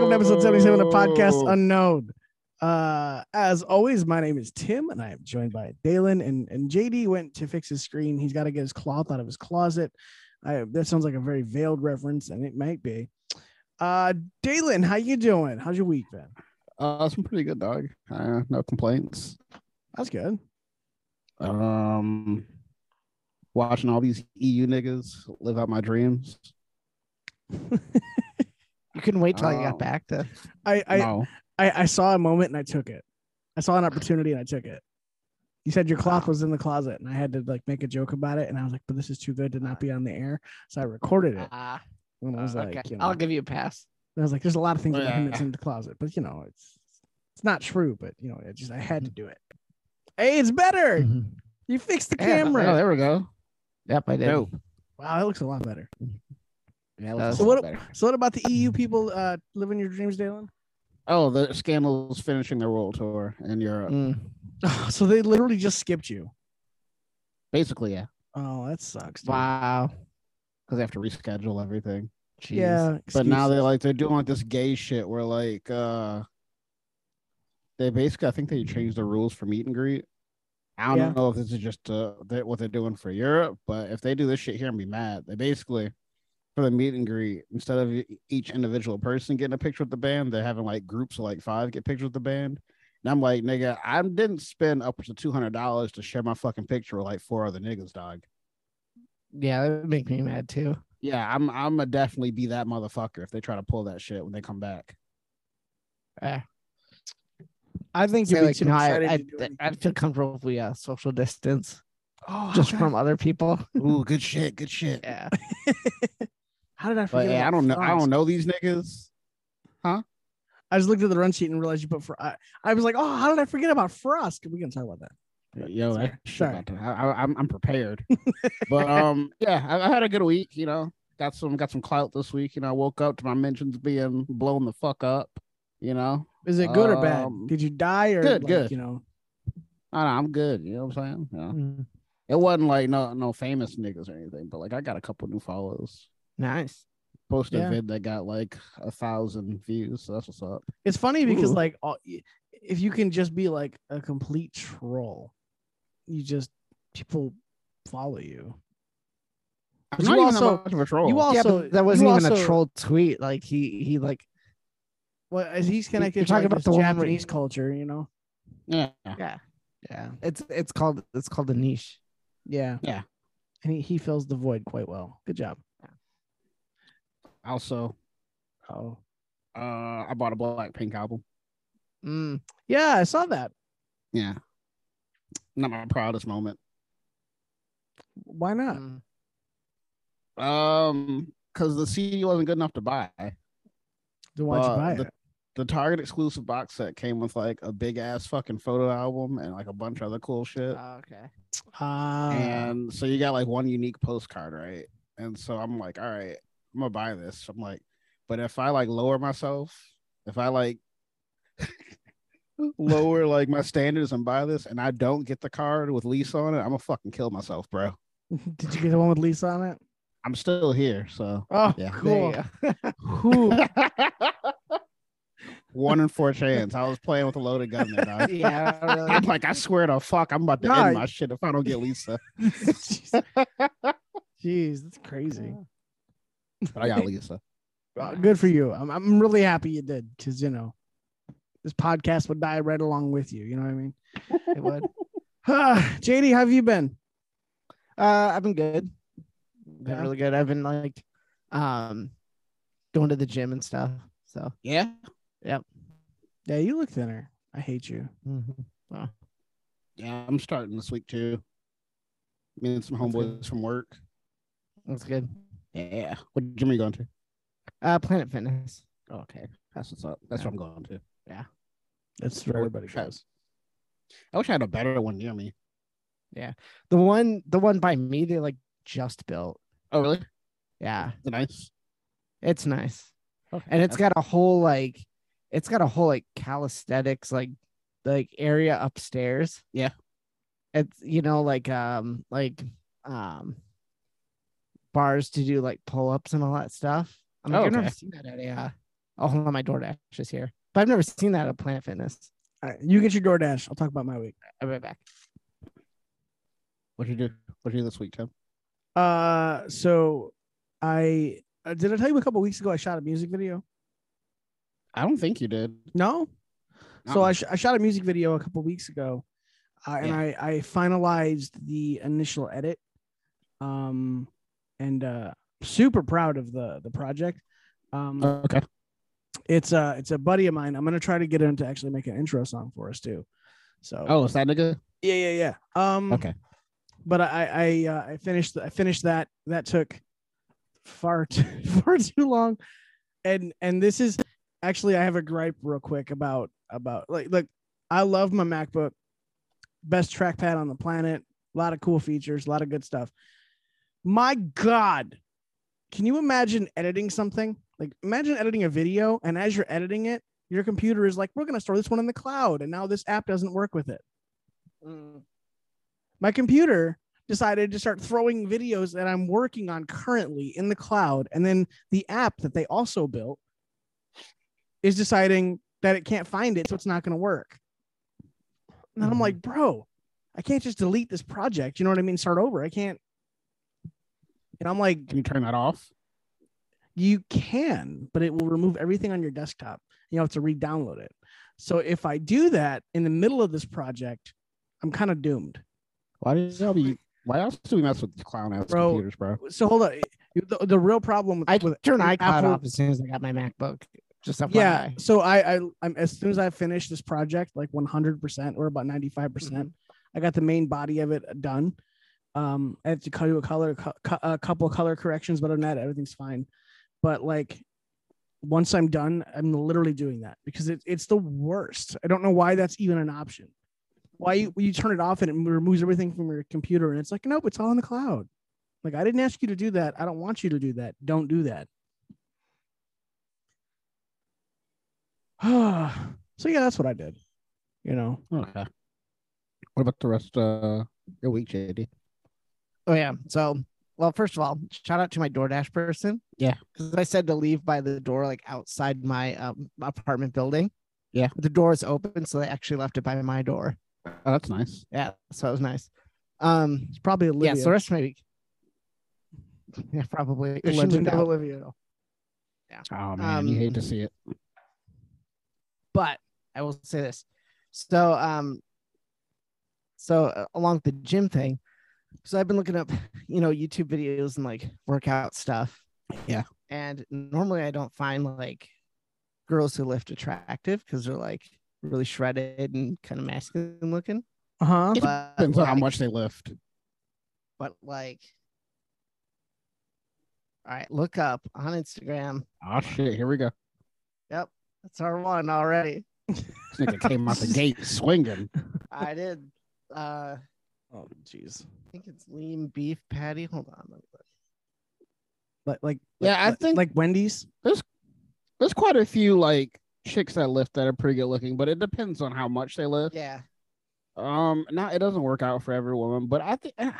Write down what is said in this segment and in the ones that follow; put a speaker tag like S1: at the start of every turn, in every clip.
S1: 177 of
S2: Oh.
S1: podcast unknown. Uh, as always, my name is Tim, and I am joined by Dalen. And and JD went to fix his screen. He's got to get his cloth out of his closet. I, that sounds like a very veiled reference, and it might be. Uh, Dalen, how you doing? How's your week been?
S3: Uh, it's been pretty good, dog. Uh, no complaints.
S1: That's good.
S3: Um, watching all these EU niggas live out my dreams.
S2: You couldn't wait till I got
S3: Oh.
S2: back to.
S1: I I,
S3: no,
S1: I I saw a moment and I took it. I saw an opportunity and I took it. You said your cloth was in the closet, and I had to like make a joke about it, and I was like, "But this is too good to not be on the air," so I recorded it.
S2: Ah,
S1: And I was like,
S2: okay,
S1: you know,
S2: I'll give you a pass.
S1: I was like, "There's a lot of things about him
S3: Yeah.
S1: that's in the closet," but you know, it's it's not true. But you know, it just I had to
S3: Mm-hmm.
S1: do it. Hey, it's better. You fixed the
S2: Yeah,
S1: camera.
S3: oh, there we go.
S2: Mm-hmm. Yep, I did.
S3: Dope.
S1: Wow, it looks a lot better.
S3: Yeah, that was
S2: So
S3: a lot
S1: what-
S3: better.
S1: So, what about the
S3: Mm-hmm.
S1: EU people uh, living your dreams, Dalen?
S3: Oh, the Scandal's finishing their world tour in Europe.
S2: Mm.
S1: so they literally just skipped you.
S3: Basically, yeah,
S1: Oh, that sucks. dude.
S2: Wow.
S3: because they have to reschedule everything.
S2: Jeez.
S1: Yeah,
S3: But now
S1: excuses.
S3: they're like they're doing like this gay shit where like uh they basically I think they changed the rules for meet and greet. I don't
S1: Yeah.
S3: know if this is just uh that what they're doing for Europe, but if they do this shit here and be mad, they basically for the meet and greet instead of e- each individual person getting a picture with the band, they're having like groups of like five get pictures with the band. And I'm like, nigga, I didn't spend upwards of two hundred dollars to share my fucking picture with like four other niggas, dog.
S2: Yeah, that would make me mad too.
S3: Yeah, I'm I'm gonna definitely be that motherfucker if they try to pull that shit when they come back.
S2: I think
S1: you'd
S2: say,
S1: be
S2: like,
S1: too
S2: you know, I,
S1: excited to
S2: I'd,
S1: do anything.
S2: I'd feel comfortable if we uh, social distance
S3: Oh,
S2: just from other people.
S3: Ooh, good shit, good shit.
S2: Yeah.
S1: How did I forget?
S3: But yeah,
S1: about
S3: I don't know. I
S1: France?
S3: don't know these niggas.
S1: I just looked at the run sheet and realized you put for. I, I was like, oh, how did I forget about Frost? We're gonna talk about that.
S3: Yo,
S1: Sorry,
S3: that shit
S1: sorry.
S3: about to- I, I, I'm I'm prepared. but um, yeah, I, I had a good week. You know, got some got some clout this week. You know, I woke up to my mentions being blown the fuck up. You know,
S1: Is it good or bad?
S3: Um,
S1: Did you die or
S3: good,
S1: like,
S3: good.
S1: You know,
S3: I, I'm good. You know what I'm saying? Yeah.
S2: Mm.
S3: It wasn't like no no famous niggas or anything, but like I got a couple new follows.
S2: Nice.
S3: Posted
S1: Yeah.
S3: a vid that got like a thousand views. So that's what's up.
S1: it's funny because
S2: Ooh.
S1: like, all, if you can just be like a complete troll, you just people follow you. But
S3: I'm not
S1: you
S3: even that
S1: also-
S3: much of a troll.
S1: you also-
S2: yeah,
S1: Also,
S2: but that wasn't
S1: you
S2: even
S1: also-
S2: a troll tweet. Like he he like
S1: Well, as he's connected
S2: you're
S1: to like,
S2: talking about
S1: this
S2: the one where-
S1: Japanese culture, you know.
S3: yeah.
S2: yeah yeah it's it's called it's called a niche.
S1: Yeah.
S3: Yeah.
S1: And he, he fills the void quite well. Good job.
S3: Also,
S1: Oh.
S3: uh, I bought a Blackpink album.
S2: Mm.
S1: Yeah, I saw that.
S3: Yeah. Not my proudest moment.
S1: Why not?
S2: mm.
S3: Um, because the CD wasn't good enough to buy.
S1: Then why'd you
S3: Uh,
S1: buy
S3: the-
S1: it?
S3: The Target exclusive box set came with like a big ass fucking photo album and like a bunch of other cool shit.
S2: Oh, okay.
S1: Ah,
S3: and so you got like one unique postcard, right? And so I'm like, all right, I'm gonna buy this. I'm like, but if I like lower myself, if I like lower like my standards and buy this and I don't get the card with Lisa on it, I'm gonna fucking kill myself, bro.
S1: did you get the one with Lisa on it?
S3: I'm still here, so
S1: Oh,
S3: Yeah.
S1: cool.
S2: There
S1: Who?
S3: One in four chance. I was playing with a loaded gun there.
S2: you go.
S3: dog.
S2: yeah. really.
S3: I'm like, I swear to fuck, I'm about to
S1: No,
S3: end my shit if I don't get Lisa.
S1: Jeez, Jeez, that's crazy.
S3: But I got Lisa.
S1: Uh, good for you. I'm, I'm really happy you did because, you know, this podcast would die right along with you. You know what I mean?
S2: It would.
S1: JD, how have you been?
S2: Uh, I've been good. Been
S1: Yeah.
S2: really good. I've been like, um, going to the gym and stuff. So
S3: Yeah.
S1: Yeah, you look thinner. I hate you.
S2: Mm-hmm.
S3: Yeah, I'm starting this week too. Me and some
S2: That's good.
S3: homeboys from work.
S2: that's good.
S3: Yeah. What gym are you going to?
S2: Uh, Planet Fitness.
S3: Okay. That's what's up. That's what I'm going to.
S1: That's where everybody
S3: Shut up.
S1: goes.
S3: I wish I had a better one near me.
S2: The one, the one by me, they like just built.
S3: Oh, really?
S2: Yeah,
S3: Is it nice.
S2: it's nice,
S3: Okay.
S2: and it's got a whole like, it's got a whole like calisthenics like, like area upstairs.
S3: Yeah.
S2: it's you know like um like um, bars to do like pull ups and all that stuff. I'm like,
S3: Oh,
S2: I've never
S3: okay.
S2: seen that at a uh, Oh, hold on, my DoorDash is here. But I've never seen that at Planet Fitness.
S1: All right, you get your DoorDash. I'll talk about my week.
S2: I'll be right back.
S3: What'd you do? What'd you do this week, Tim?
S1: Uh, so I uh, did I tell you a couple weeks ago I shot a music video?
S3: I don't think you did.
S1: No.
S3: No.
S1: So I, sh- I shot a music video a couple weeks ago, uh, and
S3: Yeah.
S1: I I finalized the initial edit, um, and uh, super proud of the the project. Um,
S3: Okay.
S1: it's a it's a buddy of mine. I'm gonna try to get him to actually make an intro song for us too. So
S3: Oh, is that nigga?
S1: yeah yeah yeah. Um,
S3: Okay.
S1: but I I uh, I finished I finished that that took far too, far too long, and and this is actually I have a gripe real quick about about like look I love my MacBook, best trackpad on the planet, a lot of cool features, a lot of good stuff. My God, can you imagine editing something like imagine editing a video and as you're editing it, your computer is like we're gonna store this one in the cloud and now this app doesn't work with it my computer decided to start throwing videos that I'm working on currently in the cloud. And then the app that they also built is deciding that it can't find it, so it's not going to work. And I'm
S2: Mhm.
S1: like, bro, I can't just delete this project. You know what I mean? Start over. I can't. And I'm like,
S3: Can you turn that off?
S1: you can, but it will remove everything on your desktop. You have to re-download it. So if I do that in the middle of this project, I'm kind of doomed.
S3: Why did y'all be? Why else do we mess with these clown ass
S1: Bro.
S3: computers, bro?
S1: so hold on. The, the real problem with,
S2: I
S1: with
S2: turned
S1: with
S2: iCloud
S1: Apple-
S2: off as soon as I got my MacBook. Just FYI.
S1: Yeah. So I, I, I'm as soon as I finish this project, like 100% or about 95%, percent I got the main body of it done. Um, I have to cut to a color, cu- cu- a couple color corrections, but other than that, everything's fine. But like, once I'm done, I'm literally doing that because it, it's the worst. I don't know why that's even an option. Why you, you turn it off and it removes everything from your computer and it's like, nope, it's all in the cloud. Like I didn't ask you to do that. I don't want you to do that. Don't do that. so yeah, that's what I did. You know,
S3: Okay. What about the rest of your week, JD?
S2: Oh yeah. So well, first of all, shout out to my DoorDash person.
S3: Yeah.
S2: Because I said to leave by the door, like outside my um, apartment building.
S3: Yeah.
S2: The door is open, so they actually left it by my door.
S3: Oh, that's nice.
S2: Yeah. So it was nice. Um.
S1: it's probably Olivia.
S2: Yeah. So the rest of my week. Yeah, probably.
S1: the
S2: She
S1: legend
S2: moved
S1: of
S2: out.
S1: Olivia.
S3: Oh man, you
S2: Um,
S3: hate to see it.
S2: but I will say this. So um so uh, along with the gym thing, so I've been looking up, you know, YouTube videos and like workout stuff.
S3: Yeah.
S2: And normally I don't find like girls who lift attractive because they're like really shredded and kind of masculine looking.
S1: Uh huh.
S3: It
S2: But,
S3: Depends on how
S2: like-
S3: much they lift.
S2: but like all right, look up on Instagram.
S3: Oh shit, here we go.
S2: That's our one already.
S3: This nigga came out the gate swinging.
S2: I did uh
S1: Oh jeez.
S2: I think it's lean beef patty. Hold on. Let me look.
S1: Like like
S3: Yeah, I
S1: like-
S3: think-
S1: like Wendy's.
S3: There's quite a few like chicks that lift that are pretty good looking, but it depends on how much they lift.
S2: Yeah.
S3: Um, now it doesn't work out for every woman, but I think it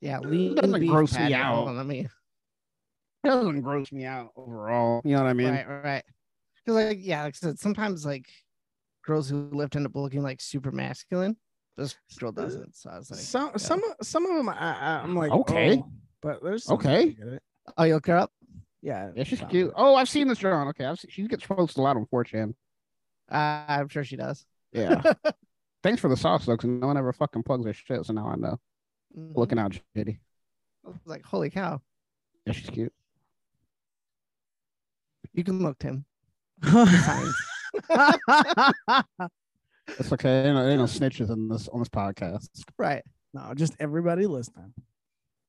S2: Yeah, lean
S3: doesn't
S2: beef
S3: gross me
S2: patty.
S3: out.
S2: Hold on, let me.
S3: doesn't gross me out overall. You know what I mean?
S2: right, right. Because like, yeah, like I said, sometimes like girls who lift end up looking like super masculine. This girl doesn't. So I was like,
S1: some some some of them I, I, I'm like
S3: Okay.
S1: oh, but there's some
S3: Okay.
S1: that get it.
S2: oh, you look her up.
S1: Yeah.
S3: Yeah, she's
S1: some.
S3: cute. Oh, I've seen this drawing. Okay, I've seen, she gets posted a lot on 4chan.
S2: Uh, I'm sure she does.
S3: Yeah. Thanks for the sauce, though, 'cause no one ever fucking plugs her shit. So now I know.
S2: Mhm.
S3: Looking out, shitty.
S2: I was like, holy cow!
S3: Yeah, she's cute.
S2: You can look Tim.
S3: It's okay. Ain't no, ain't no snitches in this on this podcast.
S2: right.
S1: no, just everybody listening.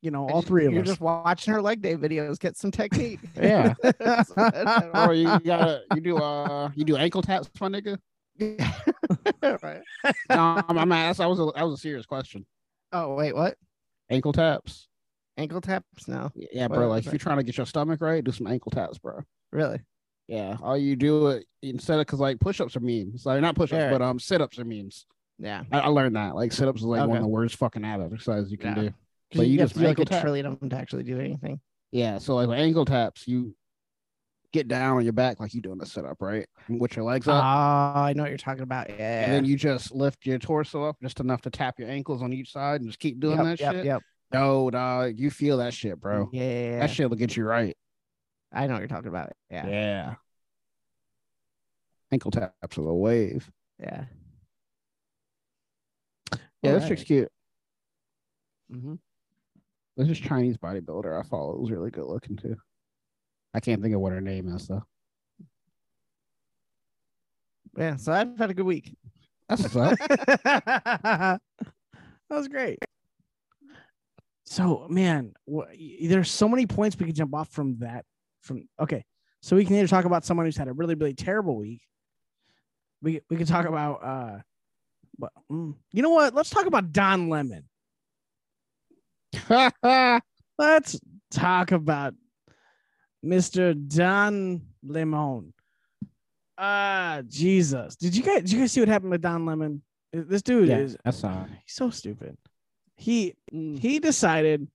S1: You know,
S2: I
S1: all
S2: just-
S1: three of
S2: You're
S1: us.
S2: just watching her leg day videos. Get some technique.
S3: Yeah.
S2: That's what I
S3: or you gotta you do uh you do ankle taps, my nigga.
S2: don't- right.
S3: No, I'm, I'm asked. That was a that was a serious question.
S2: Oh wait, what?
S3: Ankle taps.
S2: Ankle taps? No,
S3: Yeah,
S2: Well,
S3: bro. Like if
S2: right.
S3: you're trying to get your stomach right, do some ankle taps, bro.
S2: really.
S3: Yeah, all you do it instead of because like push-ups are memes. Like not push-ups,
S2: Yeah.
S3: but um sit-ups are memes.
S2: Yeah.
S3: I, I learned that. Like sit-ups is like one
S2: Okay.
S3: of the worst fucking ab exercises you can
S2: Yeah.
S3: do.
S2: 'Cause
S3: But you
S2: have
S3: just
S2: to do, like
S3: ankle
S2: a
S3: tap.
S2: trillion of them to actually do anything.
S3: Yeah. So like with ankle taps, you get down on your back like you doing a sit up, right? With your legs up.
S2: Ah, I know what you're talking about. Yeah.
S3: and then you just lift your torso up just enough to tap your ankles on each side and just keep doing
S2: yep,
S3: that
S2: yep,
S3: shit.
S2: Yep.
S3: No, dog, you feel that shit, bro.
S2: Yeah.
S3: That shit'll get you right.
S2: I know what you're talking about.
S3: Yeah.
S2: Yeah.
S3: Ankle taps with a wave.
S2: Yeah.
S3: Yeah, this
S1: Alright.
S3: chick's cute.
S2: hmm
S3: There's this Chinese bodybuilder I follow. It was really good looking too. I can't think of what her name is though.
S2: Yeah. So I've had a good week.
S3: That's what's
S2: Oh.
S3: up.
S1: that was great. So, man, wha- y- there's so many points we can jump off from that. From okay, so we can either talk about someone who's had a really, really terrible week. We we can talk about, uh, but mm, you know what? Let's talk about Don Lemon. Let's talk about Mr. Don Lemon. Ah, Jesus! Did you guys did you guys see what happened with Don Lemon? This dude
S3: yeah,
S1: is
S3: that's all.
S1: He's so stupid. He he decided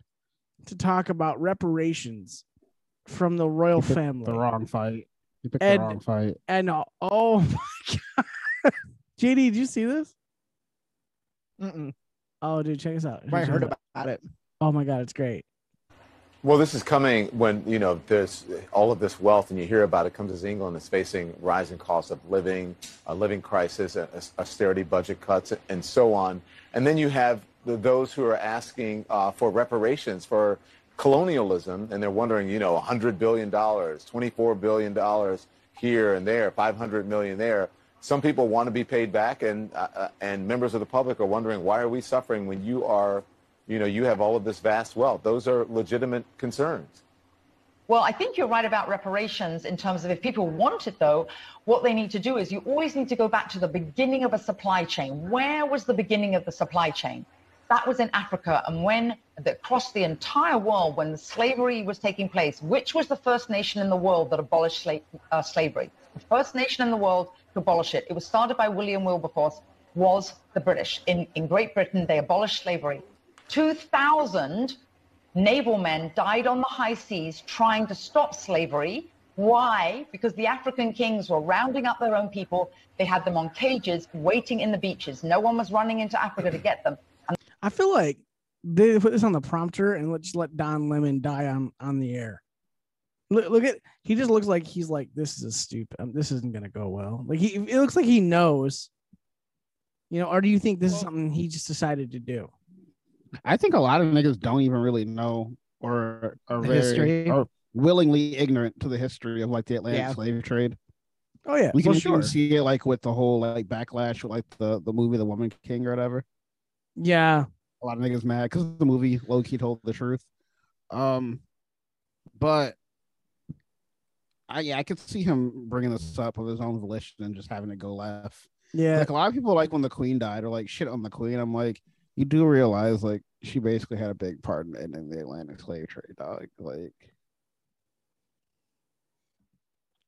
S1: to talk about reparations from the royal
S3: He picked
S1: family.
S3: The wrong fight. You picked
S1: And-
S3: the wrong fight.
S1: and uh, oh my god. JD, did you see this?
S2: Mm-mm.
S1: Oh dude, check this out.
S2: I
S1: Check
S2: heard
S1: this out.
S2: about it.
S1: Oh my god, it's great.
S4: Well, this is coming when you know there's all of this wealth, and you hear about it. Comes as England is facing rising costs of living, a living crisis, a- a- austerity budget cuts, and so on. And then you have th- those who are asking uh, for reparations for colonialism, and they're wondering, you know, 100 billion dollars, 24 billion dollars here and there, 500 million there. Some people want to be paid back, and uh, uh, and members of the public are wondering why are we suffering when you are you know, you have all of this vast wealth. Those are legitimate concerns.
S5: Well, I think you're right about reparations in terms of if people want it, though, what they need to do is you always need to go back to the beginning of a supply chain. Where was the beginning of the supply chain? That was in Africa. And when the, across the entire world, when the slavery was taking place, which was the first nation in the world that abolished sla- uh, slavery? The first nation in the world to abolish it. It was started by William Wilberforce, was the British. In, in Great Britain, they abolished slavery. 2000, naval men died on the high seas trying to stop slavery. Why? Because the African kings were rounding up their own people. They had them on cages, waiting in the beaches. No one was running into Africa to get them.
S1: I feel like they put this on the prompter and let's just let Don Lemon die on on the air. Look, look at he just looks like he's like this is a stupid. Um, this isn't gonna go well. Like he, it looks like he knows. You know, or do you think this is something he just decided to do?
S3: I think a lot of niggas don't even really know or are
S2: The
S3: very
S2: history.
S3: or willingly ignorant to the history of like the Atlantic
S2: Yeah.
S3: slave trade.
S1: Oh yeah,
S3: You can
S1: well,
S3: even see it like with the whole like backlash with like the, the movie The Woman King or whatever.
S1: Yeah,
S3: A lot of niggas mad because the movie low key told the truth. Um, but I yeah I could see him bringing this up of his own volition and just having it go left.
S1: yeah.
S3: Like a lot of people like when the queen died or like shit on the queen. I'm like, you do realize like she basically had a big part in ending the Atlantic slave trade, dog. Like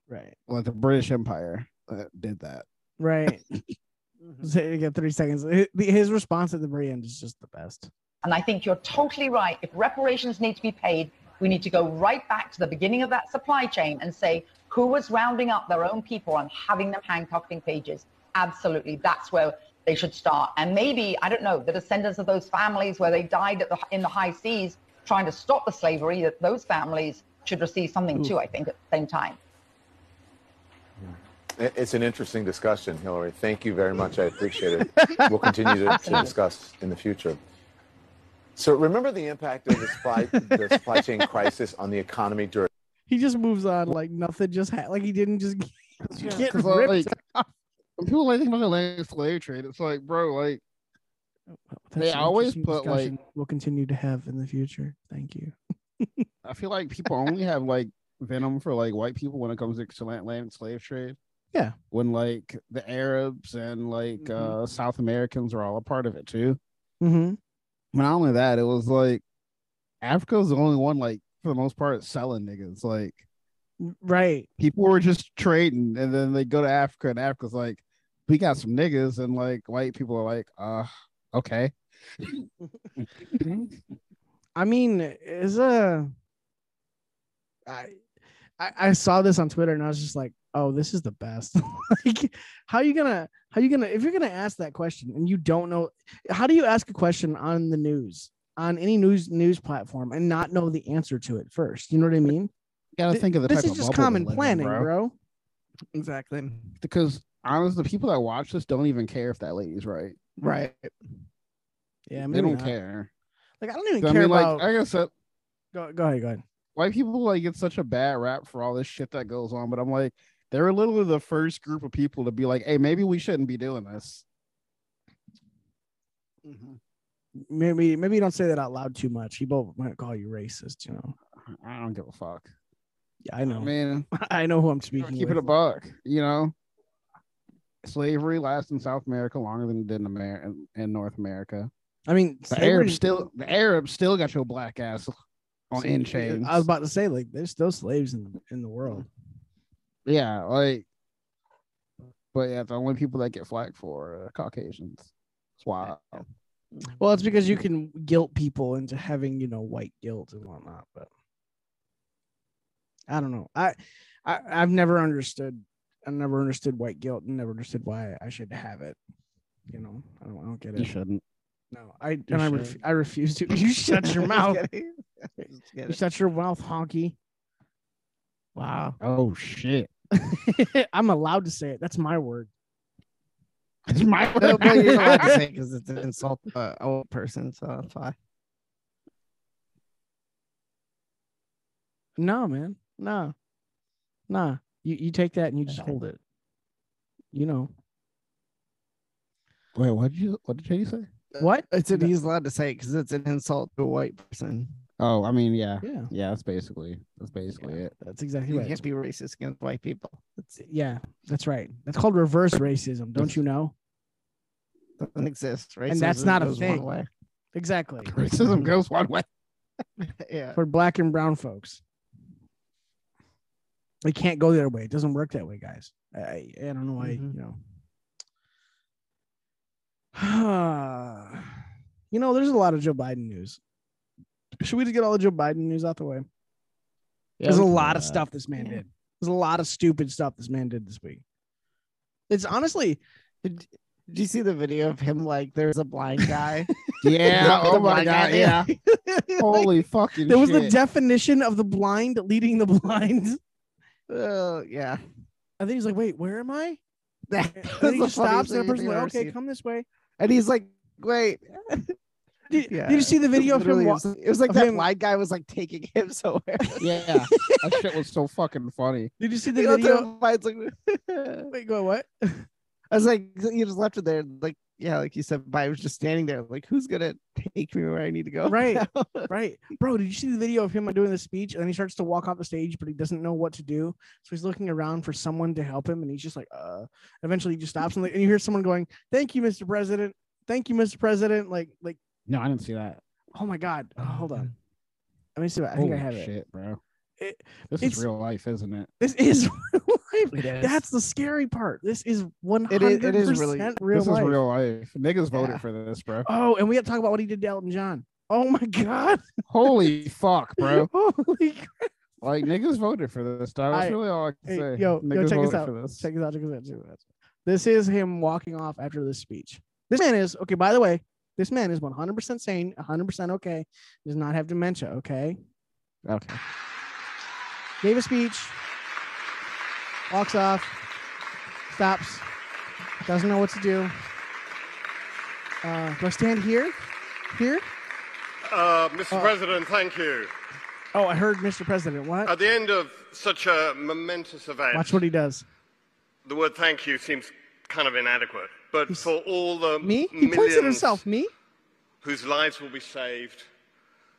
S1: right,
S3: like the British Empire uh, did that.
S1: right. Mm-hmm. Say it again, thirty seconds. Hi- His response at the very end is just the best.
S5: And I think you're totally right. If reparations need to be paid, we need to go right back to the beginning of that supply chain and say who was rounding up their own people and having them handcuffed in cages. Absolutely. That's where they should start. And maybe, I don't know, the descendants of those families where they died at the, in the high seas trying to stop the slavery, that those families should receive something too, I think, at the same time.
S4: I- It's an interesting discussion, Hillary. Thank you very much. I appreciate it. We'll continue to, to discuss in the future. So remember the impact of the supply, the supply chain crisis on the economy during.
S1: He just moves on like nothing just ha- like he didn't just get
S3: 'Cause,
S1: ripped.
S3: like, when people like think about the Atlantic slave trade, it's like, bro, like
S1: That's
S3: they
S1: an
S3: always
S1: interesting
S3: put, like-
S1: discussion we'll continue to have in the future. Thank you.
S3: I feel like people only have like venom for like white people when it comes to the Atlantic slave trade.
S1: Yeah.
S3: When like the Arabs and like
S2: Mhm.
S3: uh South Americans are all a part of it too.
S1: Mm-hmm.
S3: But not only that, it was like Africa's the only one, like for the most part, selling niggas. Like
S1: Right.
S3: people were just trading, and then they go to Africa, and Africa's like, we got some niggas, and like white people are like, uh, okay.
S1: I mean, is a I I, I saw this on Twitter and I was just like, oh, this is the best. like, how you gonna how you gonna if you're gonna ask that question and you don't know how do you ask a question on the news on any news news platform and not know the answer to it first? You know what I mean?
S3: You gotta
S1: Th-
S3: think of the
S1: This
S3: type
S1: is
S3: of
S1: just
S3: bubble we
S1: common
S3: live in,
S1: planning,
S3: bro.
S1: bro.
S2: Exactly.
S3: Because honestly, the people that watch this don't even care if that lady's right.
S2: Right.
S1: Yeah,
S3: they
S1: maybe
S3: don't
S1: not.
S3: care.
S1: Like I don't even
S3: I
S1: care
S3: mean, like,
S1: about.
S3: like I said,
S1: go, go ahead, go ahead.
S3: white people like get such a bad rap for all this shit that goes on, but I'm like, they were literally the first group of people to be like, hey, maybe we shouldn't be doing this.
S1: Maybe maybe you don't say that out loud too much. People might call you racist. You know.
S3: I don't give a fuck.
S1: Yeah, I know.
S3: I mean,
S1: I know who I'm speaking.
S3: keep it
S1: with.
S3: a buck, you know. Slavery lasts in South America longer than it did in America in North America.
S1: I mean,
S3: The
S1: slavery-
S3: Arabs still the Arabs still got your black ass on in chains.
S1: I was about to say, like, there's still slaves in the in the world.
S3: yeah, like but yeah, the only people that get flack for are Caucasians. It's wild.
S1: Well, it's because you can guilt people into having, you know, white guilt and whatnot. But I don't know. I, I I've never understood. I never understood white guilt and never understood why I should have it. You know, I don't. I don't get
S3: You
S1: it.
S3: shouldn't.
S1: No, I and I, ref,
S3: should.
S1: I refuse to. You shut your mouth.
S2: Just kidding. Just
S1: You
S2: kidding.
S1: shut your mouth, honky.
S2: Wow.
S3: Oh shit.
S1: I'm allowed to say it. That's my word.
S3: It's my
S2: No, but you're allowed to say because it's an insult to a old person, so that's why.
S1: No, man. Nah. Nah. You you take that and you just hold it. You know.
S3: Wait, what did you what did Katie say?
S1: What?
S2: I said
S1: No.
S2: he's allowed to say because it's an insult to a white person.
S3: Oh, I mean, yeah.
S1: Yeah.
S3: Yeah, that's basically that's basically it.
S1: That's exactly
S2: You
S1: right.
S2: can't be racist against white people. It
S1: Yeah, that's right. That's called reverse racism, don't you know?
S2: doesn't exist. Racism
S1: And that's not a
S2: goes one
S1: thing.
S2: way.
S1: Exactly.
S3: Racism goes one way.
S2: yeah.
S1: For black and brown folks. It can't go the other way. It doesn't work that way, guys. I, I I don't know why,
S2: Mhm.
S1: you know. you know, there's a lot of Joe Biden news. Should we just get all the Joe Biden news out the way? There's a lot of stuff this man
S2: Yeah.
S1: did. There's a lot of stupid stuff this man did this week. It's honestly,
S2: Did, did you see the video of him? Like, there's a blind guy.
S3: Yeah.
S2: The
S3: oh my
S2: blind guy
S3: god. Yeah.
S2: there.
S3: Holy fucking.
S1: there was
S3: shit.
S1: the definition of the blind leading the blind.
S2: Oh, yeah.
S1: And then he's like, wait, where am I?
S2: That
S1: And
S2: was
S1: then he
S2: the
S1: just
S2: funniest
S1: stops and the
S2: video
S1: person's
S2: I've
S1: like,
S2: ever
S1: okay,
S2: seen.
S1: come this way.
S2: And he's like, wait.
S1: Did,
S2: Yeah,
S1: did you see the video of him?
S2: Literally, it
S1: wa-
S2: was, it was like
S1: of
S2: that
S1: him-
S2: blind guy was like taking him somewhere.
S3: Yeah. that shit was so fucking funny.
S1: Did you see the
S2: You know,
S1: video?
S2: so blind's like,
S1: Wait, go what?
S2: I was like, you just left it there. Like, yeah, like you said, but I was just standing there. Like, who's gonna take me where I need to go?
S1: Right.
S2: now?
S1: Right, bro. Did you see the video of him doing the speech? And then he starts to walk off the stage, but he doesn't know what to do. So he's looking around for someone to help him, and he's just like, uh. Eventually, he just stops and, like, and you hear someone going, "Thank you, Mr. President. Thank you, Mr. President." Like, like,
S3: No, I didn't see that.
S1: oh my god, Oh, hold on. Let me see. What, I think I
S3: Holy
S1: have
S3: shit,
S1: it.
S3: bro.
S1: It-
S3: this
S1: it's-
S3: is real life, isn't it?
S1: This is real life.
S2: It is.
S1: That's the scary part. This is one
S2: It is-
S1: hundred
S2: it is really-
S1: percent real
S3: this
S1: life.
S3: is real life. Niggas
S2: Yeah.
S3: voted for this, bro.
S1: Oh, and we got to talk about what he did to Elton John. Oh my god,
S3: Holy fuck, bro.
S1: Holy crap.
S3: Like niggas voted for this. That's
S1: I-
S3: really all I can
S1: Hey,
S3: say.
S1: yo, yo,
S3: niggas
S1: check this
S3: voted
S1: out.
S3: For this.
S1: Check this out. Check this out. Check this out. This is him walking off after this speech. This man is okay. By the way, this man is 100% sane, 100% okay. Does not have dementia. Okay.
S3: Okay.
S1: Gave a speech. Walks off. Stops. Doesn't know what to do. Uh, do I stand here? Here?
S6: Uh, Mr.
S1: Uh,
S6: President, thank you.
S1: Oh, I heard Mr. President. What?
S6: At the end of such a momentous event,
S1: Watch what he does.
S6: the word thank you seems kind of inadequate. But
S1: He's-
S6: for all the
S1: Me? He
S6: millions
S1: points at himself. Me?
S6: whose lives will be saved,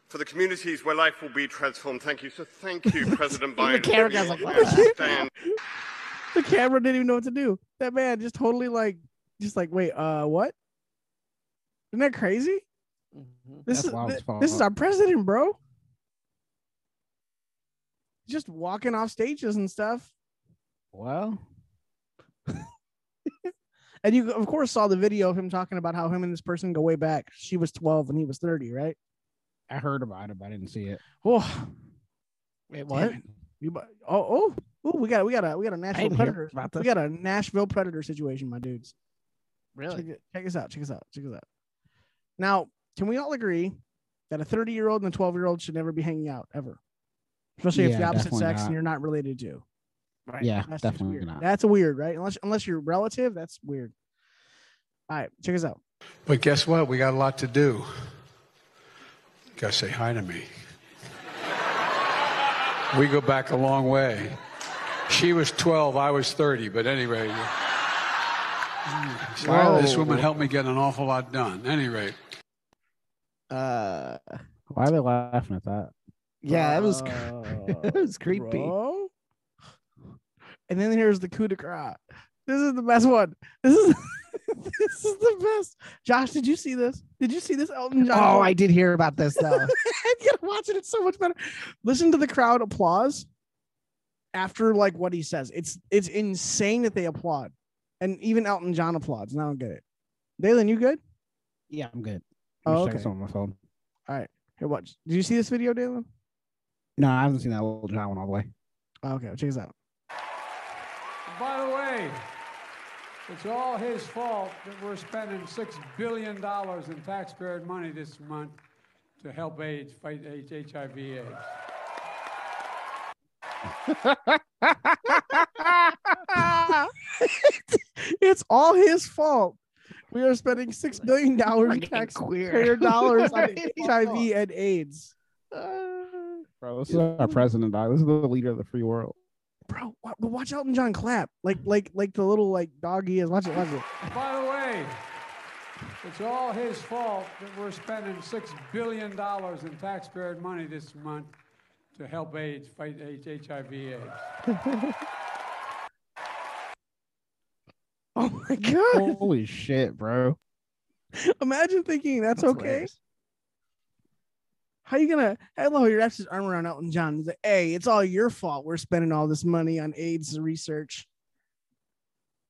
S6: for the communities where life will be transformed, thank you. So thank you, President Biden.
S2: The camera
S6: We
S2: guy's like,
S6: all
S2: "What the
S6: understand
S1: the camera didn't even know what to do. That man just totally like, just like, wait, uh, what? Isn't that crazy? This
S3: That's
S1: is
S3: wild
S1: thi-
S3: as fuck,
S1: this is
S3: huh?
S1: our president, bro. Just walking off stages and stuff,
S3: Well,
S1: and you of course saw the video of him talking about how him and this person go way back. She was twelve and he was thirty, right?
S3: I heard about it, but I didn't see it.
S1: Oh,
S2: Wait,
S1: what? You bu- oh oh oh we got we got a we got a Nashville
S2: didn't hear
S1: predator.
S2: about
S1: We
S2: this.
S1: got a Nashville predator situation, my dudes.
S2: Really?
S1: Check, it, check us out. Check us out. Check us out. Now, can we all agree that a 30 year old and a 12 year old should never be hanging out ever? Especially if
S3: Yeah,
S1: the opposite
S3: definitely
S1: sex
S3: not.
S1: and you're not related to. Right.
S3: Yeah,
S1: That's just
S3: definitely
S1: weird.
S3: not.
S1: That's weird, right? Unless unless you're relative, that's weird. All right, check us out.
S7: But guess what? We got a lot to do. Gotta say hi to me. we go back a long way. She was 12, I was 30, but anyway. yeah. So This woman helped me get an awful lot done. Any rate.
S2: Uh,
S3: Why are they laughing at that?
S2: yeah, it was. cr-
S1: Uh,
S2: it was creepy.
S1: bro. And then here's the coup de grace. This is the best one. This is this is the best. Josh, did you see this? Did you see this Elton John?
S2: Oh,
S1: one?
S2: I did hear about this though.
S1: and you gotta watch it. It's so much better. Listen to the crowd applause after like what he says. It's it's insane that they applaud, and even Elton John applauds. And I don't get it. Dalen, you good?
S3: Yeah, I'm good. I'm
S1: Oh,
S3: just checking
S1: okay.
S3: something on my phone.
S1: Here, watch. Did you see this video, Dalen?
S3: No, I haven't seen that little John one all the way.
S1: Oh, okay, check this out.
S8: By the way, it's all his fault that we're spending $6 billion in taxpayer money this month to help AIDS, fight AIDS, HIV AIDS.
S1: it's all his fault. We are spending six billion dollars in taxpayer dollars on HIV and AIDS.
S3: Bro, this is our president, dog. This is the leader of the free world.
S1: Bro, wa- but watch Elton John clap like like like the little like dog he is. Watch it, watch it.
S8: By the way, it's all his fault that we're spending $6 billion in taxpayer money this month to help AIDS, fight AIDS, HIV AIDS.
S1: Oh my god!
S3: Holy shit, bro.
S1: Imagine thinking that's, okay.
S2: hilarious.
S1: How you gonna? Hello, he wraps his arm around Elton John. He's like, "Hey, it's all your fault. We're spending all this money on AIDS research."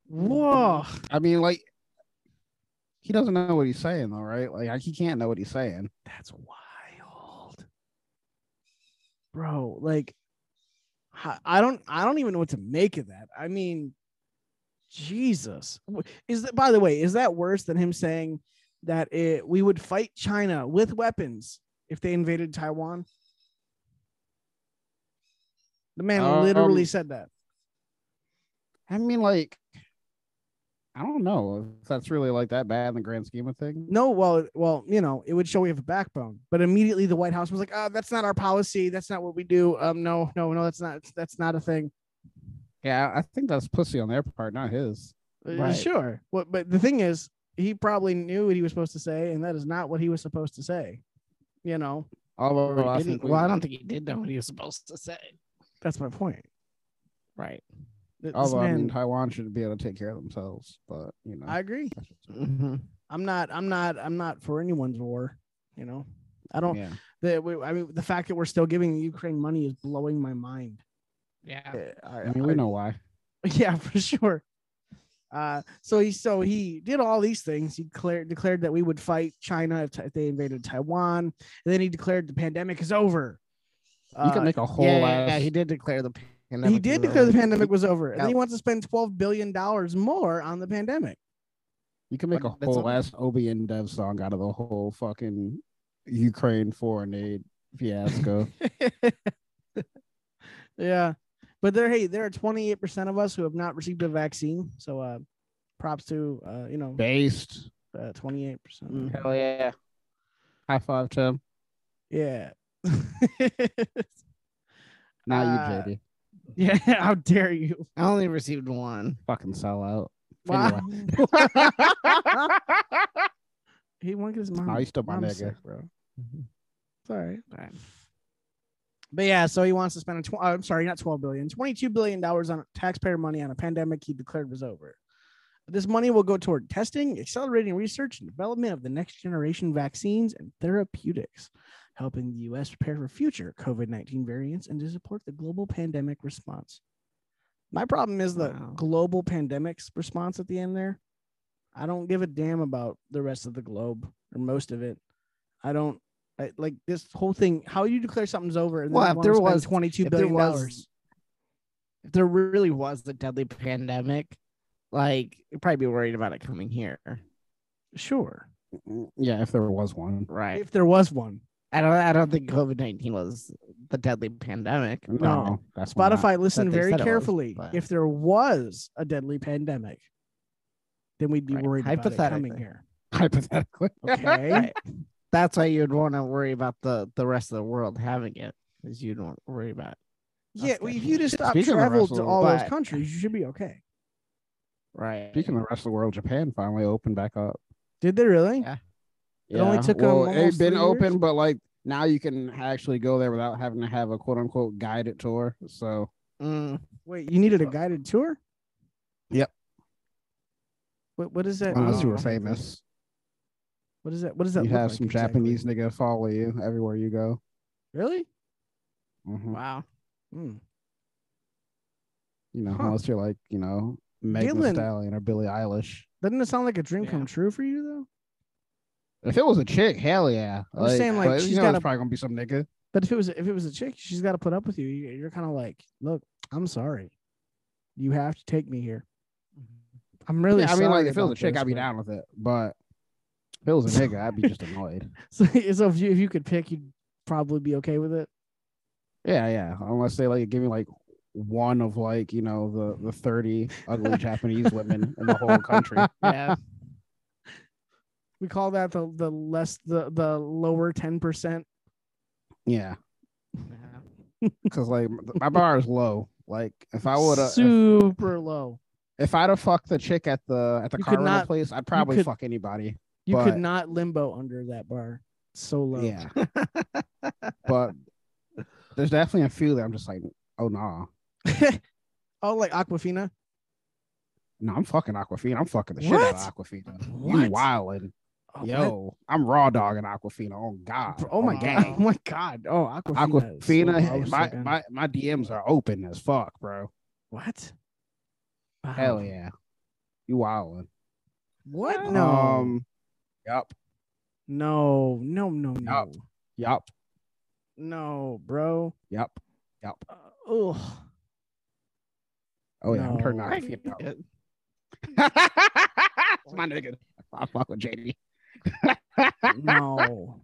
S1: Whoa!
S3: I mean, like, he doesn't know what he's saying, though, right? Like, he can't know what he's saying.
S1: That's wild, bro. Like, ho- I don't, I don't even know what to make of that. I mean, Jesus, W- is that? By the way, is that worse than him saying that it, we would fight China with weapons if they invaded Taiwan? The man literally
S3: Um,
S1: said that.
S3: I mean, like, I don't know if that's really like that bad in the grand scheme of things.
S1: No, well, well, you know, it would show we have a backbone. But immediately the White House was like, "Ah, that's not our policy. That's not what we do. Um, no, no, no, that's not, that's not a thing."
S3: Yeah, I think that's pussy on their part, not his.
S1: Uh,
S2: Right.
S1: Sure. What, but the thing is, he probably knew what he was supposed to say, and that is not what he was supposed to say. You know,
S3: Although
S2: Or
S3: I
S2: he didn't-
S3: think we-
S2: well, I don't think he did know what he was supposed to say.
S1: that's my point.
S2: Right.
S1: Th- This
S3: although I
S1: man, I,
S3: mean, Taiwan should be able to take care of themselves, but you know,
S1: agree.
S2: hmm
S1: I'm not. I'm not. I'm not for anyone's war. You know, I don't.
S3: yeah.
S1: The, we, I mean, the fact that we're still giving Ukraine money is blowing my mind.
S2: Yeah.
S1: Uh, I-
S3: I mean, we know why.
S1: Yeah, for sure. Uh, so he so he did all these things. He declared declared that we would fight China if, if they invaded Taiwan, and then he declared the pandemic is over.
S3: You can
S1: Uh,
S3: make a whole
S2: yeah, yeah,
S3: ass.
S2: yeah, he did declare the pandemic.
S1: he did
S2: was
S1: declare the
S2: over.
S1: pandemic was over, and then he
S2: Yeah.
S1: wants to spend twelve billion dollars more on the pandemic.
S3: You can make a
S2: That's
S3: whole
S2: all-
S3: ass OBN dev song out of the whole fucking Ukraine foreign aid fiasco.
S1: Yeah, but there, hey, there are twenty eight percent of us who have not received a vaccine. So, uh, props to uh, you know
S3: Based.
S1: twenty eight percent.
S2: Mm.
S3: Hell yeah. High five, Tim.
S1: Yeah.
S3: Not
S1: Uh,
S3: you, JD.
S1: yeah, how dare you?
S2: I only received one.
S3: Fucking sell out.
S1: Wow. he won't get his mom.
S3: Nah, you still my
S1: mom's
S3: nigga.
S1: sick, bro. It's all right. But yeah, so he wants to spend a tw- uh, I'm sorry, not 12 billion, 22 billion dollars on taxpayer money on a pandemic he declared was over. This money will go toward testing, accelerating research and development of the next generation vaccines and therapeutics, helping the US prepare for future COVID-19 variants and to support the global pandemic response. My problem is the
S2: Wow.
S1: global pandemics response at the end there. I don't give a damn about the rest of the globe or most of it. I don't I, like this whole thing. How you declare something's over and then
S2: Well,
S1: you
S2: if
S1: wanna
S2: there
S1: spend
S2: was-
S1: twenty two
S2: If there
S1: billion
S2: was
S1: dollars?
S2: if there really was a deadly pandemic, like you'd probably be worried about it coming here.
S1: Sure.
S3: Yeah, if there was one.
S2: Right.
S1: If there was one,
S2: I don't I don't think COVID nineteen was the deadly pandemic. but-
S3: No, that's why not.
S1: Spotify, listen
S2: they
S1: very
S2: said it was,
S1: carefully.
S2: but-
S1: if there was a deadly pandemic, then we'd be
S2: Right,
S1: worried about it coming
S2: hypothetically.
S1: here.
S3: hypothetically.
S1: Okay.
S2: Right. That's why you'd want to worry about the the rest of the world having it, because you'd want to worry about it.
S1: yeah.
S2: That's
S1: Well, if
S2: definitely-
S1: you just stop
S3: Speaking of
S1: travel to
S3: Russell,
S1: all those
S2: but-
S1: countries, you should be okay.
S2: right.
S3: Speaking of the rest of the world, Japan finally opened back up.
S1: Did they really?
S2: Yeah.
S1: It only took 'em
S3: well, it had
S1: almost
S3: been
S1: three years?
S3: open, but like now you can actually go there without having to have a quote unquote guided tour. So
S2: Mm,
S1: Wait, you needed a guided tour?
S3: Yep.
S1: What what is that?
S3: unless
S1: mean?
S3: you were famous,
S1: What is that? What does that
S3: you
S1: look
S3: have
S1: like
S3: some
S1: exactly?
S3: Japanese nigga follow you everywhere you go.
S1: Really?
S3: Mhm.
S2: wow.
S1: Hmm.
S3: You know,
S1: Huh.
S3: unless you're like you know Megan Thee
S1: Dylan-
S3: Stallion or Billie Eilish.
S1: Doesn't it sound like a dream
S2: Yeah.
S1: come true for you though?
S3: If it was a chick, hell yeah.
S1: I'm just saying, like,
S3: but,
S1: she's
S3: you know,
S1: got
S3: it's
S1: a-
S3: probably gonna be some nigga.
S1: But if it was if it was a chick, she's got to put up with you. You- You're kind of like, look, I'm sorry. You have to take me here. Mm-hmm. I'm really.
S3: yeah, I mean, like,
S1: sorry
S3: if it was a
S1: about
S3: chick,
S1: this,
S3: I'd be
S1: but-
S3: down with it. But if it was a nigga, I'd be just annoyed.
S1: So, so if you if you could pick, you'd probably be okay with it.
S3: Yeah, yeah. Unless they like give me like one of like you know the the thirty ugly Japanese women in the whole country.
S2: Yeah.
S1: We call that the the less the the lower ten percent.
S3: Yeah,
S2: yeah.
S3: because like m- my bar is low. Like if I would have, if,
S1: super low.
S3: if I'd have fucked the chick at the at the
S1: You could
S3: car rental
S1: not-
S3: place, I'd probably
S1: could-
S3: fuck anybody.
S1: You could
S3: but-
S1: not limbo under that bar. So low.
S3: Yeah, but there's definitely a few that I'm just like, oh nah.
S1: oh, like Aquafina.
S3: No, I'm fucking Aquafina. I'm fucking the shit out of Aquafina.
S1: What?
S3: You wildin'.
S1: Oh, what?
S3: Yo, I'm raw dogging Aquafina. Oh God.
S1: Oh my
S3: on
S1: god.
S3: gang.
S1: Oh my god. Oh Aquafina. is so low,
S3: Aquafina,
S1: so
S3: my,
S1: good.
S3: my my DMs are open as fuck, bro.
S1: what? Wow.
S3: Hell yeah, you wildin'.
S1: What? No.
S3: Um, yup,
S1: no. No. No. No.
S3: yup,
S1: No, bro.
S3: yup, yup.
S1: Uh, ugh.
S3: Oh yeah, I'm turning
S1: No.
S3: Aquafina. up. That's my nigga. I fuck with JD.
S1: No.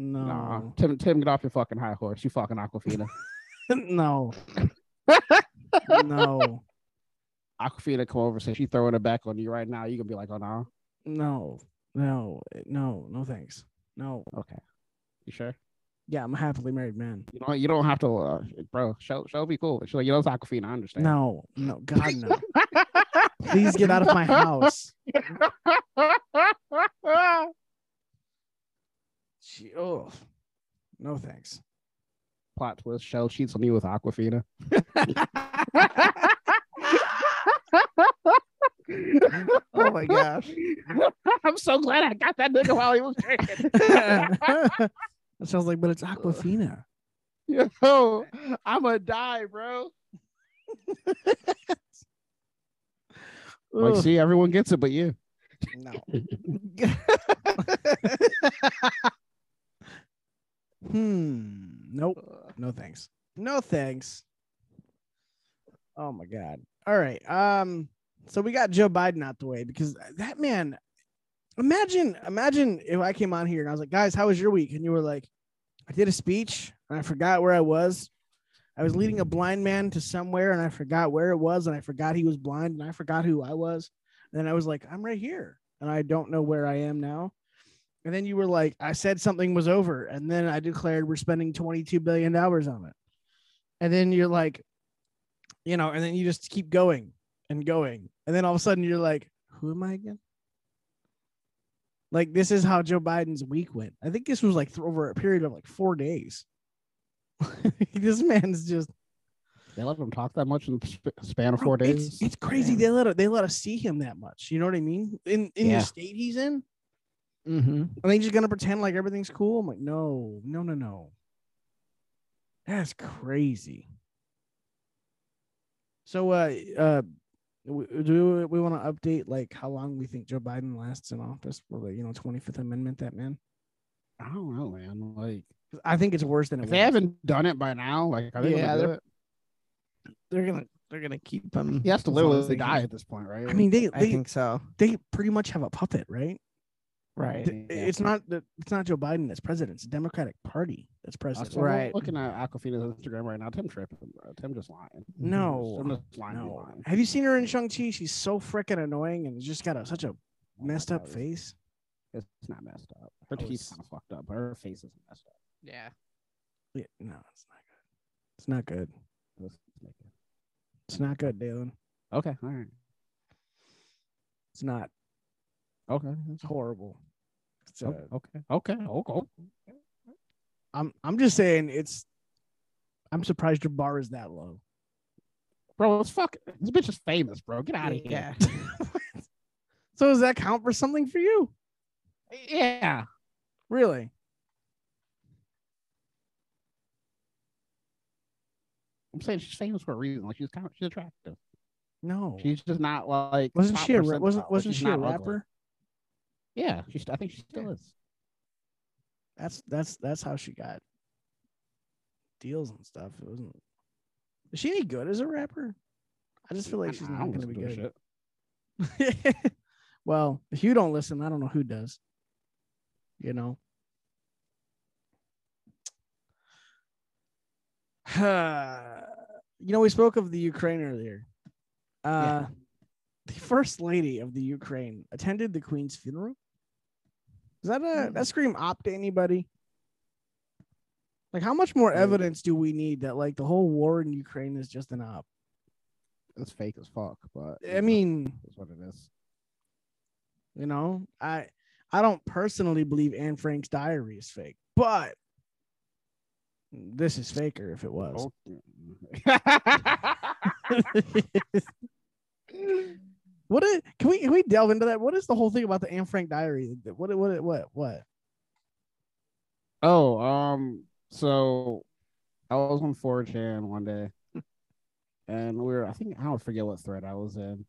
S1: No.
S3: Nah, Tim, Tim, get off your fucking high horse. You fucking Aquafina.
S1: no. no.
S3: Aquafina come over, say she throwing it back on you right now. You gonna be like, oh no,
S1: No. No. No. No thanks. No.
S3: okay. You sure?
S1: Yeah, I'm a happily married man.
S3: You don't. You don't have to, uh, bro. Show, show be cool. She's like, you know, it's Aquafina. I understand.
S1: No. No. God no. Please get out of my house. Gee, oh. No thanks.
S3: Plot twist: Shell cheats on you with Aquafina.
S2: Oh my gosh.
S3: I'm so glad I got that nigga while he was drinking.
S1: that sounds like, but it's Aquafina.
S3: Yo, I'ma die, bro. Like,
S1: Ugh,
S3: see, everyone gets it, but you.
S1: no. Hmm. Nope. No thanks. No thanks. Oh my god. All right. Um. So we got Joe Biden out the way because that man. Imagine, imagine if I came on here and I was like, "Guys, how was your week?" And you were like, "I did a speech and I forgot where I was. I was leading a blind man to somewhere and I forgot where it was and I forgot he was blind and I forgot who I was." And then I was like, "I'm right here and I don't know where I am now." And then you were like, I said something was over. And then I declared we're spending $22 billion on it. And then you're like, you know, and then you just keep going and going. And then all of a sudden you're like, who am I again? Like, this is how Joe Biden's week went. I think this was like th- over a period of like four days. this man's just
S3: They let him talk that much in the sp- span of four
S1: Bro,
S3: days.
S1: It's, it's crazy. They let they let us see him that much. You know what I mean? In in
S3: Yeah.
S1: the state he's in,
S2: mm-hmm.
S1: Are they just gonna pretend like everything's cool? I'm like, no, no, no, no. That's crazy. So, uh, uh, w- do we want to update like how long we think Joe Biden lasts in office? Well, the, you know, Twenty Fifth Amendment, that man.
S3: I don't know, man. Like,
S1: 'Cause I think it's worse than it
S3: if
S1: was.
S3: they haven't done it by now, like, are they
S2: Yeah,
S3: gonna do
S2: they're-
S3: it?
S2: they're gonna they're gonna keep him.
S3: He has to
S2: as
S3: live
S2: long
S3: with
S2: as they
S3: the guy
S2: can.
S3: at this point, right?
S1: I mean, they
S2: I
S1: they,
S2: think so.
S1: they pretty much have a puppet, right?
S2: Right.
S1: Th-
S3: yeah.
S1: It's not the- it's not Joe Biden that's president. It's the Democratic Party that's president.
S3: also, right.
S2: Right.
S3: Looking at Aquafina's Instagram right now, Tim tripping, bro. Tim just lying.
S1: No,
S3: Tim just lying.
S1: no.
S3: lying.
S1: Have you seen her in Shang Chi? She's so freaking annoying and just got a, such a
S3: Oh my
S1: messed up
S3: God,
S1: face.
S3: It's it's not messed up. Her
S1: I
S3: teeth's
S1: was-
S3: kind of fucked up, but her face is messed up.
S2: Yeah.
S1: Yeah, no, it's not good. It's not good.
S3: This is making-
S1: It's not good, Dalen.
S3: Okay, all right.
S1: It's not.
S3: Okay, that's
S1: It's horrible. It's, uh,
S3: okay, okay, okay, okay.
S1: I'm I'm just saying it's. I'm surprised your bar is that low.
S3: Bro, it's fuck. This bitch is famous, bro. Get out of
S2: Yeah.
S1: So does that count for something for you?
S3: here. Yeah.
S1: Really?
S3: I'm saying she's famous for a reason. Like she's kind of she's attractive.
S1: No.
S3: She's just not like
S1: wasn't
S3: top
S1: she a ra-
S3: percentile,
S1: wasn't
S3: like,
S1: wasn't
S3: she's
S1: she a
S3: not ugly.
S1: rapper?
S3: Yeah, she's, I think she still is.
S1: That's that's that's how she got deals and stuff. It wasn't. Is she any good as a rapper? I just feel like she's
S3: I
S1: not
S3: don't
S1: going to be
S3: listen to her
S1: good.
S3: shit.
S1: well, if you don't listen, I don't know who does. You know. you know, we spoke of the Ukraine earlier. Uh, The first lady of the Ukraine attended the Queen's funeral. Is that a that scream op to anybody? Like, how much more
S3: Mm.
S1: evidence do we need that like the whole war in Ukraine is just an op?
S3: It's fake as fuck, but you
S1: I
S3: know,
S1: mean,
S3: it's what it is.
S1: You know, I I don't personally believe Anne Frank's diary is fake, but this is faker if it was.
S3: Oh, mm.
S1: What is, can we can we delve into that? What is the whole thing about the Anne Frank diary? What what what what?
S3: Oh, um, so I was on 4chan one day, and we were, I think, I don't forget what thread I was in,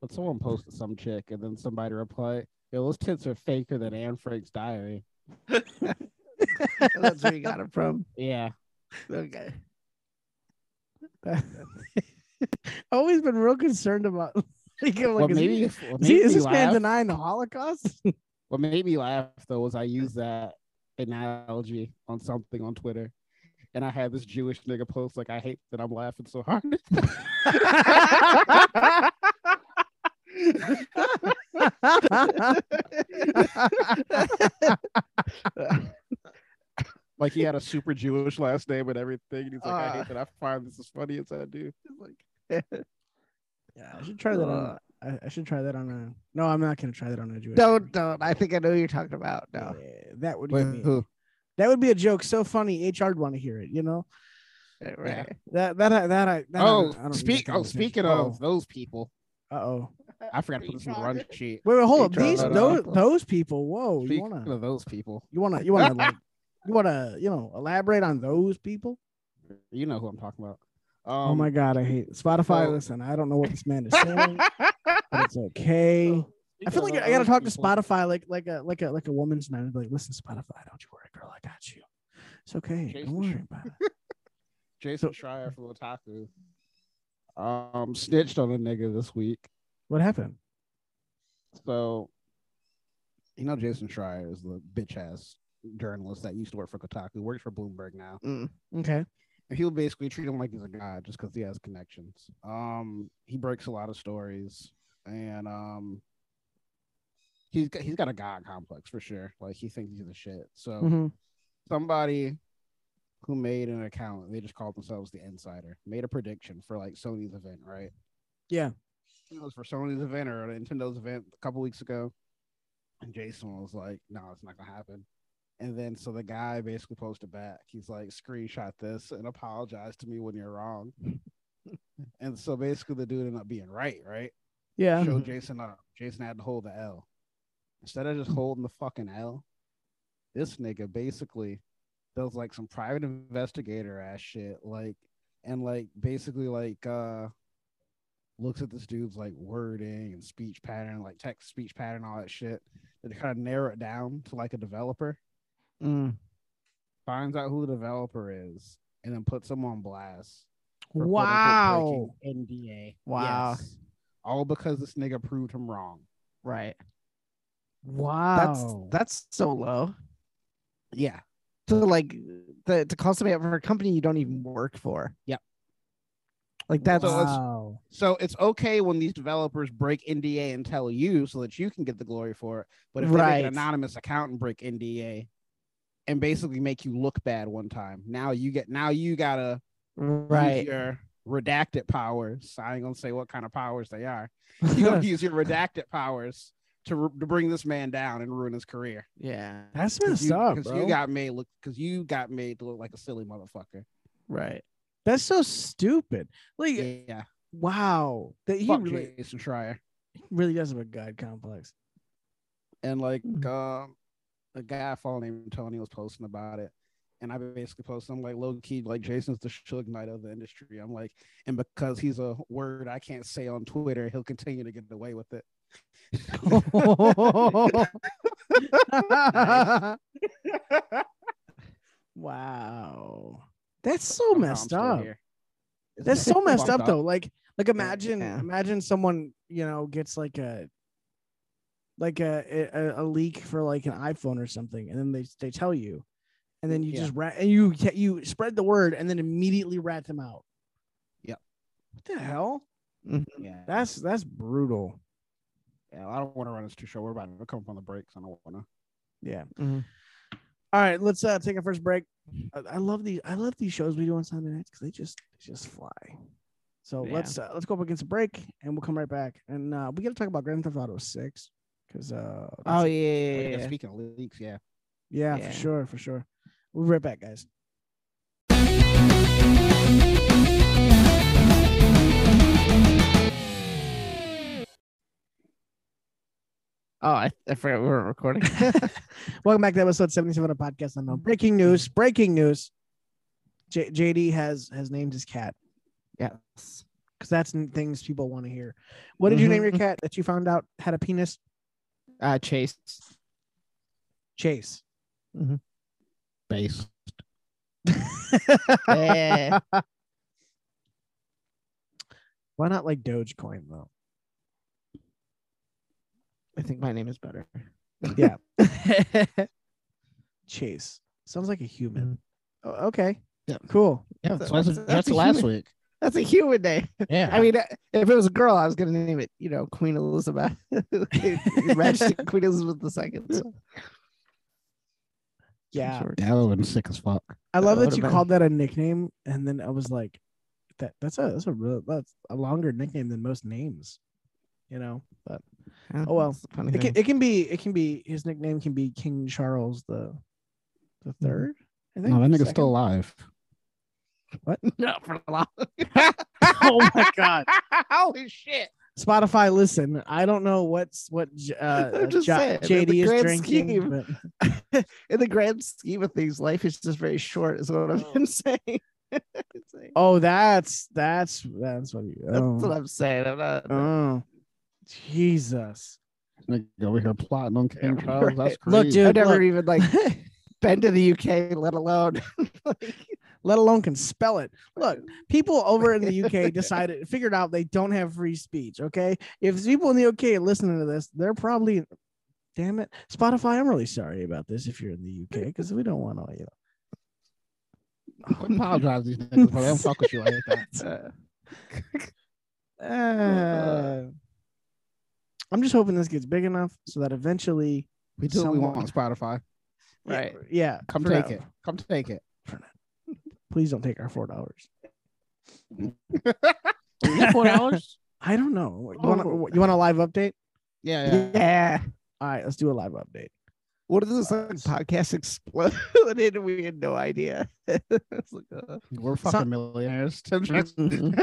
S3: but someone posted some chick, and then somebody replied, Yo, those tits are faker than Anne Frank's diary.
S2: That's where you got it from.
S3: Yeah.
S2: Okay.
S1: I've always been real concerned about like, I'm like,
S3: what,
S1: is,
S3: made
S1: he-
S3: me,
S1: is
S3: what,
S1: he-
S3: made
S1: is
S3: me
S1: this man
S3: laugh,
S1: denying the Holocaust?
S3: what made me laugh, though, was I used that analogy on something on Twitter, and I had this Jewish nigga post, like, I hate that I'm laughing so hard. Like he had a super Jewish last name and everything. And he's like, I
S1: Ah.
S2: Uh.
S3: hate that I find this as funny as I do. It's like,
S1: yeah, I should try that
S3: Uh,
S1: on. I, I should try that on a. No, I'm not gonna try that on a Jewish.
S2: Don't don't. I think I know who you're talking about.
S1: Yeah,
S2: No.
S1: that would
S3: Wait,
S1: be me.
S3: who?
S1: That would be a joke so funny HR'd want to hear it, you know?
S2: Right.
S1: That that I that I that I
S3: Oh,
S1: don't- I don't need
S3: speak.
S1: that
S3: Oh, speaking of those people,
S1: Uh oh.
S3: I forgot to put this in the run sheet.
S1: Wait, wait, hold up.
S3: HR,
S1: These
S3: but, uh,
S1: those those people. Whoa, you
S3: Speaking
S1: wanna
S3: of those people,
S1: you wanna you wanna like you wanna you know elaborate on those people?
S3: you know who I'm talking about.
S1: oh my
S3: Um,
S1: god, I hate Spotify.
S3: so-
S1: listen, I don't know what this man is saying, but it's okay. I feel like I gotta talk to Spotify like like a like a like a woman's man. I'd be Like, listen, Spotify, don't you worry, girl, I got you. It's okay.
S3: Jason
S1: Don't worry about it.
S3: Jason Schreier from Otaku. Um, snitched on a nigga this week.
S1: What happened?
S3: So, you know, Jason Schreier is the bitch ass journalist that used to work for Kotaku, works for Bloomberg now.
S1: Okay.
S3: And he'll basically treat him like he's a god just because he has connections. Um, he breaks a lot of stories, and um, he's got, he's got a god complex for sure. Like he thinks he's the shit. So
S1: Mhm.
S3: somebody who made an account, they just called themselves the Insider, made a prediction for like Sony's event, right?
S1: Yeah.
S3: It was for Sony's event or Nintendo's event a couple weeks ago, and Jason was like, "No, it's not gonna happen." And then so the guy basically posted back. He's like, screenshot this and apologize to me when you're wrong. and so basically the dude ended up being right, right?
S1: Yeah.
S3: Show Jason up. Jason had to hold the L. Instead of just holding the fucking L, this nigga basically does like some private investigator ass shit. Like and like basically like uh looks at this dude's like wording and speech pattern, like text speech pattern, all that shit. And kind of narrow it down to like a developer
S2: Mm.
S3: finds out who the developer is, and then puts them on blast. for quote-unquote
S1: Wow.
S3: breaking NDA.
S2: Wow.
S3: Yes. All because this nigga proved him wrong.
S2: Right.
S1: Wow.
S2: That's that's so low.
S3: Yeah.
S2: To like the, to call somebody up for a company you don't even work for.
S3: Yep.
S2: Like that's
S3: So it's-
S1: wow.
S3: So it's okay when these developers break NDA and tell you so that you can get the glory for it. But if they make
S2: Right.
S3: an anonymous account and break NDA and basically make you look bad one time, now you get now you gotta use
S2: right.
S3: your redacted powers. I ain't gonna say what kind of powers they are. You gotta use your redacted powers to, r- to bring this man down and ruin his career.
S2: yeah.
S1: That's
S3: Because
S1: messed
S3: you,
S1: up,
S3: 'cause
S1: bro.
S3: you got made look because you got made to look like a silly motherfucker.
S2: Right.
S1: That's so stupid. Like,
S3: Yeah,
S1: wow, that he
S3: fuck
S1: really,
S3: Jason Schreier
S1: really does have a god complex.
S3: and like
S1: Mm-hmm.
S2: Mhm.
S3: um, a guy I follow named Tony was posting about it, and I basically posted I'm like low key like Jason's the Suge Knight of the industry. I'm like, and because he's a word I can't say on Twitter, he'll continue to get away with it.
S1: wow, that's so
S3: Somehow I'm
S1: messed
S3: still
S1: up.
S3: here. It's
S1: That's so messed
S3: fucked
S1: up though. Like like imagine
S2: yeah.
S1: imagine someone, you know, gets like a like a, a a leak for like an iPhone or something and then they they tell you and then you
S3: Yeah.
S1: just rat and you ca- you spread the word and then immediately rat them out.
S3: Yep.
S1: What the hell?
S3: Yeah,
S1: That's that's brutal.
S3: yeah, I don't want to run this too short. We're about to come up on the breaks. I don't want to.
S1: Yeah.
S2: Mhm.
S1: All right, let's uh take our first break. I, I love these I love these shows we do on Sunday nights because they just they just fly. So
S2: Yeah.
S1: let's uh, let's go up against a break and we'll come right back. And uh we gotta talk about Grand Theft Auto Six because uh
S2: Oh yeah.
S1: that's-
S2: yeah, yeah,
S3: Yeah,
S2: yeah.
S3: Speaking of leaks, yeah.
S1: yeah,
S2: yeah.
S1: for sure, for sure. We'll be right back, guys.
S2: Oh, I, I forgot we were recording.
S1: Welcome back to episode 77 of Podcast Unknown. Breaking news, breaking news. J- JD has has named his cat
S2: yes.
S1: because that's n- things people want to hear. What did you name your
S2: Mhm.
S1: cat that you found out had a penis?
S2: Uh, Chase.
S1: Chase.
S3: Base.
S2: Eh,
S1: Why not like Dogecoin though?
S2: I think my name is better.
S1: Yeah. Chase. Sounds like a human.
S2: Mm-hmm.
S1: Oh, okay.
S3: Yeah.
S1: Cool.
S3: Yeah,
S2: That's-
S3: so that's,
S2: that's-
S3: that's,
S2: that's a
S3: last
S2: human-
S3: week.
S2: That's a human name.
S3: Yeah.
S2: I mean, uh, if it was a girl, I was gonna name it, you know, Queen Elizabeth. It matched to Queen Elizabeth the second.
S1: Yeah.
S3: that would have been sick as fuck.
S1: I love that
S2: That would've
S1: you
S2: been-
S1: called that a nickname, and then I was like, "That that's a that's a real that's a longer nickname than most names," you know. But Oh, well.
S2: It's a funny
S1: it
S2: thing.
S1: can it can be it can be his nickname can be King Charles the the
S2: Mm-hmm.
S1: third. I think
S3: No, that nigga's
S1: second.
S3: still alive.
S2: not for long.
S1: oh my god!
S2: Holy shit!
S1: Spotify, listen. I don't know what's what J- uh,
S2: I'm just
S1: J-
S2: saying, in the
S1: JD is
S2: grand
S1: drinking.
S2: scheme.
S1: but-
S2: In the grand scheme of things, life is just very short, is what I've been saying. It's like-
S1: oh, that's that's that's what you.
S2: That's
S1: oh.
S2: what I'm saying. I'm not.
S1: oh, Jesus!
S3: Nigga over here plotting on King
S2: Yeah,
S3: Charles. That's crazy.
S1: Look,
S2: I've
S1: dude.
S2: never
S1: look.
S2: even like been to the UK, let alone.
S1: let alone can spell it. Look, people over in the UK decided, figured out they don't have free speech. Okay. If people in the UK listening to this, they're probably, damn it, Spotify. I'm really sorry about this if you're in the UK because we don't want all you.
S3: Quit apologize to these niggas, bro. They don't fuck with you like that.
S2: Uh,
S3: Ah.
S1: Uh, I'm just hoping this gets big enough so that eventually,
S3: We do what we
S1: Someone-
S3: want on Spotify.
S2: Right.
S1: Yeah.
S3: Come
S1: for
S3: take
S1: now.
S3: it. Come take it.
S1: Please don't take our four dollars.
S3: Four dollars? Oh.
S1: I don't know. You want to you want a live update?
S3: Yeah, yeah.
S2: yeah.
S1: All right, let's do a live update.
S2: What if this like, podcast exploded and we had no idea? It's like, uh,
S3: We're fucking millionaires. Tim Jackson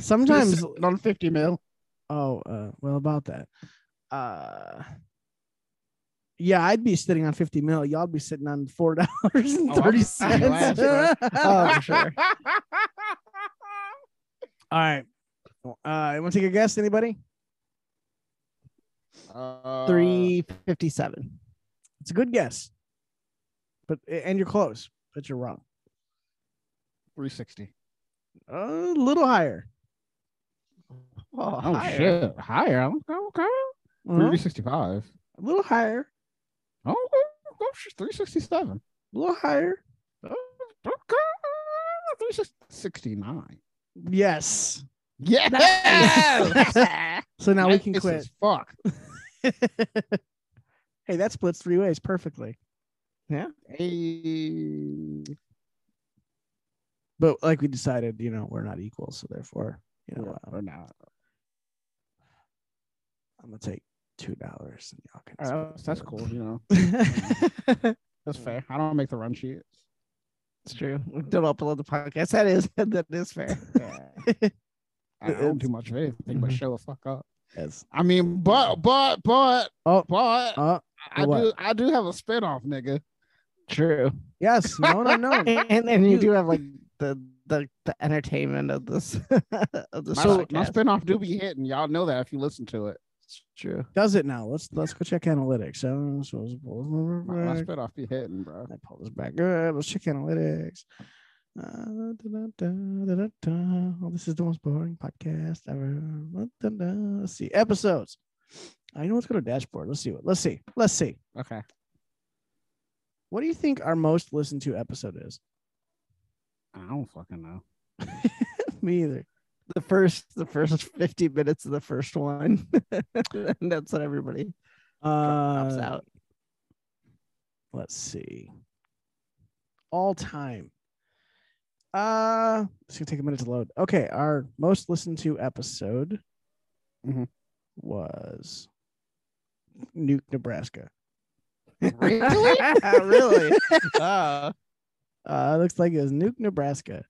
S1: Sometimes
S3: sitting on 50 mil.
S1: Oh, uh, well, about that. Uh, yeah, I'd be sitting on fifty mil. Y'all be sitting on four dollars and thirty
S3: Oh, I'm-
S1: cents. Um,
S2: oh, for sure.
S1: All right. Uh, you want to take a guess? Anybody?
S3: Uh,
S2: 357.
S1: It's a good guess, but and you're close, but you're wrong.
S3: 360.
S1: a little higher.
S2: Oh,
S3: Oh
S2: higher.
S3: shit, higher. Okay, okay.
S1: Uh-huh.
S3: Three sixty five.
S1: A little higher.
S3: Oh, three sixty seven.
S1: A little higher.
S3: Okay, three sixty nine.
S1: Yes.
S3: Yeah.
S1: Nice. So now we can
S3: Nice
S1: quit.
S3: as Fuck.
S1: hey, that splits three ways perfectly.
S3: Hey.
S1: But like we decided, you know, we're not equal, so therefore, you know,
S3: Or-
S1: uh,
S3: or not.
S1: I'm gonna take two dollars and y'all can.
S3: All right, that's, that's cool. You know,
S2: it's
S3: that's fair. I don't make the run sheet.
S2: true. We Don't upload the podcast. That is that is fair.
S3: I don't do much of anything but
S1: Mhm.
S3: show the fuck up.
S1: Yes.
S3: I mean, but but but
S1: Oh,
S3: but
S1: oh,
S3: I
S1: what?
S3: do I do have a spinoff, nigga.
S2: True.
S1: yes. No, no, no.
S2: And and you
S1: You-
S2: do have like the the, the entertainment of this of the
S3: My,
S2: so
S3: my spinoff do be hitting. Y'all know that if you listen to it.
S2: true.
S1: Does it now? Let's let's go check analytics. Uh, so-
S3: My, my spinoff be hitting, bro.
S1: I pull this back up. Let's check analytics. Uh, da, da, da, da, da. Oh, this is the most boring podcast ever. Da, da, da. Let's see episodes. I know. Let's go to dashboard. Let's see what. Let's see. Let's see.
S3: Okay.
S1: What do you think our most listened to episode is?
S3: I don't fucking know.
S1: Me either.
S2: The first the first 50 minutes of the first one. and that's what everybody drops
S1: Uh,
S2: out.
S1: Let's see. All time. Uh, it's gonna take a minute to load. Okay, our most listened to episode
S3: Mhm.
S1: was Nuke, Nebraska.
S3: Really?
S2: really? Uh,
S1: Uh, it looks like it was Nuke, Nebraska,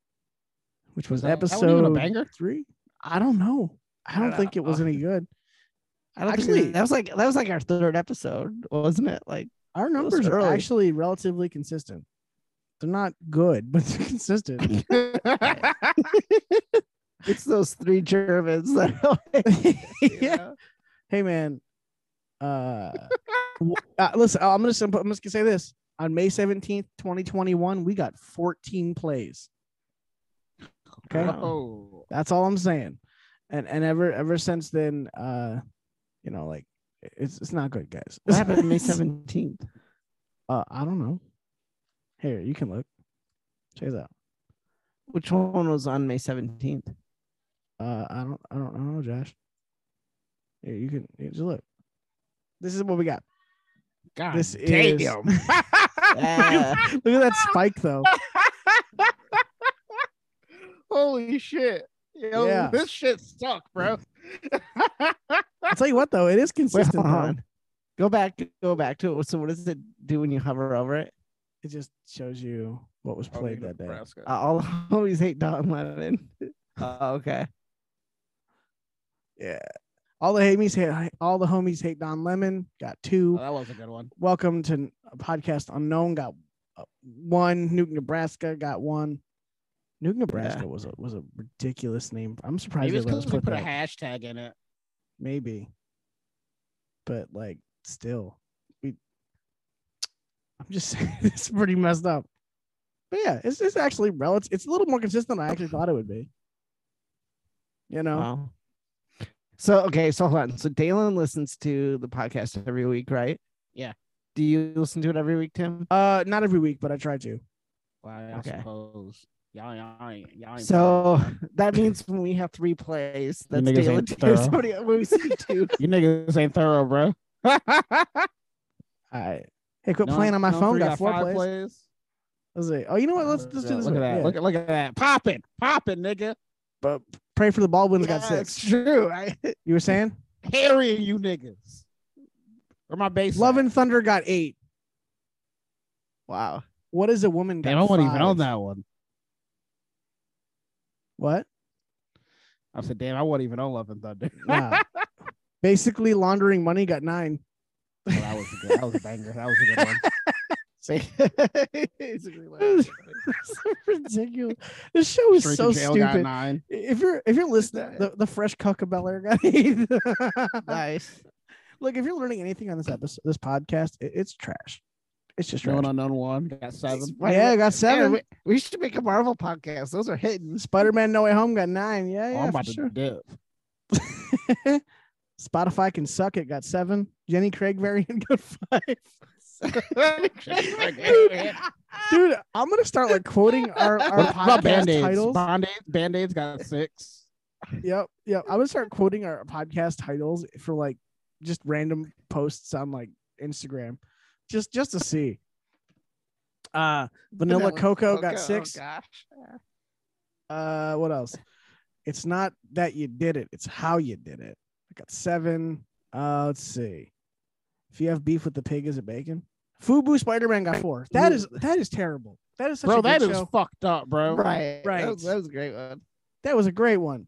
S1: which was
S3: That- that wasn't even a
S1: episode
S3: banger? Uh,
S1: three. I don't know. I don't
S2: don't
S1: think it was
S2: know.
S1: any good.
S2: I don't actually
S1: Actually-
S2: that was like that was like our third episode, wasn't it? Like
S1: Our
S2: was
S1: numbers are
S2: early.
S1: actually relatively consistent. They're not good, but they're consistent.
S2: it's those three Germans that are like,
S1: yeah. Hey man, uh, w- uh listen, I'm just I'm just gonna say this. On May 17th, 2021, we got 14 plays. Okay.
S3: Oh.
S1: That's all I'm saying. And and ever ever since then, uh, you know, like it's it's not good, guys.
S2: what happened on May 17th?
S1: Uh, I don't know. Here, you can look. Check this out.
S2: Which one was on May 17th?
S1: Uh, I don't, I don't, I don't know, Josh. Here, you can you just look. This is what we got.
S3: God
S1: This
S3: damn.
S1: is- Look at that spike though.
S3: Holy shit. Yo,
S1: Yeah.
S3: this shit stuck, bro.
S1: I'll tell you what though, it is
S2: Wait,
S1: consistent.
S2: hold
S1: though.
S2: on. Go back, go back to it. So what does it do when you hover over it?
S1: It just shows you what was played that day.
S2: I I'll always hate Don Lemon. Oh, okay.
S1: All the homies hate all the homies hate Don Lemon. Got two.
S3: Oh, that was a good one.
S1: Welcome to a podcast unknown. Got uh, one. Nuke Nebraska got one. Nuke Nebraska was a was a ridiculous name. I'm surprised
S3: Maybe
S1: they
S3: it's
S1: let us
S3: because we
S1: put
S3: put a
S1: that.
S3: hashtag in it.
S1: Maybe, but like still, we. I'm just saying it's pretty messed up. But yeah, it's it's actually relative. It's a little more consistent than I actually thought it would be. You know.
S3: Uh,
S2: Wow. So okay, so hold on. So Dalen listens to the podcast every week, right?
S3: Yeah.
S2: Do you listen to it every week, Tim?
S1: Uh, not every week, but I try to.
S3: Well, I
S2: Okay.
S3: suppose. Y'all, y'all, ain't- y'all ain't
S2: So that means when we have three plays,
S3: You
S2: that's
S3: niggas
S2: Dalen.
S3: ain't
S2: Tim,
S3: thorough.
S2: somebody- When we see two,
S3: you niggas ain't thorough, bro.
S1: I hey, quit playing on my phone. Got four plays. Let's see. Oh, you know what? Let's just do this.
S3: Look at
S1: way.
S3: that.
S1: Yeah.
S3: Look at look at that. Popping, popping, nigga.
S1: But pray for the Baldwin's got
S3: Yeah,
S1: six.
S3: It's true. I
S1: You were saying
S3: harrying you niggas. Or my base.
S1: Love and Thunder got eight.
S2: wow.
S1: What is a woman? Got
S3: Damn, I wouldn't even
S1: five?
S3: own that one.
S1: What?
S3: I said, damn, I wouldn't even own Love and Thunder.
S1: Nah. Basically, laundering money got nine.
S3: But that was a good. That was a banger. That was a good one.
S2: See, It's really loud.
S1: so ridiculous. This show is
S3: Shrink
S1: so
S3: and Jail got
S1: stupid.
S3: nine.
S1: If you're if you're listening, the, the fresh cuckabeller got eight.
S2: nice.
S1: Look, if you're learning anything on this episode, this podcast, it, it's trash. It's just
S3: No
S1: right.
S3: one unknown one got seven.
S2: yeah, I got Man, seven. we, we should make a Marvel podcast. Those are hitting.
S1: Spider Man No Way Home got nine. Yeah,
S3: Oh,
S1: yeah,
S3: I'm
S1: for
S3: about
S1: sure.
S3: to dip.
S1: Spotify can suck it. Got seven. Jenny Craig variant got five. Dude, I'm gonna start like quoting our, our
S3: What about
S1: podcast
S3: band aids?
S1: titles.
S3: Band aids got six.
S1: Yep, yep. I'm gonna start quoting our podcast titles for like just random posts on like Instagram, just just to see. Uh, vanilla cocoa got six.
S2: oh gosh.
S1: Uh, what else? It's not that you did it; it's how you did it. I got seven. Uh, let's see. If you have beef with the pig, is it bacon? Fubu Spider Man got four. That is that is terrible. That is such
S3: bro,
S1: a good
S3: that is
S1: show.
S3: fucked up, bro.
S2: Right.
S1: Right.
S2: That was, that was a great one.
S1: that was a great one.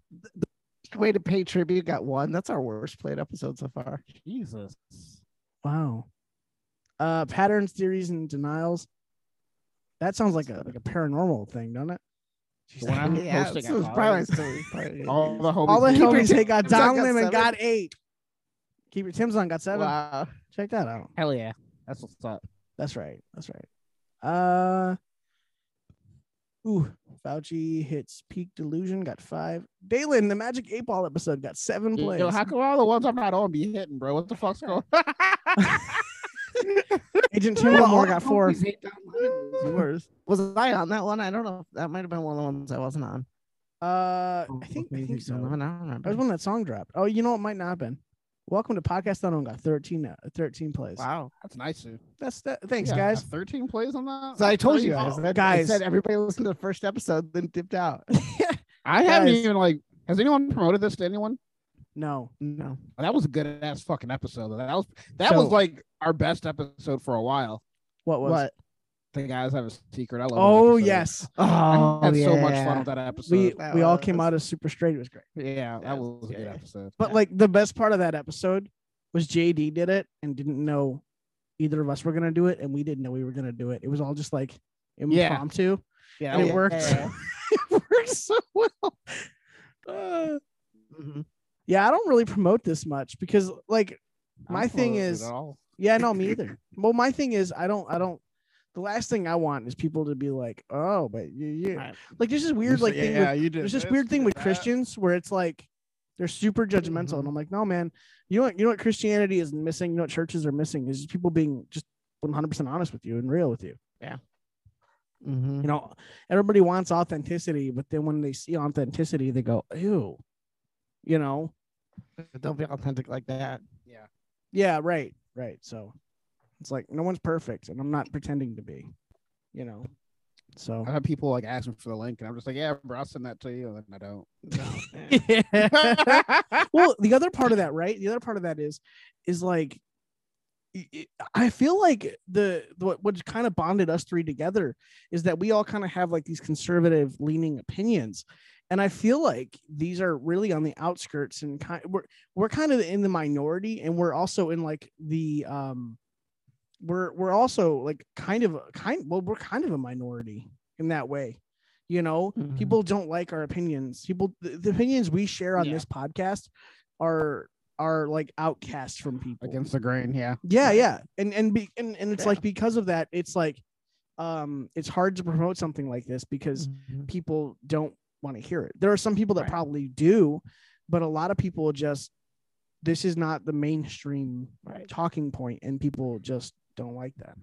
S2: Way to pay tribute. Got one. That's our worst played episode so far.
S3: Jesus.
S1: Wow. Uh, patterns, theories, and denials. That sounds like a like a paranormal thing, doesn't it?
S3: The one I'm
S2: Yeah,
S3: posting
S2: so it's
S3: at
S2: probably
S3: college.
S2: still- probably-
S3: All the homies.
S1: All the
S2: Keep your
S1: homies they got
S2: Tim's on
S1: Don
S2: got
S1: Lemon
S2: seven.
S1: got eight. Keep your Tim's on got seven.
S2: Wow.
S1: Check that out.
S3: Hell yeah. That's what's up.
S1: That's right. That's right. Uh ooh, Fauci hits peak delusion, got five. Dalen, the magic eight ball episode got seven plays.
S3: Yo, how come all the ones I'm not on be hitting, bro? What the fuck's going on?
S1: Agent Timbermore got four.
S3: Homies hate Don Lemon. It's the worst.
S2: Was I on that one? I don't know. That might have been one of the ones I wasn't on.
S1: Uh I think I think
S2: I
S1: so.
S2: don't
S1: That was
S2: remember.
S1: when that song dropped. Oh, you know what might not have been. Welcome to Podcast Unknown got 13 now, 13 plays.
S2: Wow.
S3: That's nice. dude.
S1: That's that. Thanks,
S3: Yeah,
S1: guys.
S3: 13 plays on that.
S2: So I
S3: That's
S2: told
S3: pretty
S2: you guys.
S3: awesome.
S2: that-
S1: Guys.
S2: I said everybody listened to the first episode, then dipped out.
S3: I haven't
S1: Guys.
S3: even like. Has anyone promoted this to anyone?
S1: No.
S2: no.
S3: That was a good ass fucking episode. though. That was that
S1: So-
S3: was like our best episode for a while.
S1: What was?
S2: What?
S3: The guys have a secret. I love. that
S1: Oh
S3: episode.
S1: yes.
S2: Oh,
S3: I had so much
S2: yeah.
S3: fun with that episode.
S1: We
S2: that
S1: we all
S2: was-
S1: came out as super straight. It was great.
S3: yeah,
S2: Yeah,
S3: that was a good
S2: yeah.
S3: episode.
S1: But like the best part of that episode was JD did it and didn't know either of us were gonna do it, and we didn't know we were gonna do it. It was all just like
S3: Yeah.
S1: impromptu.
S3: yeah,
S1: and it
S3: yeah.
S1: worked. it worked so well. Uh,
S2: Mhm.
S1: yeah, I don't really promote this much because like
S3: I
S1: my
S3: don't
S1: thing
S3: promote it
S1: is-
S3: at all.
S1: yeah, no, me either. Well, my thing is I don't I don't. The last thing I want is people to be like, oh, but you, you.
S3: Right.
S1: like there's this weird like thing with
S3: you did.
S1: there's this weird thing with Christians where it's like they're super judgmental, and I'm like, no, man, you know what? You know what Christianity is missing. You know what churches are missing is just people being just 100 percent honest with you and real with you.
S2: Mhm.
S1: You know, everybody wants authenticity, but then when they see authenticity, they go, ew, you know?
S2: Don't be authentic like that.
S1: Yeah, right, right. So it's like no one's perfect, and I'm not pretending to be, you know. So
S3: I have people like asking for the link, and I'm just like, yeah, bro, I'll send that to you, and I don't.
S1: well, the other part of that, right? The other part of that is, is like, i- i- I feel like the what what kind of bonded us three together is that we all kind of have like these conservative leaning opinions, and I feel like these are really on the outskirts and kind we're we're kind of in the minority, and we're also in like the um, we're we're also like kind of kind well we're kind of a minority in that way, you know
S2: Mhm.
S1: people don't like our opinions people the, the opinions we share on
S3: Yeah.
S1: this podcast are are like outcast from people
S3: Against the grain, yeah.
S1: yeah yeah and and be, and, and it's
S2: Yeah.
S1: like because of that it's like um it's hard to promote something like this because
S2: Mhm.
S1: people don't want to hear it there are some people that
S2: Right.
S1: probably do but a lot of people just this is not the mainstream
S2: Right.
S1: talking point and people just don't like that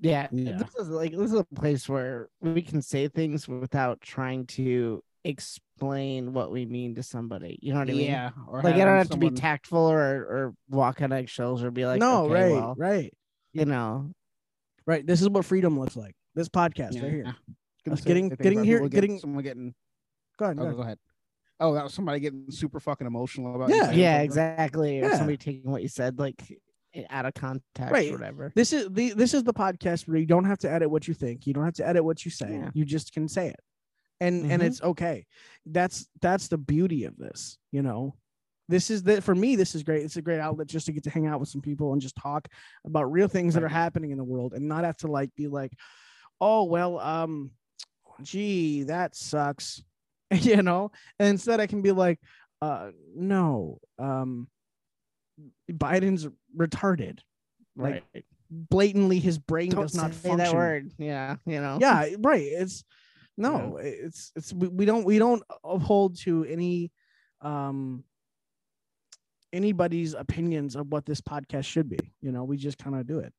S2: Yeah,
S3: Yeah.
S2: This is like this is a place where we can say things without trying to explain what we mean to somebody. You know what I mean?
S3: yeah. Or
S2: Like I don't
S3: having
S2: have to
S3: someone-
S2: be tactful or or walk on eggshells or be like,
S1: no
S2: okay,
S1: right
S2: well,
S1: right
S2: you know,
S1: right this is what freedom looks like this podcast
S3: Yeah,
S1: right here
S3: yeah.
S1: Us
S3: Conservative
S1: getting-
S3: thing
S1: getting
S3: about
S1: here-
S3: people
S1: getting-
S3: someone getting.
S1: go ahead, go
S3: Oh,
S1: ahead.
S3: go ahead. Oh, that was somebody getting super fucking emotional about. you
S1: Yeah.
S3: saying
S2: yeah,
S3: something.
S2: exactly. Or
S1: Yeah.
S2: somebody taking what you said like i- out of context
S1: Right.
S2: or whatever.
S1: This is the this is the podcast where you don't have to edit what you think. You don't have to edit what you say.
S2: Yeah.
S1: You just can say it. And and
S2: Mhm.
S1: it's okay. That's that's the beauty of this, you know. This is that for me, this is great. It's a great outlet just to get to hang out with some people and just talk about real things that are
S3: Right.
S1: happening in the world and not have to like be like, oh well, um, gee, that sucks. you know, and instead I can be like, uh no, um Biden's retarded. Like,
S2: right.
S1: blatantly his brain
S2: Don't
S1: does not
S2: say
S1: function.
S2: that word. Yeah, you know.
S1: Yeah, right. It's no, it's it's we, we don't we don't uphold to any um anybody's opinions of what this podcast should be. You know, we just kind of do it.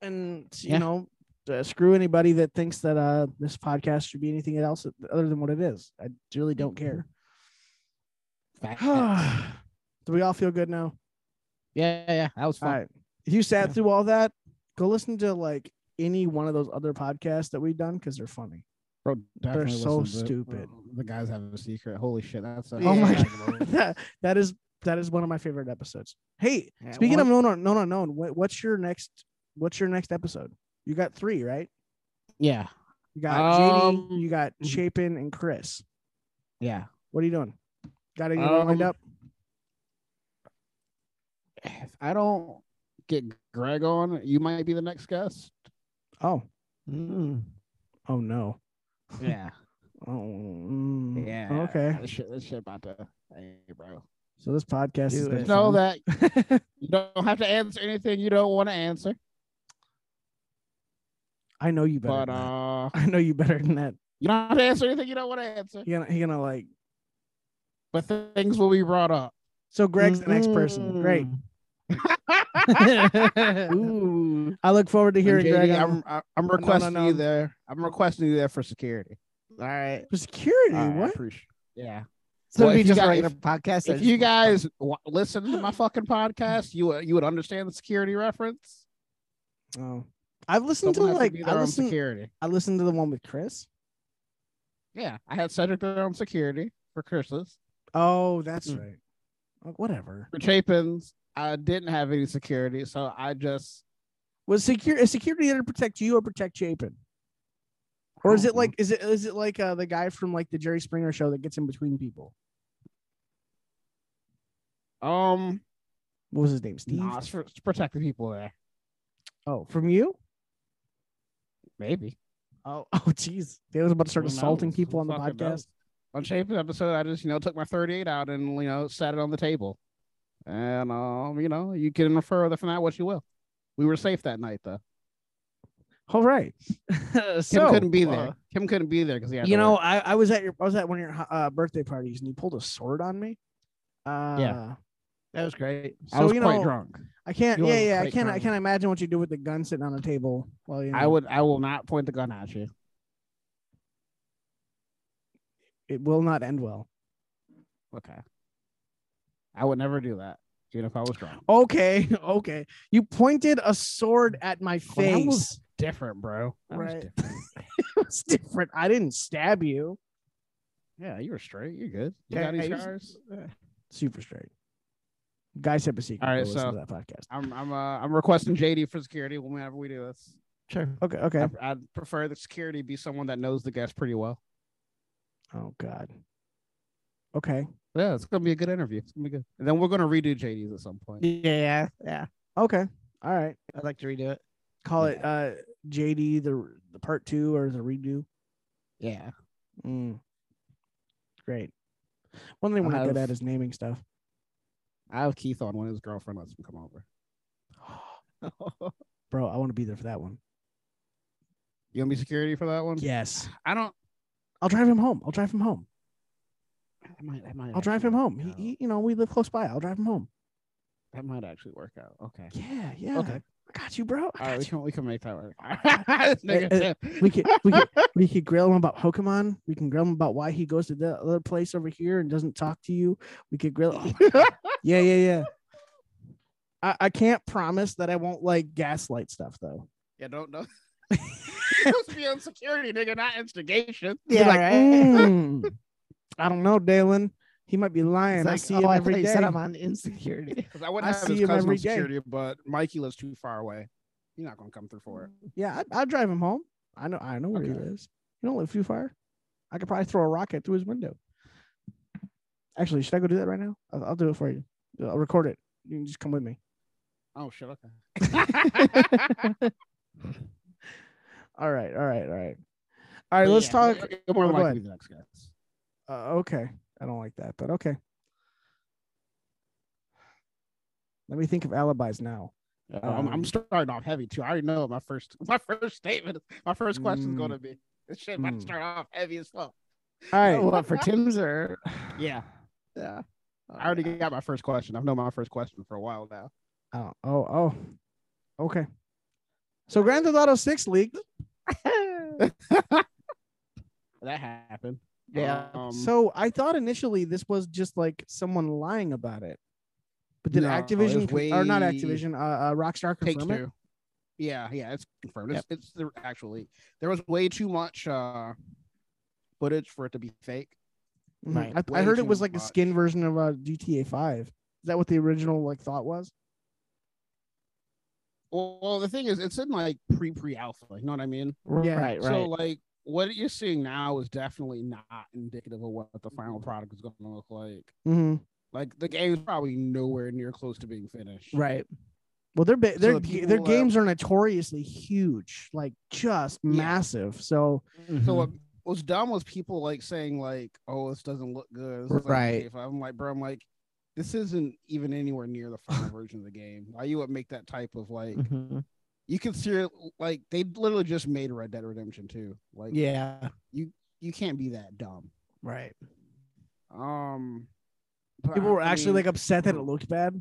S1: And you
S2: Yeah.
S1: know, uh, screw anybody that thinks that uh this podcast should be anything else other than what it is. I really don't care.
S2: Mm-hmm.
S1: do we all feel good now?
S2: yeah, yeah. That was
S1: All
S2: fun.
S1: right. If you sat
S2: Yeah.
S1: through all that, go listen to like any one of those other podcasts that we've done because they're funny.
S3: Bro,
S1: They're
S3: definitely
S1: so
S3: listen to-
S1: stupid.
S3: The guys have a secret. Holy shit, that's a
S2: Oh my
S3: Yeah.
S1: that, that is that is one of my favorite episodes. Hey,
S2: Yeah,
S1: speaking of
S2: one-
S1: known or known unknown, what, what's your next what's your next episode? You got three, right?
S3: Yeah,
S1: You got
S3: Um,
S1: JD, you got
S3: mhm.
S1: Chapin and Chris.
S3: yeah.
S1: What are you doing? Got anyone lined
S3: Um,
S1: up?
S3: If I don't get Greg on, you might be the next guest.
S1: Oh,
S2: Mm.
S1: oh no.
S3: Yeah,
S1: Oh mm,
S3: yeah.
S1: Okay.
S3: This shit, this shit about to, hey, bro.
S1: So this podcast is
S2: Do
S1: gonna
S2: it.
S1: be
S3: Know
S1: fun.
S3: that you don't have to answer anything you don't want to answer.
S1: I know you
S3: But
S1: better. than that.
S3: uh,
S1: I know you better than that.
S3: you don't have to answer anything you don't want to answer.
S1: You're gonna, you're gonna like
S3: But things will be brought up.
S1: So Greg's the next person. Great.
S3: Mm-hmm.
S2: Ooh.
S1: I look forward to hearing
S3: JD,
S1: Greg on
S3: I'm, I- I'm requesting
S1: no.
S3: you there. I'm requesting you there for security.
S2: All right.
S1: for security.
S3: All right, I
S1: what?
S3: appreciate- Yeah.
S2: So
S3: Well,
S2: it'd
S3: if you
S2: be just
S3: got-
S2: a regular
S3: if-
S2: podcast. I
S3: if
S2: just-
S3: you guys w- listen to my fucking podcast, you would- you would understand the security reference.
S1: Oh. I've listened
S3: Someone
S1: to
S3: has
S1: like
S3: be
S1: I
S3: their own
S1: listened,
S3: security.
S1: I listened to the one with Chris.
S3: Yeah, I had Cedric their own security for Christmas.
S1: Oh, that's
S2: Mm.
S1: right. Oh, whatever.
S3: For Chapin's, I didn't have any security, so I just
S1: Was secure is security there to protect you or protect Chapin? Or is it like is it is it like uh, the guy from like the Jerry Springer show that gets in between people?
S3: um
S1: What was his name? Steve?
S3: nah, it's for, it's to protect the people there.
S1: Oh, from you?
S3: Maybe
S1: Oh, oh, jeez. They was about to start
S3: Who
S1: assaulting
S3: knows?
S1: people
S3: Who
S1: on the
S3: fucking
S1: podcast.
S3: knows? On Chapin's episode, I just you know took my 38 out and you know sat it on the table, and um you know you can infer from that what you will. We were safe that night though.
S1: All right.
S3: Kim
S1: so,
S3: couldn't be
S1: uh,
S3: there. Kim couldn't be there because he had
S1: you
S3: to
S1: know,
S3: work.
S1: I, I was at your I was at one of your uh, birthday parties and you pulled a sword on me. Uh,
S2: that was great.
S3: I
S1: so,
S3: was
S1: you
S3: quite
S1: know,
S3: drunk.
S1: I can't.
S3: You
S1: Yeah,
S3: wanna
S1: yeah. I
S3: fight
S1: can't. I
S3: crime.
S1: can't imagine what you do with the gun sitting on a table. Well, you know,
S3: I would. I will not point the gun at you.
S1: It will not end well.
S3: Okay. I would never do that, even if I was drunk.
S1: Okay, okay. You pointed a sword at my
S3: Well, that
S1: face.
S3: was Different, bro. That was
S1: Right.
S3: different.
S1: it was different. I didn't stab you.
S3: Yeah, you were straight. You're good. You
S1: Yeah,
S3: got any
S1: I was-
S3: scars?
S1: Super straight. Guys have a secret.
S3: All right,
S1: Go listen
S3: so-
S1: to that podcast.
S3: I'm. I'm. Uh, I'm requesting JD for security whenever we do this.
S2: Sure.
S1: Okay, okay.
S3: I, would prefer the security be someone that knows the guest pretty well.
S1: Oh God. Okay.
S3: Yeah, it's gonna be a good interview. It's gonna be good. And then we're gonna redo JD's at some point.
S2: Yeah, yeah.
S1: Okay. All right.
S2: I'd like to redo it.
S1: Call it uh JD the the part two or the redo.
S3: Yeah.
S1: Mm. Great. One thing we're not good
S3: I've-
S1: at is naming stuff.
S3: I have Keith on when his girlfriend lets him come over.
S1: Bro, I want to be there for that one.
S3: you want me security for that one?
S1: Yes.
S3: I don't.
S1: I'll drive him home. I'll drive him home.
S3: I might, I might
S1: I'll drive
S3: actually work
S1: him home.
S3: out.
S1: He, he, you know, we live close by. I'll drive him home.
S3: that might actually work out. Okay.
S1: Yeah, yeah.
S3: Okay.
S1: I got you, bro.
S3: All
S1: I
S3: right, we
S1: got you.
S3: can we can make that work.
S1: eh, We can we can we can grill him about Pokemon. We can grill him about why he goes to the other place over here and doesn't talk to you. We could grill. oh my God. yeah, yeah, yeah. I, I can't promise that I won't like gaslight stuff though.
S3: yeah, don't know. You're supposed to be on security, nigga, not instigation.
S1: Be
S2: Yeah,
S1: like,
S2: right?
S1: "Mm, I don't know, Dalen. He might be lying.
S2: It's
S1: I
S2: like,
S1: see
S2: oh,
S1: him
S2: I
S1: every
S2: thought
S1: day.
S2: you said I'm on insecurity.
S3: Because I would
S1: I
S3: have
S1: see
S3: his
S1: him
S3: cousin
S1: every
S3: on
S1: day.
S3: security, but Mikey lives too far away. You're not gonna come through for it.
S1: Mm. Yeah, I, I drive him home. I know, I know where he
S3: Okay.
S1: lives. You don't live too far. I could probably throw a rocket through his window. Actually, should I go do that right now? I'll, I'll do it for you. I'll record it. You can just come with me.
S3: Oh shit, okay.
S1: All right, all right, all right, all right. Let's
S3: Yeah,
S1: talk.
S3: you're- You're more
S1: oh,
S3: than likely
S1: go ahead.
S3: to be the next guest.
S1: Uh, okay, I don't like that, but okay. Let me think of alibis now.
S3: Oh, I'm, I'm
S1: Um,
S3: starting off heavy too. I already know what my first my first statement, my first question is
S1: Mm.
S3: going to be this shit might
S1: Mm.
S3: start off heavy as fuck. Oh,
S1: All right.
S2: What for Tim's or
S3: Yeah,
S2: yeah.
S3: I already got my first question. I've known my first question for a while now.
S1: Oh, oh, oh. Okay. So Grand Theft Auto 6 leaked.
S3: That happened.
S2: yeah.
S3: Um,
S1: so I thought initially this was just like someone lying about it. But did
S3: No, it
S1: Activision
S3: was
S1: con- or not
S3: way-
S1: Activision, uh, uh Rockstar
S3: take
S1: confirm it?
S3: two. Yeah, yeah, it's confirmed. It's, it's the actual leak. There was way too much uh footage for it to be fake.
S1: Mhm.
S2: Right.
S1: I, I
S3: Way
S1: heard it
S3: too
S1: was like a
S3: much.
S1: skin version of uh, GTA 5. Is that what the original like thought was?
S3: Well, well, the thing is, it's in like pre pre alpha. You know what I mean?
S1: Yeah.
S2: Right, right.
S3: So like what you're seeing now is definitely not indicative of what the final product is going to look like.
S1: Mm-hmm.
S3: Like the game's probably nowhere near close to being finished.
S2: right.
S1: Well, their ba-
S3: So
S1: their
S3: the
S1: g-
S3: people
S1: their
S3: that-
S1: games are notoriously huge, like just
S3: Yeah.
S1: massive. So
S3: So
S2: Mhm.
S3: what was dumb was people like saying like, "Oh, this doesn't look good." This is like
S2: Right.
S3: GTA five. I'm like, bro, I'm like, this isn't even anywhere near the final version of the game. Why you would make that type of like?
S2: Mhm.
S3: You can see like they literally just made Red Dead Redemption 2. Like,
S2: Yeah.
S3: you can't be that dumb.
S2: Right.
S3: Um, but
S1: people
S3: I
S1: were actually
S3: mean,
S1: like upset that it looked bad,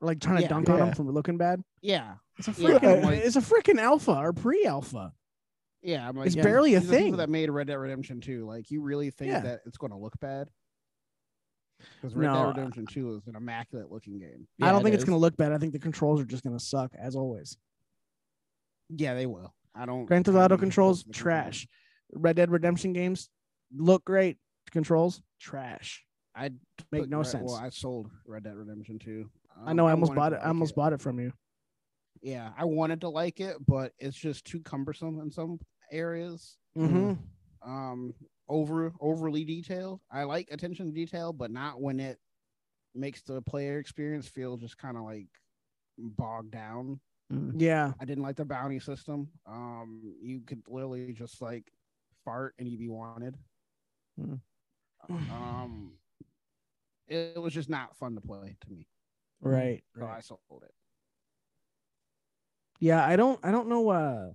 S1: like trying to
S3: Yeah.
S1: dunk on them
S2: Yeah.
S1: for looking bad.
S3: yeah, it's a
S1: Frickin- it's a freaking alpha or pre-alpha.
S3: Yeah, I'm like,
S1: It's
S3: yeah,
S1: barely a
S3: these are the people
S1: thing.
S3: that made Red Dead Redemption 2. Like, you really think
S1: Yeah.
S3: that it's going to look bad? Because Red
S1: No, I-
S3: Dead Redemption 2 is an immaculate looking game.
S1: I don't think it's gonna look bad. I think the controls are just gonna suck as always.
S3: Yeah, they will. I don't.
S1: Grand Theft
S3: I don't
S1: Auto
S3: think it's
S1: controls
S3: gonna be
S1: trash. Red Dead Redemption games look great. Controls trash.
S3: I
S1: make
S3: put
S1: no
S3: Red-
S1: sense.
S3: Well, I sold Red Dead Redemption 2.
S1: I know I almost
S3: wanted
S1: bought
S3: to
S1: it. I
S3: like
S1: almost bought it from you.
S3: Yeah, I wanted to like it, but it's just too cumbersome in some areas.
S1: Mm-hmm.
S3: um over overly detailed. I like attention to detail, but not when it makes the player experience feel just kind of like bogged down.
S1: Yeah.
S3: I didn't like the bounty system. Um you could literally just like fart and you'd be wanted.
S2: Hmm.
S3: Um it, it was just not fun to play to me.
S1: Right.
S3: So
S1: right.
S3: I sold it.
S1: Yeah. I don't. I don't know. Uh,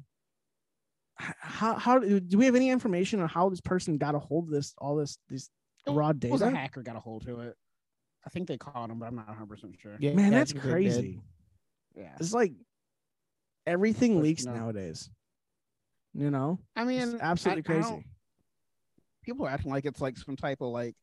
S1: h- how how do we have any information on how this person got a hold of this? All this this
S3: It
S1: raw
S3: It was a
S1: data.
S3: hacker got a hold to it. I think they caught him, but I'm not 100% sure.
S2: Yeah.
S1: Man,
S2: I
S1: that's
S2: think they did.
S1: crazy.
S3: Yeah.
S1: It's like everything
S3: But
S1: leaks
S3: no.
S1: nowadays. You know,
S3: I
S1: it's
S3: mean, I-
S1: absolutely
S3: I don't-
S1: crazy.
S3: people are acting like it's like some type of like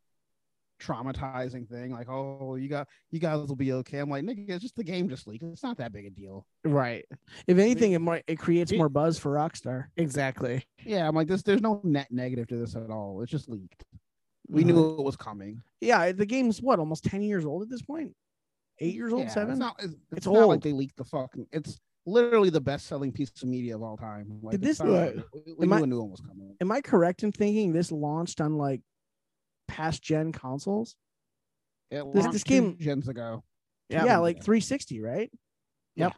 S3: traumatizing thing like oh you got you guys will be okay i'm like nigga it's just the game just leaked it's not that big a deal
S2: Right.
S1: If anything, it might it creates
S3: it-
S1: more buzz for Rockstar.
S2: Exactly.
S3: yeah i'm like this there's no net negative to this at all it's just leaked we
S2: Mhm.
S3: knew
S1: Mm-hmm.
S3: it was coming
S1: Yeah, the game's what almost ten years old at this point. Eight years old,
S3: Yeah,
S1: seven.
S3: it's not it's, it's
S1: It's
S3: not like
S1: old.
S3: they leaked the fucking it's literally the best selling piece of media of all time like
S1: Did
S3: it's
S1: this
S3: not like-
S1: look-
S3: we, we
S1: am
S3: knew
S1: I-
S3: a new one was coming
S1: Am I correct in thinking this launched on like past gen consoles?
S3: it
S1: this
S3: launched two
S1: game-
S3: gens ago
S1: Yeah, like 360, right?
S3: Yep.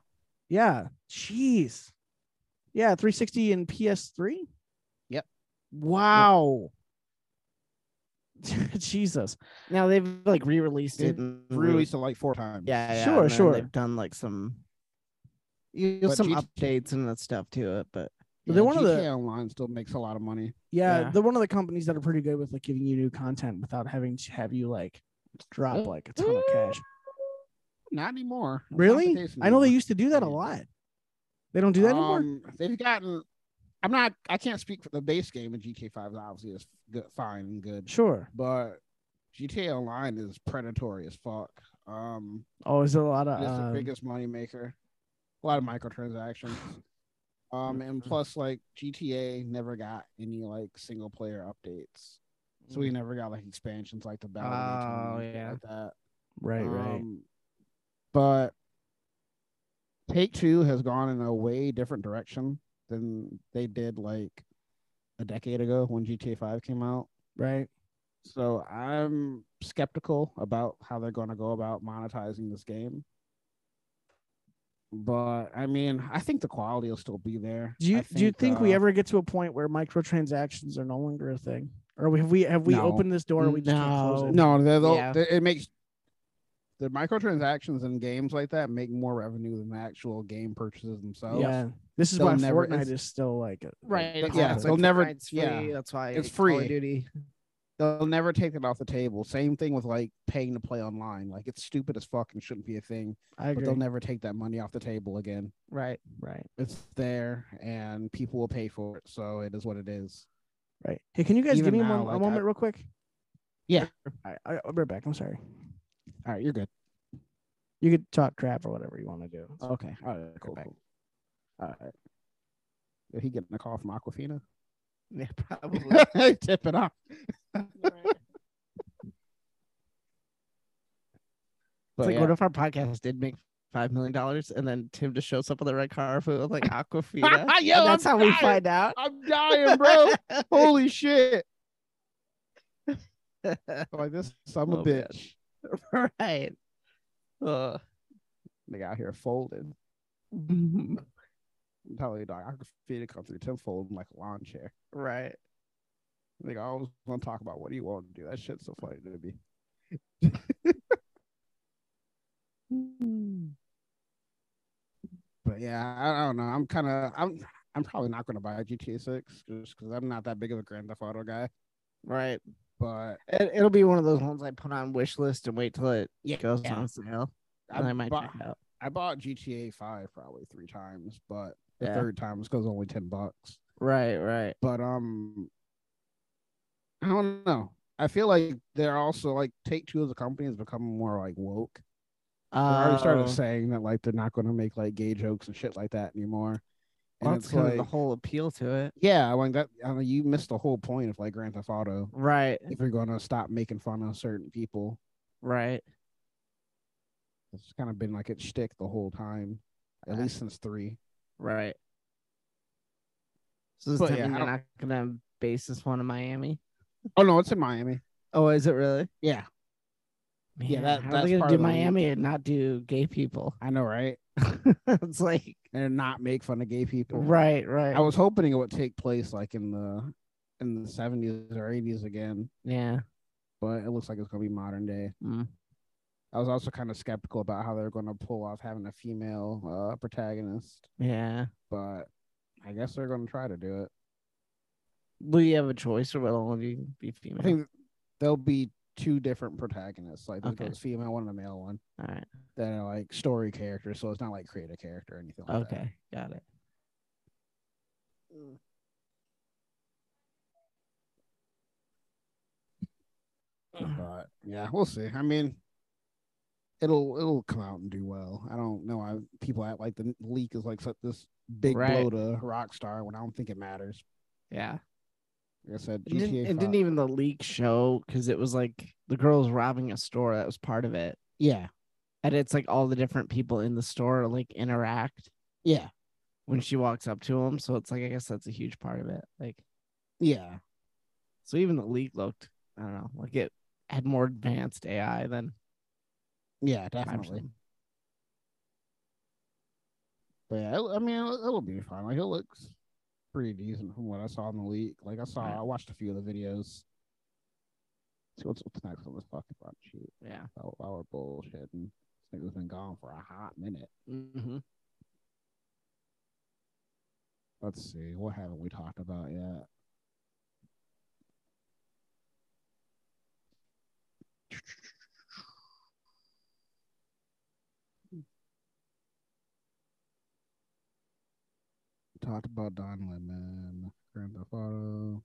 S1: Yeah. Jeez. Yeah, 360 and PS3.
S3: Yep.
S1: Wow. Jesus.
S2: Now they've like re-released it.
S3: They've
S2: and
S3: released it like four times
S2: Yeah, yeah,
S1: Sure,
S2: and then
S1: sure.
S2: They've done like some, you know,
S3: But
S2: some
S3: GT
S2: updates and that stuff to it, but
S1: They're
S3: Yeah,
S1: one of the-
S3: GTA online still makes a lot of money
S1: Yeah,
S2: Yeah.
S1: they're one of the companies that are pretty good with like giving you new content without having to have you like drop like a ton of cash.
S3: Not anymore. That's not the
S1: Really?
S3: case
S1: I know they
S3: anymore.
S1: used to do that a
S3: Yeah.
S1: lot. They don't do that anymore.
S3: Um, They've gotten. I'm not. I can't speak for the base game of GTA Five. Obviously, is good, fine and good,
S1: Sure.
S3: but GTA Online is predatory as fuck. Um,
S1: Oh, is there a lot of
S3: it's
S1: um,
S3: the biggest moneymaker. A lot of microtransactions. Um,
S1: Mm-hmm.
S3: and plus, like GTA never got any like single player updates, so
S1: Mm.
S3: we never got like expansions like the battle.
S2: Oh,
S3: royale and shit
S2: yeah.
S3: like that.
S1: right, right.
S3: Um, but Take Two has gone in a way different direction than they did like a decade ago when GTA Five came out.
S1: Right.
S3: So I'm skeptical about how they're going to go about monetizing this game. But I mean, I think the quality will still be there.
S1: Do you
S3: I
S1: do you think we
S3: uh,
S1: ever get to a point where microtransactions are no longer a thing? Or we- have we have we
S3: No.
S1: opened this door and we just can't close
S2: No.
S1: it?
S3: No, they're the-
S2: Yeah.
S3: they're- it makes the microtransactions in games like that make more revenue than the actual game purchases themselves.
S1: yeah, this is
S3: They'll
S1: why
S3: never-
S1: Fortnite
S3: it's-
S1: is still like a-
S2: Right.
S1: Like,
S2: exactly.
S1: yeah,
S2: It's
S3: they'll never-
S2: Fortnite's free,
S3: yeah.
S2: That's why
S3: It's
S2: Call of
S3: free.
S2: Duty.
S3: They'll never take that off the table. Same thing with like paying to play online. Like it's stupid as fuck and shouldn't be a thing,
S1: I
S3: but
S1: agree.
S3: they'll never take that money off the table again.
S2: Right.
S1: right,
S3: It's there and people will pay for it. So it is what it is.
S1: right. Hey, can you guys give
S3: Even
S1: me
S3: now,
S1: one
S3: like, I-
S1: a moment real quick?
S3: Yeah.
S1: I, I, I'll be right back. I'm sorry.
S3: All right, you're good.
S1: You could talk crap or whatever you want to do. It's
S3: Okay. All right, cool.
S1: back.
S3: cool. All right. Did he getting a call from Aquafina?
S2: Yeah, probably.
S3: Tip it off. But
S2: like,
S3: yeah.
S2: what if our podcast did make five million dollars and then Tim just shows up with a red car for like Aquafina? and
S3: Yo,
S2: that's
S3: I'm
S2: how we
S3: dying.
S2: find out.
S3: I'm dying, bro. Holy shit. Like this son of
S2: Oh,
S3: a bitch.
S2: man. right. Uh,
S3: Nigga out here folding.
S2: Mm-hmm.
S3: I'm telling you, dog, I could feel it come through Tim folding like a lawn chair.
S2: right.
S3: Nigga, I always want to talk about what do you want to do. That shit's so funny to me. But yeah, I, I don't know. I'm kind of I'm I'm probably not gonna buy a GTA Six just because I'm not that big of a Grand Theft Auto guy.
S2: Right.
S3: But
S2: It, it'll be one of those ones I put on wish list and wait till it goes on sale.
S3: I,
S2: And I might
S3: bu-
S2: check it out.
S3: I bought GTA Five probably three times, but the
S2: Yeah.
S3: third time was because only ten bucks.
S2: Right, right.
S3: But um, I don't know. I feel like they're also like Take Two as a company has become more like woke. They already started
S2: Oh,
S3: saying that like they're not going to make like gay jokes and shit like that anymore. And
S2: well, that's
S3: it's
S2: kind
S3: like,
S2: of the whole appeal to it.
S3: yeah, like that. I mean, you missed the whole point of like Grand Theft Auto.
S2: Right,
S3: If you're going to stop making fun of certain people,
S2: right.
S3: it's kind of been like its shtick the whole time, at least since three.
S2: Right. So does
S3: But
S2: that
S3: yeah,
S2: mean
S3: I
S2: they're not gonna base this one in Miami?
S3: Oh no, it's in Miami.
S2: Oh, is it really?
S3: Yeah,
S2: Man,
S3: that-
S2: how are
S3: that's
S2: they gonna
S3: part
S2: do
S3: of the-
S2: Miami and not do gay people?
S3: I know, right?
S2: it's like
S3: And not make fun of gay people.
S2: right, right.
S3: I was hoping it would take place like in the in the seventies or eighties again,
S2: yeah.
S3: but it looks like it's gonna be modern day.
S2: Mm.
S3: I was also kind of skeptical about how they're gonna pull off having a female uh, protagonist,
S2: Yeah.
S3: but I guess they're gonna try to do it.
S2: Will you have a choice or will only you be female?
S3: I think there'll be two different protagonists, like
S2: Okay.
S3: there's a female one and a male one
S2: All right.
S3: that are like story characters, so it's not like create a character or anything like that.
S2: Okay. Got it.
S3: But yeah, we'll see. I mean, it'll it'll come out and do well. I don't know. I people act like the leak is like such this big
S2: Right.
S3: blow to Rockstar when I don't think it matters.
S2: Yeah.
S3: Like I said,
S2: It didn't,
S3: GTA.
S2: it didn't
S3: 5
S2: even the leak show because it was like the girl was robbing a store. That was part of it.
S3: yeah,
S2: And it's like all the different people in the store like interact
S3: yeah,
S2: when she walks up to them. So it's like, I guess that's a huge part of it. Like,
S3: yeah.
S2: so even the leak looked, I don't know, like it had more advanced AI than
S3: Yeah,
S2: Prime
S3: definitely.
S2: Sim.
S3: But yeah, it- I mean, it'll, it'll be fine. Like it looks pretty decent from what I saw in the leak. Like I saw,
S2: Right.
S3: I watched a few of the videos. See what's, what's next on this fucking front sheet.
S2: Yeah.
S3: Oh, our bullshit. And this nigga's been gone for a hot minute.
S2: Mm-hmm.
S3: Let's see. What haven't we talked about yet? We Talked about Don Lemon, Grand Theft Auto.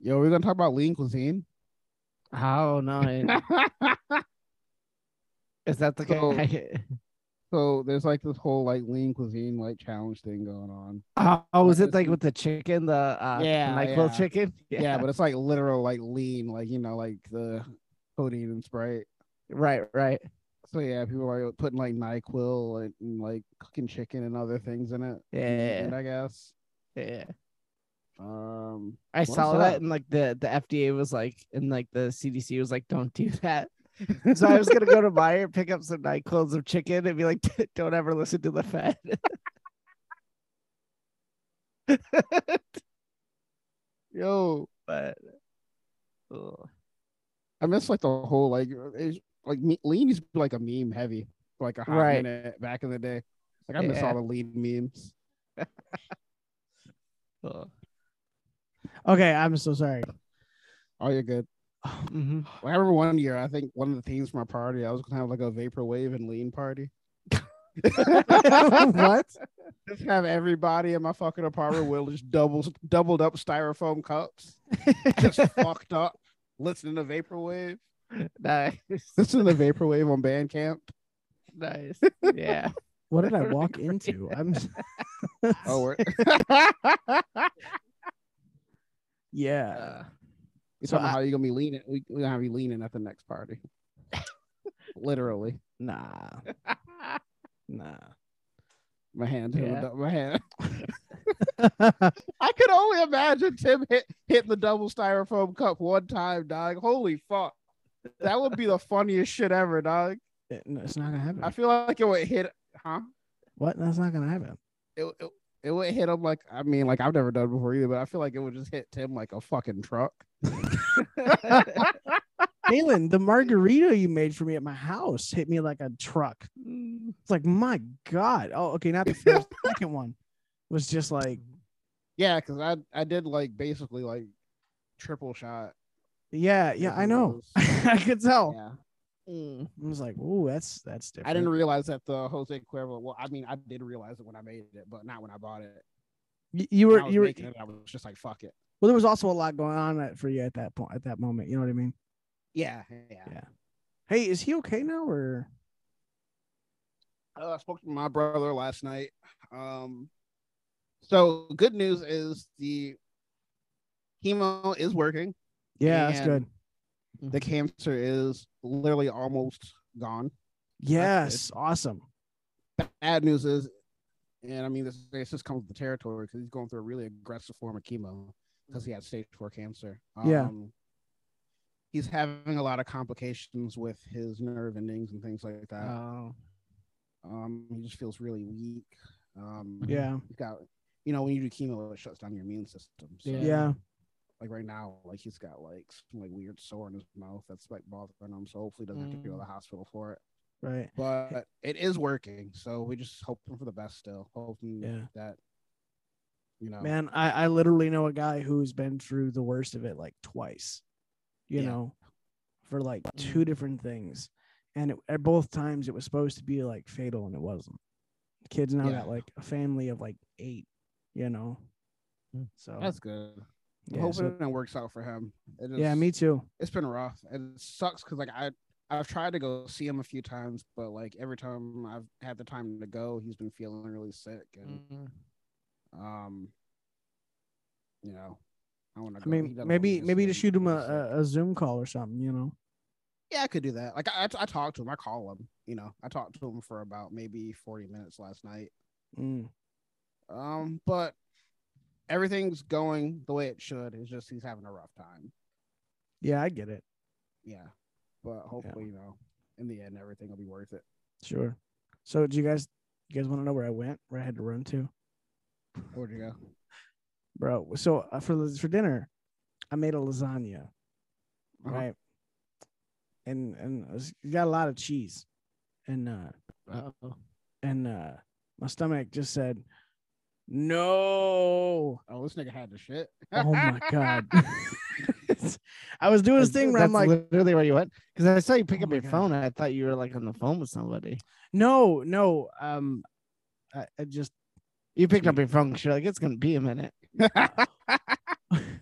S3: Yo, we're gonna talk about Lean Cuisine.
S2: Oh, no. I- Is that the
S3: So-
S2: guy?
S3: so there's like this whole like Lean Cuisine like challenge thing going on.
S2: Oh, was
S3: Like
S2: it
S3: this-
S2: like with the chicken, the uh,
S3: Yeah,
S2: the NyQuil
S3: yeah.
S2: chicken?
S3: Yeah, but it's like literal like lean, like you know, like the codeine and Sprite.
S2: right, right.
S3: So yeah, people are putting like Nyquil and, and, like cooking chicken and other things in it.
S2: Yeah,
S3: And I guess.
S2: yeah.
S3: Um,
S2: I
S3: What's
S2: saw that,
S3: up?
S2: and like the the FDA was like, and like the CDC was like, don't do that. So I was gonna go to Meyer, pick up some Nyquil's of chicken, and be like, don't ever listen to the Fed.
S3: yo,
S2: but oh, oh,
S3: I miss like the whole like it's like me, lean used to be like a meme heavy, like a hot
S2: Right.
S3: minute back in the day. Like I miss
S2: Yeah.
S3: all the lean memes.
S2: oh.
S1: Okay, I'm so sorry.
S3: Oh, you're good.
S2: hmm
S3: Well, I remember one year, I think one of the themes for my party, I was gonna have like a vaporwave and lean party.
S1: what?
S3: Just have everybody in my fucking apartment will just doubles doubled up styrofoam cups, just fucked up, listening to vaporwave,
S2: Nice,
S3: listening to vaporwave on Bandcamp.
S2: nice. Yeah.
S1: What did I walk into? I'm
S3: Oh, we're
S1: yeah.
S2: Uh,
S3: you
S1: So
S3: talking about how
S1: I-
S3: you gonna be leaning? We we gonna have you leaning at the next party, literally.
S1: Nah. Nah.
S3: My hand, hitting the
S2: Yeah.
S3: dou- my hand. I could only imagine Tim hit hitting the double styrofoam cup one time, dog. Holy fuck. That would be the funniest shit ever, dog.
S1: It- no, it's not gonna happen.
S3: I feel like it would hit, huh?
S1: what? That's not gonna happen.
S3: It, it, it would hit him like, I mean, like I've never done it before either, but I feel like it would just hit Tim like a fucking truck.
S1: Galen, the margarita you made for me at my house hit me like a truck. It's like my god. Oh, okay, not the first. the second one was just like
S3: Yeah, because I, I did like basically like triple shot.
S1: yeah, yeah.
S3: It
S1: I know.
S3: was-
S1: I could tell.
S3: Yeah.
S2: mm,
S1: I was like, ooh, that's that's different.
S3: I didn't realize that the Jose Cuervo, well, I mean, I did realize it when I made it, but not when I bought it.
S1: Y- you
S3: When I
S1: were
S3: was
S1: you were
S3: making it, I was just like, fuck it.
S1: well. There was also a lot going on at, for you at that point at that moment. You know what I mean?
S3: Yeah, yeah.
S1: Hey, is he okay now or?
S3: Uh, I spoke to my brother last night. Um, so good news is the chemo is working.
S1: Yeah, that's
S3: And
S1: good.
S3: The cancer is literally almost gone.
S1: Yes, awesome.
S3: Bad news is, and I mean this, this just comes with the territory because he's going through a really aggressive form of chemo because he had stage four cancer.
S1: Yeah.
S3: Um, he's having a lot of complications with his nerve endings and things like that.
S2: oh,
S3: Um, he just feels really weak. Um,
S1: Yeah,
S3: he's got, you know, when you do chemo, it shuts down your immune system. So,
S2: Yeah.
S1: yeah.
S3: Like right now, like he's got like some like weird sore in his mouth that's like bothering him. So hopefully, he doesn't have to go to
S2: Mm.
S3: the hospital for it.
S1: Right.
S3: But it is working. So we just hoping for the best still, hoping
S1: Yeah.
S3: that, you know,
S1: Man, I, I literally know a guy who's been through the worst of it like twice, you
S3: Yeah. Mm.
S1: know, for like two different things. And it, at both times, it was supposed to be like fatal and it wasn't. Kids now
S3: Yeah.
S1: got like a family of like eight, you know. So,
S3: Hmm. that's good. I'm
S1: yeah,
S3: hoping
S1: so-
S3: it works out for him. It
S1: yeah,
S3: is-
S1: me too.
S3: it's been rough and it sucks because like i i've tried to go see him a few times but like every time i've had the time to go he's been feeling really sick and
S2: mm,
S3: um you know i want to
S1: I mean, maybe maybe to shoot him a, a, a Zoom call or something, you know.
S3: yeah i could do that like I, I I talked to him i call him you know i talked to him for about maybe 40 minutes last night
S1: Mm.
S3: um but everything's going the way it should it's just he's having a rough time
S1: Yeah, I get it.
S3: yeah but hopefully you know in the end everything will be worth it
S1: Sure. So, do you guys you guys want to know where I went, where I had to run to?
S3: where'd you go
S1: bro. So uh, for las- for dinner, I made a lasagna,
S3: Uh-huh.
S1: right? And and it was- it got a lot of cheese, and uh
S2: Oh.
S1: and uh my stomach just said no.
S3: Oh, this nigga had the shit.
S1: Oh my god. I was doing this thing where
S2: that's
S1: I'm like,
S2: literally where you went because I saw you pick
S1: Oh
S2: up
S1: my
S2: your
S1: God.
S2: phone. And I thought you were like on the phone with somebody.
S1: no, no. Um, I, I just
S2: You picked up your phone because you're like, it's gonna be a minute.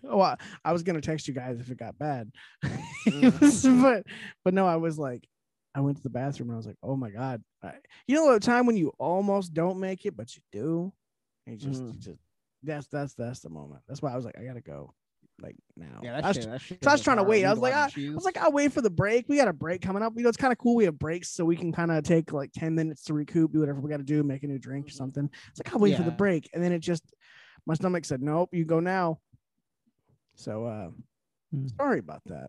S1: oh, I, I was gonna text you guys if it got bad,
S3: Mm.
S1: It was- but but no, I was like, I went to the bathroom and I was like, oh my god, I, you know, a time when you almost don't make it, but you do, and you just,
S3: Mm.
S2: Mhm.
S1: you just that's that's that's the moment. That's why I was like, I gotta go, like now.
S3: Yeah, that
S1: I was,
S3: shit, that shit
S1: so I was
S3: goes
S1: trying to
S3: hard.
S1: wait.
S3: You
S1: I
S3: eat
S1: was
S3: a
S1: like,
S3: lot of
S1: I was
S3: cheese.
S1: like, I'll wait for the break. We got a break coming up. You know, it's kind of cool. We have breaks so we can kind of take like 10 minutes to recoup, do whatever we got to do, make a new drink or something. It's like, I'll wait for the
S3: Mm-hmm. Yeah.
S1: break. And then it just, my stomach said, nope, you go now. So, uh,
S2: Hmm.
S1: sorry about that.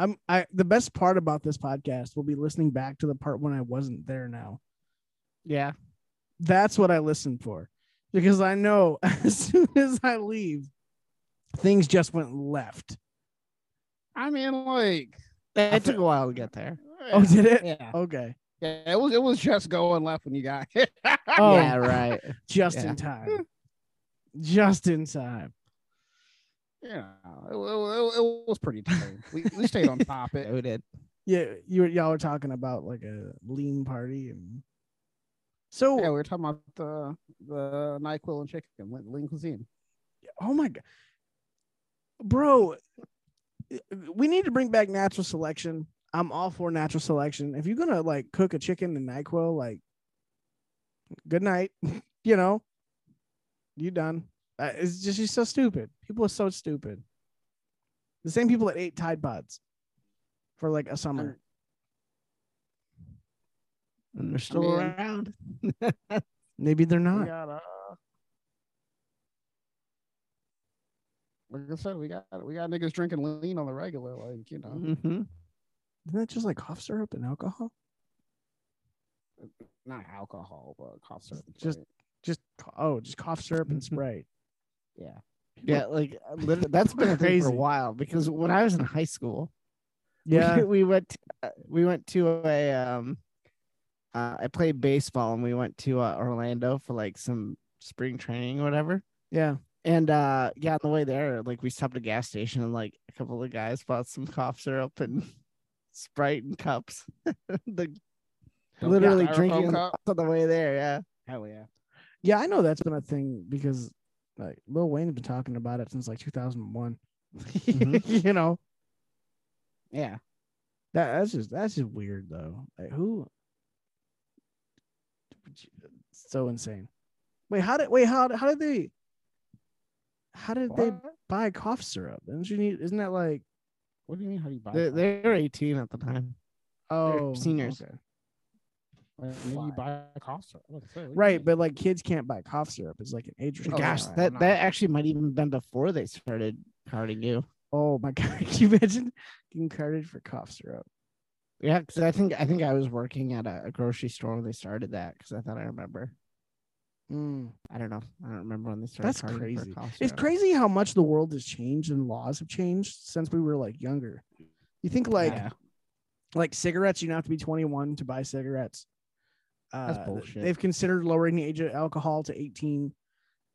S1: I'm, I, the best part about this podcast will be listening back to the part when I wasn't there now.
S2: Yeah.
S1: That's what I listen for because I know as soon as I leave, things just went left.
S3: I mean, like,
S2: It took a while to get there.
S1: Oh, did it?
S3: Yeah.
S1: Okay.
S3: Yeah, it was it was just going left when you got here.
S1: Oh,
S2: Yeah, right.
S1: just
S2: yeah.
S1: in time. Just in time.
S3: yeah, it, wa- it, wa- it was pretty tight. We, we stayed on top.
S2: Yeah,
S3: It
S2: we did.
S1: Yeah, you were- y'all were talking about like a lean party and
S3: yeah, we
S1: so
S3: were talking about the the Nyquil and chicken, lean- lean cuisine.
S1: oh my god. Bro, we need to bring back natural selection. I'm all for natural selection. If you're gonna like cook a chicken and NyQuil, like good night. you know, you done. Uh, it's just you're so stupid. People are so stupid. The same people that ate Tide Pods for like a summer.
S2: And they're still
S3: mean-
S2: around.
S1: Maybe they're
S3: We
S1: not.
S3: got uh, like I said, we got we got niggas drinking lean on the regular, like you know,
S2: hmm
S1: Isn't that just like cough syrup and alcohol?
S3: not alcohol, but cough syrup. and
S1: Just-
S3: shit.
S1: Just co- oh, just cough syrup and
S2: Mhm.
S1: Sprite.
S3: yeah.
S2: Yeah, like literally, that's been a thing for a
S1: Crazy.
S2: while because when I was in high school, we-
S1: Yeah,
S2: we went uh, we went to a um uh, I played baseball and we went to uh, Orlando for like some spring training or whatever.
S1: yeah.
S2: And uh yeah, on the way there, like we stopped at a gas station and like a couple of guys bought some cough syrup and Sprite and cups. the
S3: Don't-
S2: literally
S3: Styrofoam
S2: drinking
S3: cup?
S2: on the way there, yeah.
S3: Hell yeah.
S1: Yeah, I know that's been a thing because like Lil Wayne's been talking about it since like 2001. you know,
S3: Yeah.
S1: that that's just that's just weird though. Like who? So insane. Wait, how did wait how how did they? How did they
S3: What?
S1: buy cough syrup? Don't you need? Isn't that like
S3: What do you mean? How do you buy?
S2: They,
S3: cough?
S2: they were 18 at the time.
S1: oh
S2: seniors.
S1: okay.
S3: Like, maybe you buy a cough syrup. Like I said, what do you
S1: Right,
S3: mean?
S1: but like kids can't buy cough syrup. It's like an age restriction.
S2: Gosh,
S3: no,
S2: that
S3: no.
S2: that actually might even been before they started carding you.
S1: Oh my god! Can you imagine getting carded for cough syrup?
S2: Yeah, because I think I think I was working at a, a grocery store when they started that. Because I thought I remember.
S3: Mm,
S2: I don't know. I don't remember when they started.
S1: That's
S2: carding for
S1: crazy.
S2: cough
S1: It's
S2: syrup.
S1: crazy how much the world has changed and laws have changed since we were like younger. You think like
S3: Yeah.
S1: like cigarettes, you now have to be 21 to buy cigarettes. Uh, th-
S3: bullshit.
S1: They've considered lowering the age of alcohol to 18.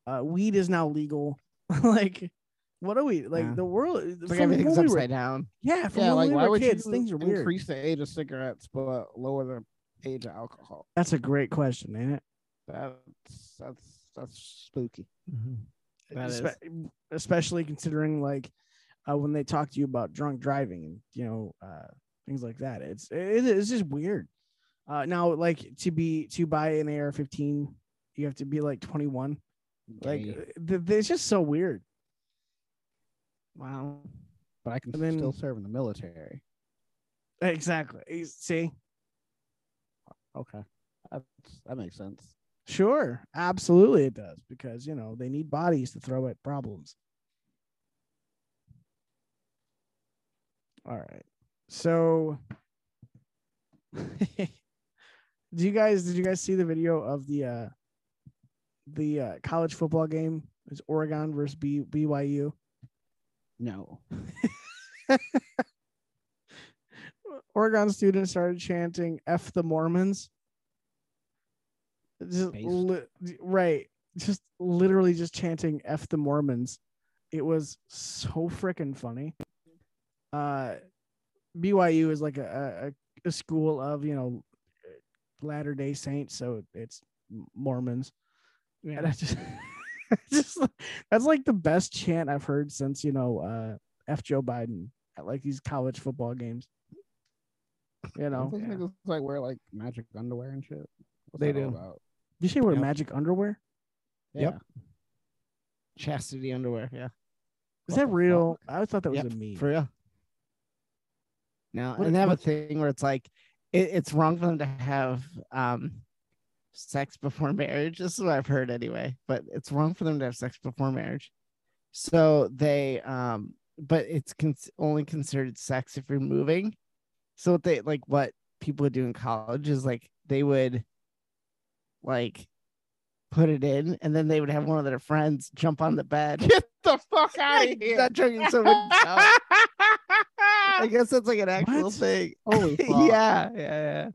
S1: Uh, weed is now legal. like, what are we like?
S2: Yeah.
S1: The world,
S2: It's
S1: from
S2: like everything's
S1: when we were-
S2: upside down.
S1: yeah, from
S3: yeah,
S1: when
S3: like
S1: we
S3: why
S1: were
S3: would
S1: kids,
S3: you
S1: things are weird.
S3: increase the age of cigarettes but lower the age of alcohol?
S1: That's a great question, ain't it?
S3: That's that's that's spooky.
S1: Mm-hmm.
S2: That is.
S1: Espe- especially considering like uh, when they talk to you about drunk driving and you know uh, things like that. It's it, it's just weird. Uh, now, like to be to buy an AR-15, you have to be like 21.
S3: Gay.
S1: Like th- th- it's just so weird.
S2: Wow.
S3: but I can
S1: and then-
S3: still serve in the military.
S1: Exactly. You See,
S3: Okay, that's, that makes sense.
S1: sure, absolutely, it does because you know they need bodies to throw at problems. All right, so do you guys did you guys see the video of the uh the uh, college football game? It's Oregon versus B- BYU.
S3: No,
S1: Oregon students started chanting "F the Mormons." Just
S3: Based.
S1: li- right, just literally just chanting "F the Mormons." It was so freaking funny. Uh, BYU is like a, a a school of you know Latter Day Saints, so it's Mormons. Yeah, and I just, just that's like the best chant I've heard since you know uh, F Joe Biden at like these college football games. You know,
S3: those niggas like wear like magic underwear and shit. What's
S2: They
S3: that all
S2: do.
S3: About?
S1: you say wear
S3: Yep.
S1: magic underwear?
S3: Yeah,
S2: Yep. Chastity underwear. Yeah.
S1: Is
S3: What
S1: that
S3: the
S1: real? I always thought that was
S2: Yep,
S1: a meme.
S2: For real. No,
S1: What-
S2: and they have
S1: what-
S2: a thing where it's like it, it's wrong for them to have um sex before marriage. This is what I've heard anyway, but it's wrong for them to have sex before marriage. So they um but it's con- only considered sex if you're moving. So what they like what people would do in college is like they would like put it in and then they would have one of their friends jump on the bed
S3: get the fuck out of
S2: Not
S3: here.
S2: joking, so it would- I guess that's like an actual
S1: What?
S2: thing.
S3: Holy fuck.
S2: yeah, yeah, yeah.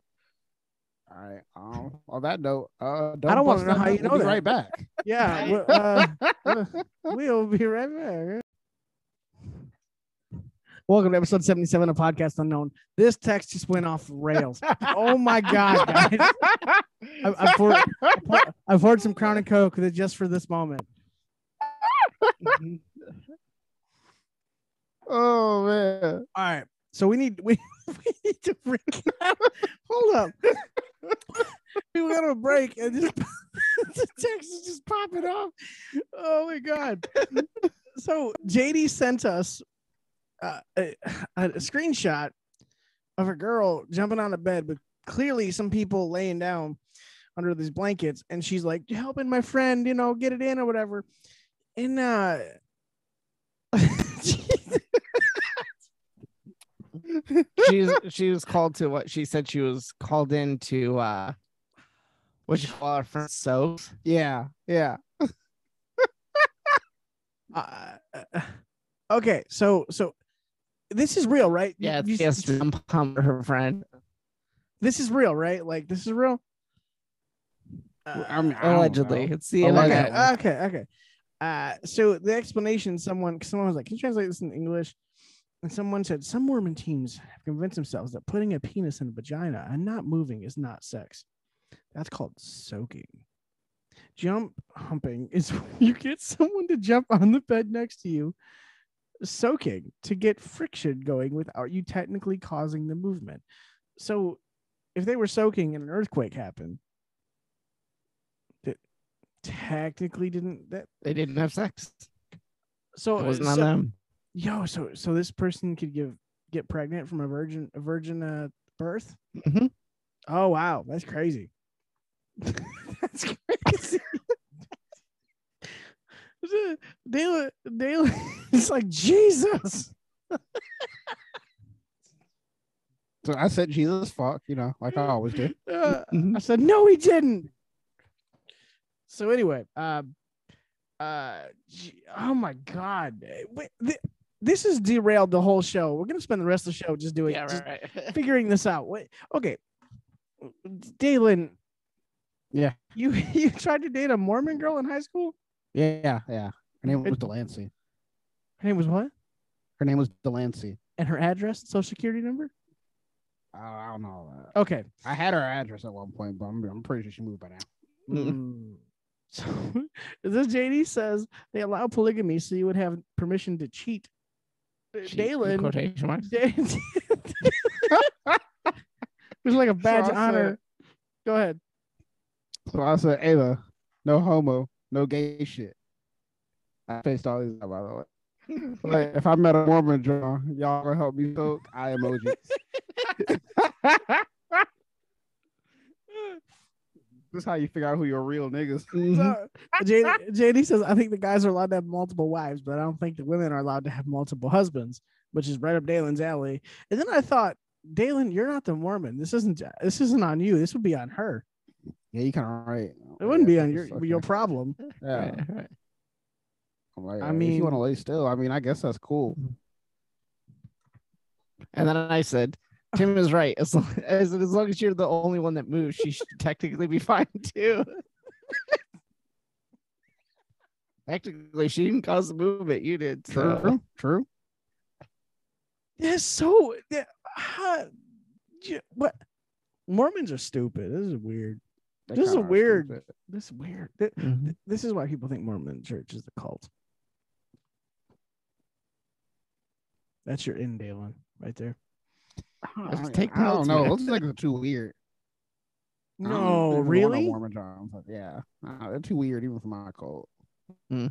S3: All right. Um, on that note, uh, don't
S1: I don't wanna
S3: bust
S1: know
S3: that
S1: how
S3: nut.
S1: you
S3: We'll
S1: know
S3: be
S1: that.
S3: Right back.
S1: Yeah. well, uh, we'll be right back. Welcome to episode 77 of Podcast Unknown. This text just went off rails. oh my God, guys. I- I've, poured, I've poured- I've poured some Crown and Coke that- just for this moment.
S3: Oh man.
S1: All right. So we need we, we need to break it up. Hold up. we went on a break and just the text is just popping off. Oh my god. so JD sent us uh, a, a screenshot of a girl jumping on a bed with clearly some people laying down under these blankets and she's like helping my friend, you know, get it in or whatever. And uh
S2: She's she was called to what she said she was called in to uh what you call our friend soaps.
S3: Yeah. Yeah.
S1: uh, okay so so this is real right You-
S2: Yeah,
S1: you-
S2: she has to pump- pump her friend.
S1: this is real right like this is real Uh,
S3: I mean, I don't
S2: Allegedly.
S3: know.
S2: It's the
S3: Oh,
S1: okay
S3: like
S2: internet.
S3: that.
S1: okay okay uh so the explanation someone someone was like can you translate this in english and someone said some mormon teams have convinced themselves that putting a penis in a vagina and not moving is not sex that's called soaking jump humping is when you get someone to jump on the bed next to you soaking to get friction going without you technically causing the movement so if they were soaking and an earthquake happened that technically didn't that
S2: They didn't have sex.
S1: so uh,
S2: It wasn't on
S1: so-
S2: them.
S1: yo so so this person could give get pregnant from a virgin a virgin uh, birth
S2: Mhm.
S1: oh wow that's crazy that's crazy Dale, Dale, it's like Jesus.
S3: So I said Jesus fuck, you know, like I always do.
S1: Uh,
S2: Mhm.
S1: I said, no, he didn't. So anyway, uh, uh, gee- oh my god, Eh, wait, thi- this has derailed the whole show. We're gonna spend the rest of the show just doing,
S2: Yeah,
S1: just
S2: right. right.
S1: figuring this out. What? Okay, Dalen.
S3: Yeah.
S1: You you tried to date a Mormon girl in high school?
S3: Yeah, yeah. Her name was Delancey.
S1: Her name was what?
S3: Her name was Delancey.
S1: And her address, social security number?
S3: I don't, I don't know. That.
S1: Okay.
S3: I had her address at one point, but I'm, I'm pretty sure she moved by now.
S1: Mm. So this JD says they allow polygamy, so you would have permission to cheat. Uh,
S2: She-
S1: Dalen
S2: Quotation marks.
S1: Da- it was like a badge
S3: So
S1: of
S3: I said-
S1: honor. Go ahead.
S3: So I said, Ava, no homo, no gay shit. I faced all these out, by the way. Like, if I met a Mormon, John, y'all gonna help me soak? I emoji. this is how you figure out who your real niggas.
S2: Mhm.
S1: So, JD, JD says, I think the guys are allowed to have multiple wives, but I don't think the women are allowed to have multiple husbands, which is right up Dalen's alley. And then I thought, Dalen, you're not the Mormon. This isn't this isn't on you. This would be on her.
S3: Yeah, you kind of right.
S1: It wouldn't be
S3: Oh, Yeah,
S1: on
S3: that's
S1: your your
S3: fucking-
S1: problem.
S3: Yeah.
S2: Right, right.
S3: I'm like,
S1: I
S3: I mean, if you want to
S1: mean-
S3: lay still, I mean, I guess that's cool.
S2: And then I said, Tim is right. As long as, as long as you're the only one that moves, she should technically be fine too. technically, she didn't cause the movement. You did. So.
S3: True, true.
S1: That's so. yeah, how- j- what? Mormons are stupid. This is weird.
S3: They
S1: This is
S3: kinda
S1: a
S3: are
S1: weird-
S3: stupid.
S1: This is weird. Th-
S3: Mm-hmm.
S2: Mhm.
S1: This is why people think Mormon church is a cult. That's your end, Dalen, right there.
S3: I
S2: Let's
S3: don't-
S2: take
S3: I don't
S2: notes,
S3: know.
S2: man.
S3: Those niggas are too weird. I don't
S1: No,
S3: even want
S1: really?
S3: Mormon Johns. Like, Yeah, Nah, they're too weird even for my cult.
S2: Well,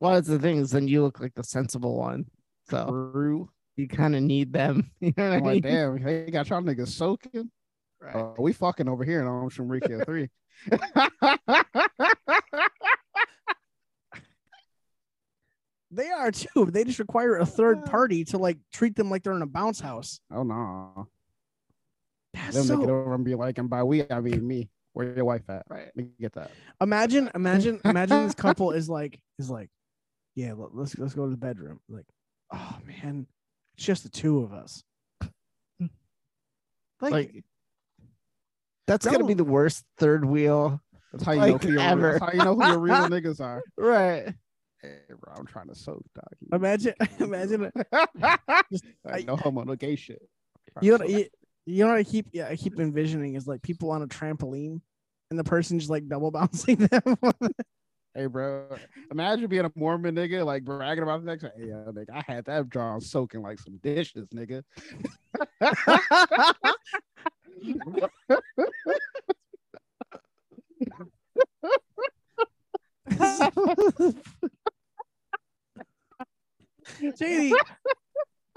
S2: that's the thing is, then you look like the sensible one. So
S3: True. Oh,
S2: you kind of need them. You know what I
S3: I'm
S2: mean?
S3: like, damn, they got y'all niggas soaking.
S2: Right.
S3: Uh, we fucking over here in Om Shumrika 3.
S1: They are too. They just require a third party to like treat them like they're in a bounce house.
S3: Oh, no.
S1: That's
S3: They'll make it
S1: so.
S3: over and be like, and by we, I mean me. Where your wife at?
S2: Right.
S3: Let me get that.
S1: Imagine, imagine, imagine this couple is like is like, yeah, let, us let's go to the bedroom. Like, oh man, It's just the two of us.
S2: Like,
S3: Like,
S2: that's gonna be the worst third wheel.
S3: that's how you know
S2: Like,
S3: who your
S2: ever.
S3: that's how you know who your real niggas are.
S2: Right.
S3: Hey, bro, I'm trying to soak, dog.
S1: Imagine, imagine
S3: Like, no homo, no gay shit.
S1: you know, you, you know what I keep yeah, I keep envisioning is like people on a trampoline and the person just like double bouncing them.
S3: Hey, bro, imagine being a Mormon nigga, like bragging about the next. Hey, yo, nigga, I had that drawn soaking like some dishes, nigga.
S1: JD,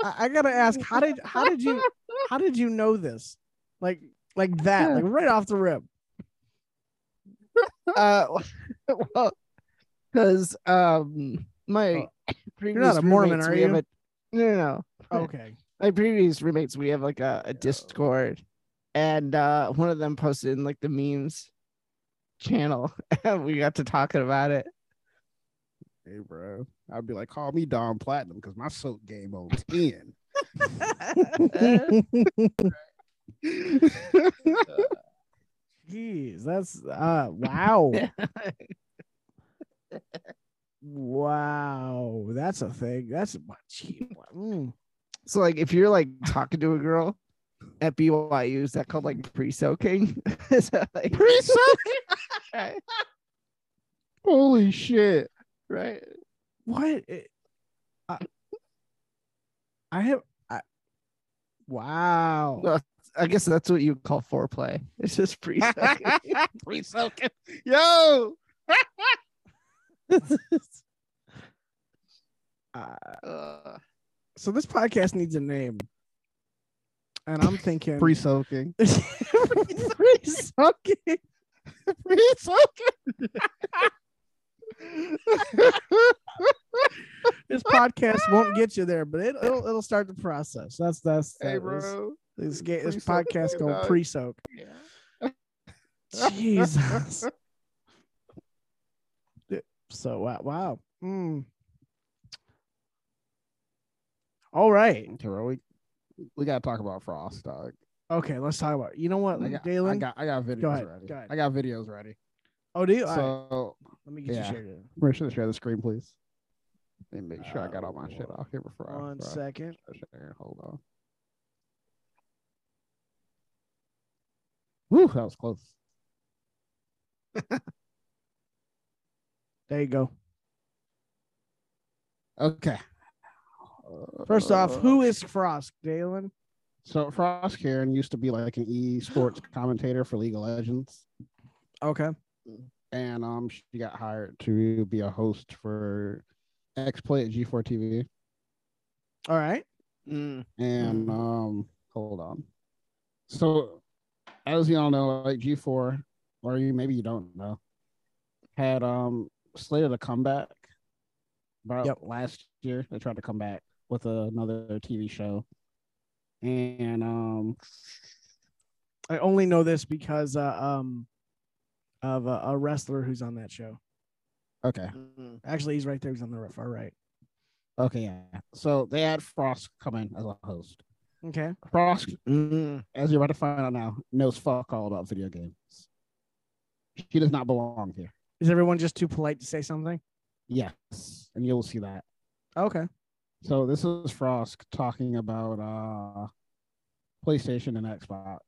S1: I, I gotta ask, how did how did you how did you know this? Like like that, like right off the rip.
S2: Uh, well, because um, my
S1: Oh.
S2: previous
S1: not a Mormon,
S2: roommates,
S1: are
S2: we have
S1: you?
S2: a- no, no, no.
S1: Okay.
S2: my previous roommates, we have like a,
S1: Oh.
S2: a Discord, and uh, one of them posted in like the memes channel, and we got to talking about it.
S3: Hey, bro, I'd be like, call me Don Platinum because my soak game on ten.
S1: Jeez, that's uh wow. wow, that's a thing. That's gee, mm.
S2: so, like, if you're like talking to a girl at BYU, is that called like pre-soaking? Is that, like, pre-soaking,
S3: Holy shit!
S2: right?
S1: what it- I, I have I, wow
S2: Well, I guess that's what you call foreplay. It's just pre
S3: Free soaking, yo.
S2: uh,
S1: so this podcast needs a name and i'm thinking
S3: Free soaking.
S1: pre-soaking.
S3: Free soaking.
S1: this podcast won't get you there but it, it'll, it'll start the process that's that's
S3: Hey,
S1: that is-
S3: bro.
S1: this, ga- this
S3: Pre-soak
S1: podcast
S3: it,
S1: going
S3: dog.
S1: pre-soak jesus so wow wow Mm. all right
S3: Bro, we, we gotta talk about Frost, dog.
S1: okay let's talk about you know what
S3: I got,
S1: Jalen?
S3: I got, I got videos
S1: ahead,
S3: ready.
S1: Uh, go ahead.
S3: I got videos ready.
S1: oh do you All right.
S3: So,
S1: Let me get
S3: Yeah.
S1: you shared. in.
S3: Rich, should share the screen, please. Let me make sure I got all my shit
S1: Uh,
S3: off here before I.
S1: One
S3: before I
S1: second.
S3: start sharing. Hold on. Woo, that was close.
S1: There you go.
S3: Okay.
S1: First
S3: Uh,
S1: off, who is Frost, Dalen?
S3: So Frost Karen used to be like an esports commentator for League of Legends.
S1: Okay.
S3: and um she got hired to be a host for X Play at G4 TV.
S1: All right.
S2: mm,
S3: And um hold on. So as y'all know, like G4, or you maybe you don't know, had um slated a comeback about
S1: Yep.
S3: last year. They tried to come back with another TV show. And um
S1: I only know this because uh, um of a, a wrestler who's on that show.
S3: okay.
S2: mm.
S1: Actually, he's right there. He's on the far right.
S3: Okay, yeah. So they had Frost come in as a host.
S1: Okay.
S3: Frost
S2: Mm.
S3: as you're about to find out now, knows fuck all about video games. She does not belong here.
S1: Is everyone just too polite to say something?
S3: Yes, and you'll see that.
S1: Okay.
S3: So this is Frost talking about uh, PlayStation and Xbox.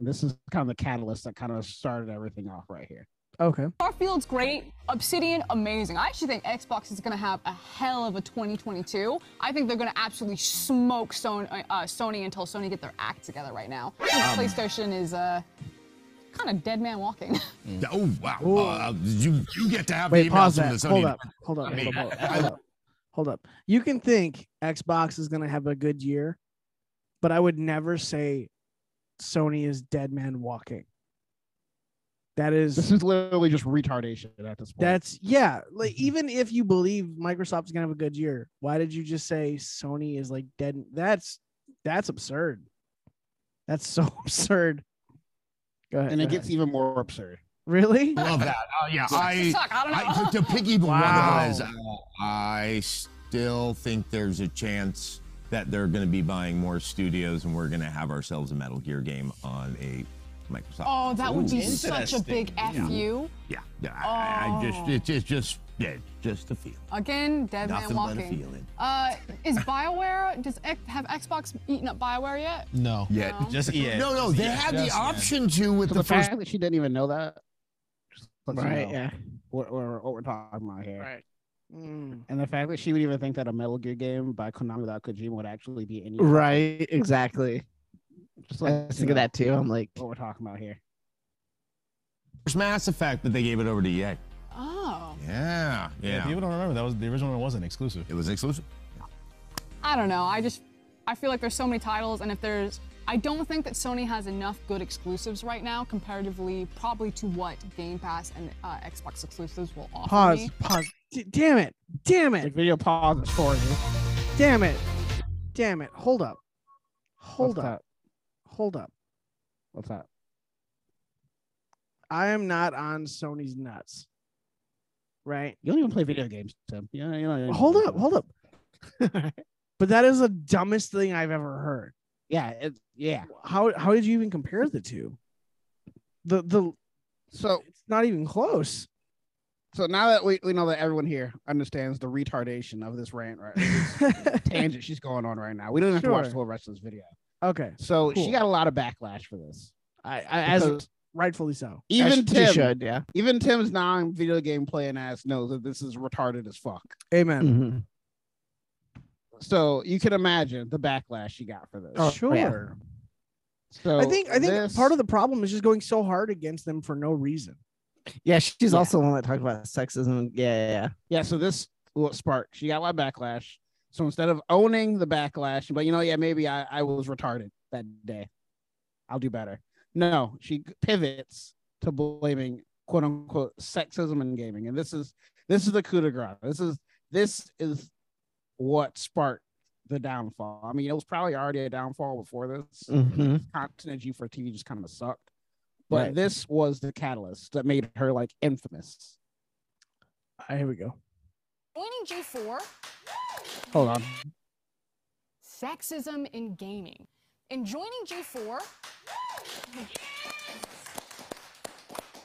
S3: This is kind of the catalyst that kind of started everything off right here.
S1: Okay.
S9: Starfield's great, Obsidian amazing. I actually think Xbox is going to have a hell of a 2022. I think they're going to absolutely smoke Sony, uh, uh, Sony until Sony get their act together right now. I think
S10: Um,
S9: PlayStation is uh, kind of dead man walking.
S11: Oh wow! Uh,
S3: um,
S11: you you get to have
S1: Wait.
S11: the
S1: Pause
S11: emails from
S1: that.
S11: the Sony.
S1: Hold up. Hold up.
S11: I mean,
S1: Hold up.
S11: I-
S1: Hold up. Hold up. You can think Xbox is gonna have a good year, but I would never say Sony is dead man walking. That is
S3: This is literally just retardation at this point.
S1: That's yeah. Like
S3: mm-hmm.
S1: even if you believe Microsoft's gonna have a good year, why did you just say Sony is like dead? That's that's absurd. That's so absurd. Go ahead.
S3: and it
S1: go ahead.
S3: gets even more absurd.
S1: really
S11: I love that. Oh yeah,
S9: Sucks to
S11: I
S9: suck. I don't know.
S11: I to piggyback
S1: Wow.
S11: wow. I
S10: still think there's a chance that they're going to be buying more studios, and we're going to have ourselves a Metal Gear game on a Microsoft.
S9: Oh, that would be
S10: console.
S9: such a big F
S10: Yeah.
S9: you.
S10: Yeah, yeah. I, I just
S9: Oh.
S10: it's it's just yeah, just a feeling.
S9: Again, dead
S10: Nothing
S9: man
S10: but a
S9: walking.
S10: feeling.
S9: Uh, is Bioware does X- have Xbox eaten up Bioware yet?
S12: No.
S10: Yet
S9: No.
S12: Just EA.
S10: No, no. They had the option to with
S3: So
S10: the, first.
S3: fact that she didn't even know that. Just lets you
S1: Right,
S3: know
S1: yeah.
S3: What, what, what we're talking about here.
S1: Right. Mm.
S3: And the fact that she would even think that a Metal Gear game by Konami without Kojima would actually be any.
S2: Right, exactly.
S3: Just lets
S2: I was
S3: you
S2: thinking
S3: know
S2: that too. I'm
S1: oh.
S2: like,
S3: What we're talking about here.
S10: first Mass Effect, but they gave it over to EA.
S9: Oh,
S10: Yeah, yeah.
S12: People don't remember that was the original one wasn't exclusive.
S10: It was exclusive.
S9: I don't know. I just I feel like there's so many titles, and if there's I don't think that Sony has enough good exclusives right now, comparatively probably to what Game Pass and uh, Xbox exclusives will offer.
S1: Pause.
S9: me.
S1: Pause. D- damn it. Damn
S3: The
S1: it.
S3: video pause is for you.
S1: Damn it. Damn it. Hold up. Hold
S3: What's that?
S1: up. Hold up.
S3: What's that?
S1: I am not on Sony's nuts. Right.
S3: You don't even play video games, Tim. Yeah, you know.
S1: Hold up. Hold up. but that is the dumbest thing I've ever heard.
S3: Yeah. It, yeah.
S1: How how did you even compare the two? The the
S3: So
S1: it's not even close.
S3: so now that we, we know that everyone here understands the retardation of this rant right this tangent she's going on right now. We don't have to watch the
S1: Sure.
S3: whole rest of this video.
S1: Okay.
S3: So she
S1: Cool.
S3: got a lot of backlash for this.
S1: I, I as
S3: Because
S1: rightfully so.
S3: even
S2: as you
S3: Tim,
S2: should, yeah.
S3: even Tim's non-video game playing ass knows that this is retarded as fuck.
S1: Amen.
S2: Mhm.
S3: So you can imagine the backlash she got for this.
S1: Oh, sure.
S2: Oh, yeah.
S3: So
S1: I think I think
S3: this-
S1: part of the problem is just going so hard against them for no reason.
S2: Yeah, she's
S3: Yeah.
S2: also the one that talked about sexism. Yeah, yeah, yeah.
S3: yeah. So this well, spark she got a lot of backlash. So instead of owning the backlash, but you know, yeah, maybe I, I was retarded that day. I'll do better. No, she pivots to blaming quote unquote sexism in gaming, and this is this is the coup de grace. This is this is what sparked the downfall. I mean, it was probably already a downfall before this.
S2: Mhm.
S3: Content G for TV just kind of sucked, but
S2: Right.
S3: this was the catalyst that made her like infamous.
S1: Ah, here we go.
S9: Joining G4,
S3: Hold on.
S9: sexism in gaming. And joining G4,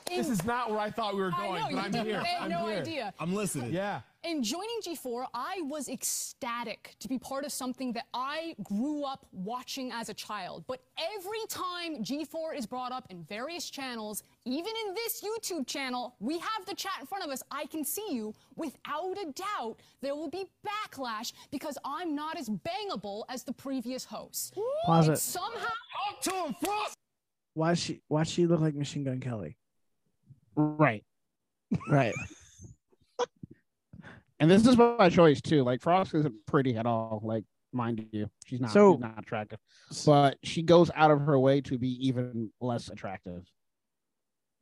S11: This is not where I thought we were
S9: I
S11: going,
S9: know, you
S11: but I'm
S9: didn't-
S11: here.
S9: I had
S11: I'm
S9: no
S11: here.
S9: idea.
S11: I'm listening. Yeah.
S9: In joining G4, I was ecstatic to be part of something that I grew up watching as a child. But every time G4 is brought up in various channels, even in this YouTube channel, we have the chat in front of us. I can see you. Without a doubt, there will be backlash because I'm not as bangable as the previous host.
S1: Pause
S9: And
S1: it.
S9: Somehow,
S1: Why she why she look like Machine Gun Kelly?
S3: Right.
S2: Right.
S3: And this is by choice too. Like Frost isn't pretty at all. Like, mind you, she's not.
S1: So-
S3: she's not attractive. But she goes out of her way to be even less attractive.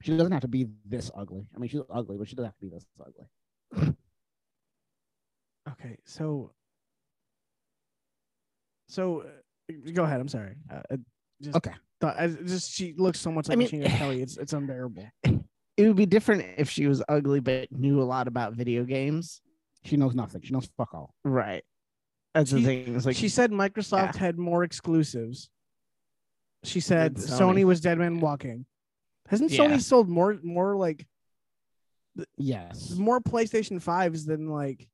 S3: She doesn't have to be this ugly. I mean, she's ugly, but she doesn't have to be this ugly.
S1: Okay, so so uh, go ahead. I'm sorry. Uh, I just
S3: Okay.
S1: thought- I just she looks so much like
S2: mean-
S1: Machine Gun Kelly. It's it's unbearable.
S2: It would be different if she was ugly but knew a lot about video games.
S3: She knows nothing. She knows fuck all.
S2: Right. That's the
S1: She-
S2: thing. It's like
S1: she said Microsoft had more exclusives. She said
S2: Than
S1: Sony.
S2: Sony.
S1: was dead man walking. Hasn't
S2: Yeah.
S1: Sony sold more more like
S3: Yes,
S1: more PlayStation fives than like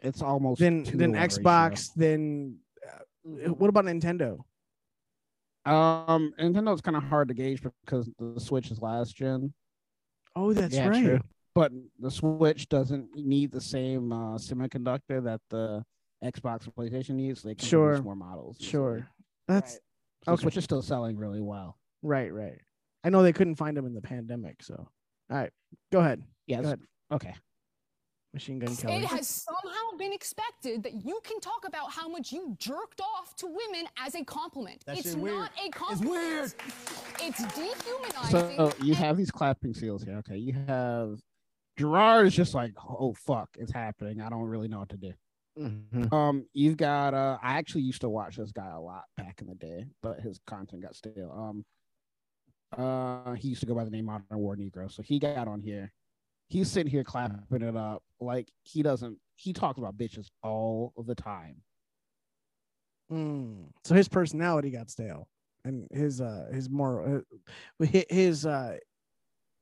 S3: it's almost
S1: than
S3: two
S1: than
S3: to one
S1: Xbox than uh, what about Nintendo?
S3: ratio. Um, Nintendo's kind of hard to gauge because the Switch is last gen.
S1: Oh, that's
S2: Yeah,
S1: right.
S2: true.
S3: but the Switch doesn't need the same uh, semiconductor that the Xbox and PlayStation needs. They can
S1: Sure.
S3: produce more models. easily.
S1: Sure. That's
S3: So
S1: Okay.
S3: The Switch is still selling really well.
S1: right. right, I know they couldn't find them in the pandemic, so all right. Go ahead.
S3: Yes.
S1: ahead.
S3: Okay.
S1: Machine Gun
S9: it
S1: Kelly.
S9: has somehow been expected that you can talk about how much you jerked off to women as a compliment.
S11: That
S9: it's
S11: shit weird.
S9: not a compliment.
S11: weird.
S9: It's dehumanizing.
S3: So oh, you have these clapping seals here. Okay. You have Gerard is just like, oh fuck, it's happening. I don't really know what to do.
S1: Mm-hmm.
S2: Mhm.
S3: Um, you've got uh, I actually used to watch this guy a lot back in the day, but his content got stale. Um, uh, he used to go by the name Modern War Negro, so he got on here he's sitting here clapping it up like he doesn't. He talks about bitches all of the time.
S1: Mm. So his personality got stale, and his uh his moral, uh, hi- his uh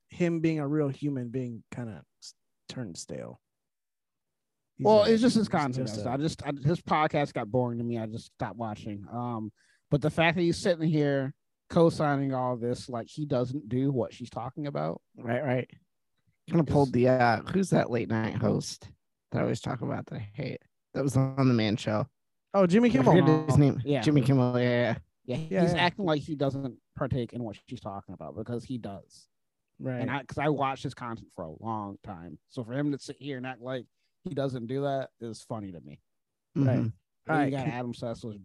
S1: him being a real human being kind of turned stale. He's
S3: well,
S1: a-
S3: it's just his
S1: he's
S3: content.
S1: just a-
S3: I just I, his podcast got boring to me. I just stopped watching. Um, but the fact that he's sitting here co-signing all this, like he doesn't do what she's talking about.
S2: Right, right. Kind of pulled the uh who's that late night host that I always talk about that I hate that was on the man show.
S1: Oh, Jimmy
S2: I
S1: Kimmel.
S2: forget his name.
S3: Yeah.
S2: Jimmy Kimmel. Yeah, yeah.
S3: Yeah,
S1: Yeah,
S3: he's
S1: yeah.
S3: acting like he doesn't partake in what she's talking about because he does.
S1: Right.
S3: And I, because I watched his content for a long time, so for him to sit here and act like he doesn't do that is funny to me.
S1: Right.
S2: Mhm.
S3: And
S1: Alright,
S3: you got
S1: can-
S3: Adam Sessler's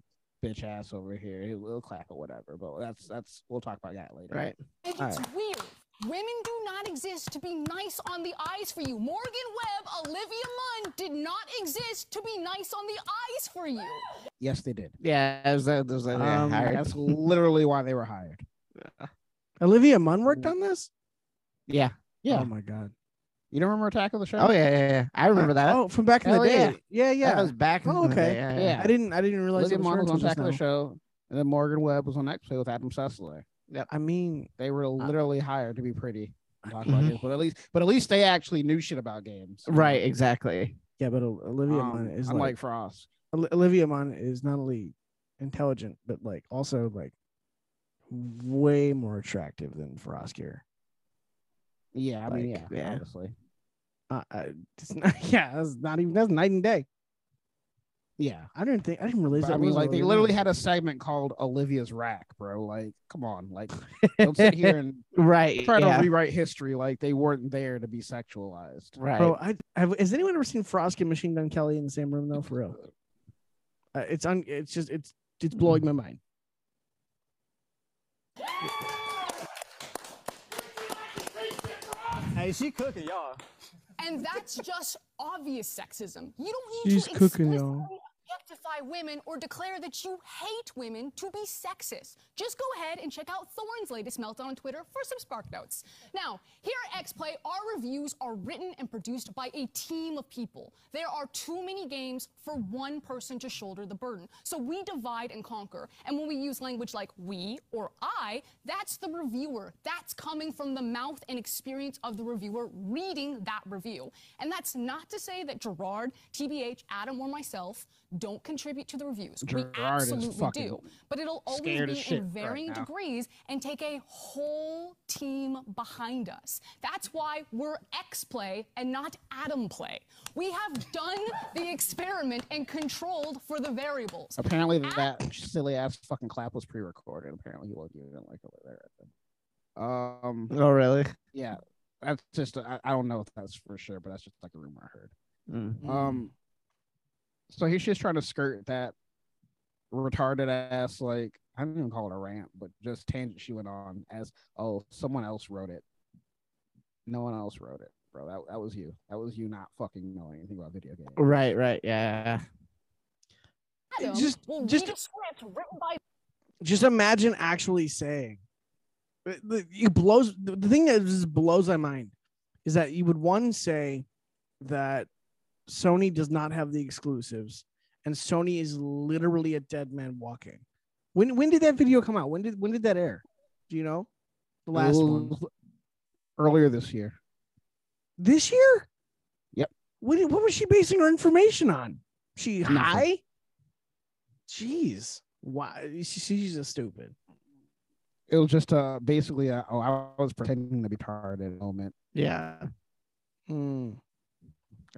S3: bitch ass over here. He will clap or whatever, but that's that's we'll talk about that later.
S2: Right.
S9: It's weird. Women do not exist to be nice on the eyes for you. Morgan Webb, Olivia Munn did not exist to be nice on the eyes for you.
S3: Yes, they did.
S2: Yeah, it was that. Was that
S3: Um, that's literally why they were hired.
S1: Olivia Munn worked on this.
S2: Yeah.
S3: Yeah.
S1: Oh my god.
S3: Um, You don't remember Attack of the Show?
S2: Oh yeah, yeah, yeah. I remember that.
S1: Oh, from back in
S2: Hell
S1: the day.
S2: yeah.
S1: Yeah, yeah.
S2: That was back. in
S1: oh,
S2: the day,
S1: okay.
S2: yeah,
S3: Yeah.
S1: I didn't. I didn't realize
S3: Olivia
S1: it was
S3: Munn
S1: her
S3: was on
S1: until just
S3: Attack of the
S1: now.
S3: Show, and then Morgan Webb was on Next Play with Adam Sessler.
S1: I Mm-hmm. mean,
S3: They were literally hired to be pretty. and Talk
S2: Mhm.
S3: about games, but at least, but at least they actually knew shit about games.
S2: Right. Exactly.
S1: yeah, but O- Olivia Munn
S3: Um,
S1: is
S3: unlike
S1: like,
S3: Frost.
S1: Oli- Olivia Munn is not only intelligent, but like also like way more attractive than Frost here.
S3: Yeah, I mean, yeah,
S2: Like, yeah.
S3: obviously.
S1: Uh, uh, it's not, yeah, that's not even that's night and day.
S3: Yeah.
S1: I didn't think I didn't realize
S3: But,
S1: that.
S3: I mean,
S1: was
S3: like they
S1: Olivia
S3: literally
S1: Munn.
S3: had a segment called Olivia's Rack, bro. Like, come on, like don't sit here and
S2: Right.
S3: try
S2: yeah.
S3: to rewrite history. Like they weren't there to be sexualized.
S2: right.
S1: Bro, I have, has anyone ever seen Frost and Machine Gun Kelly in the same room though? For real, uh, it's un, it's just it's it's blowing
S3: Mm-hmm.
S1: my mind.
S13: Hey, she cooking, y'all.
S9: And that's just obvious sexism. You don't need
S1: She's
S9: to
S1: cooking,
S9: explicitly
S1: y'all.
S9: objectify women or declare that you hate women to be sexist. Just go ahead and check out Thorne's latest meltdown on Twitter for some spark notes. Now, here at XPlay, our reviews are written and produced by a team of people. There are too many games for one person to shoulder the burden. So we divide and conquer. And when we use language like we or I, that's the reviewer. That's coming from the mouth and experience of the reviewer reading that review. And that's not to say that Gerard, TBH, Adam, or myself don't contribute to the reviews.
S3: Gerard
S9: we
S3: is
S9: absolutely
S3: fucking
S9: do. But it'll always
S3: scared as
S9: be
S3: shit
S9: in
S3: right
S9: varying
S3: now.
S9: degrees and take a whole team behind us. That's why we're X play and not Adam play. We have done the experiment and controlled for the variables.
S3: Apparently, that silly ass fucking clap was pre-recorded. Apparently, he wasn't even like over there. Um.
S2: oh really?
S3: Yeah. That's just. I, I don't know if that's for sure, but that's just like a rumor I heard.
S2: Mm.
S3: Um, so he's just trying to skirt that retarded ass, like I didn't even call it a rant, but just tangent she went on as oh someone else wrote it. No one else wrote it, bro. That that was you. That was you not fucking knowing anything about video games.
S2: Right. Right. Yeah.
S9: Adam
S1: Just-
S9: will
S1: just-
S9: read a script written by
S1: Just imagine actually saying it, it- it blows. The the thing that just blows my mind is that you would one say that Sony does not have the exclusives, and Sony is literally a dead man walking. When when did that video come out? When did when did that air? Do you know? The last one
S3: earlier this year.
S1: this year.
S3: Yep.
S1: What did- what was she basing her information on? She
S3: Nothing.
S1: high. Jeez, why she- she's a stupid.
S3: It was just uh basically a, oh I was pretending to be retarded moment.
S2: Yeah.
S1: Mm.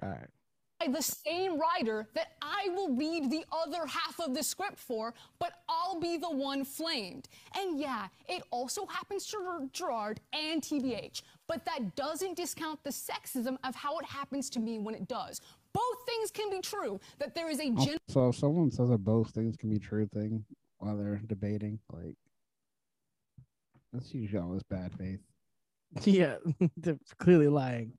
S3: All right.
S9: the same writer that I will read the other half of the script for, but I'll be the one flamed. And yeah, it also happens to Ger- Gerard and TBH, but that doesn't discount the sexism of how it happens to me when it does. Both things can be true that there is a
S3: Oh,
S9: gen-
S3: So if someone says that both things can be true thing while they're debating, like that's usually always bad faith.
S1: Yeah, they're clearly lying.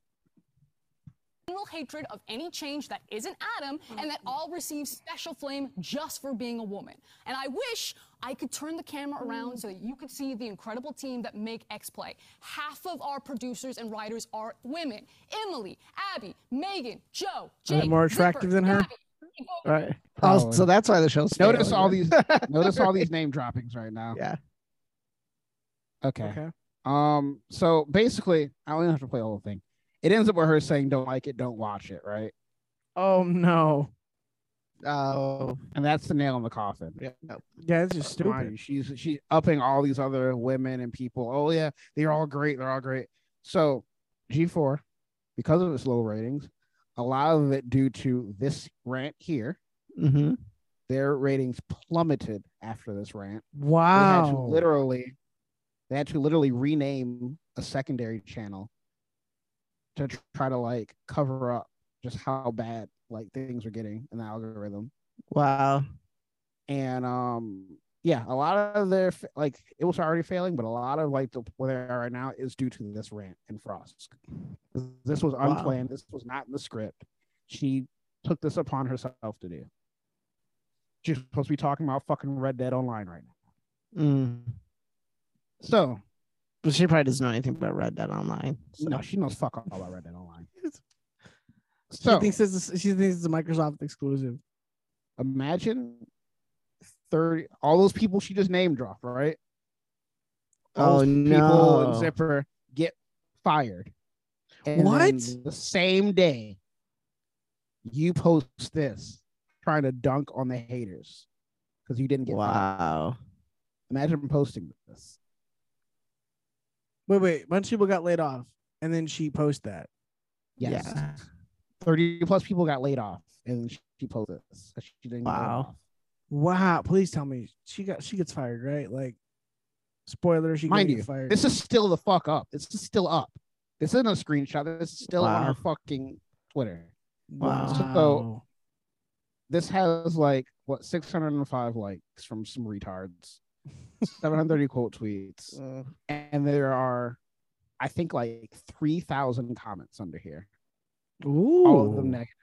S9: general hatred of any change that isn't Adam and that all receive special flame just for being a woman. And I wish I could turn the camera around so that you could see the incredible team that make X Play. Half of our producers and writers are women: Emily, Abby, Megan, Joe,
S1: Are they
S9: Jake.
S1: more attractive
S9: Zipper,
S1: than her?
S9: Gabby.
S1: All right.
S2: Oh, so that's why the show's
S3: Notice
S2: failing.
S3: all these. notice all these name droppings right now.
S2: Yeah.
S3: Okay.
S1: Okay.
S3: Um. So basically, I only have to play the whole thing. It ends up with her saying, "Don't like it, don't watch it." Right.
S1: Oh no.
S2: Oh.
S3: And that's the nail in the coffin.
S2: Yeah.
S1: Yeah, it's just stupid.
S3: She's she's upping all these other women and people. Oh yeah, they're all great. They're all great. So G4, because of its low ratings, a lot of it due to this rant here.
S2: Mm-hmm.
S3: Their ratings plummeted after this rant. They had to
S1: Wow.
S3: literally, they had to literally rename a secondary channel to tr- try to like cover up just how bad like things were getting in the algorithm
S2: Wow.
S3: and um yeah a lot of their f- like it was already failing but a lot of like the, where they are right now is due to this rant and frost this was
S2: Wow.
S3: unplanned this was not in the script she took this upon herself to do she's supposed to be talking about fucking red dead online right now
S2: Mm.
S3: so
S2: But she probably doesn't know anything about Red Dead Online. So.
S3: no she knows fuck all about red dead online
S1: she
S3: so
S1: thinks it's a, she thinks it's a Microsoft exclusive.
S3: imagine 30 all those people she just name dropped right all
S2: Oh
S3: those people
S2: no.
S3: in zipper get fired
S1: What?
S3: then the same day you post this trying to dunk on the haters because you didn't get fired.
S2: Wow.
S3: imagine posting this
S1: Wait, wait. A bunch of people got laid off, and then she posted that.
S3: yes
S2: Yeah.
S3: 30 plus people got laid off and she posted this 'cause she didn't get laid
S2: Wow.
S3: off.
S1: Wow. Please tell me she got she gets fired, right? Like, spoiler, she
S3: Mind
S1: can
S3: you,
S1: get fired.
S3: This is still the fuck up. This is still up. This isn't a screenshot. This is still on
S2: Wow.
S3: her fucking Twitter.
S1: wow.
S3: so- This has like what 605 likes from some retards, 730 quote tweets,
S2: Uh,
S3: and there are, I think, like 3,000 comments under here.
S1: Ooh.
S3: All of them negative.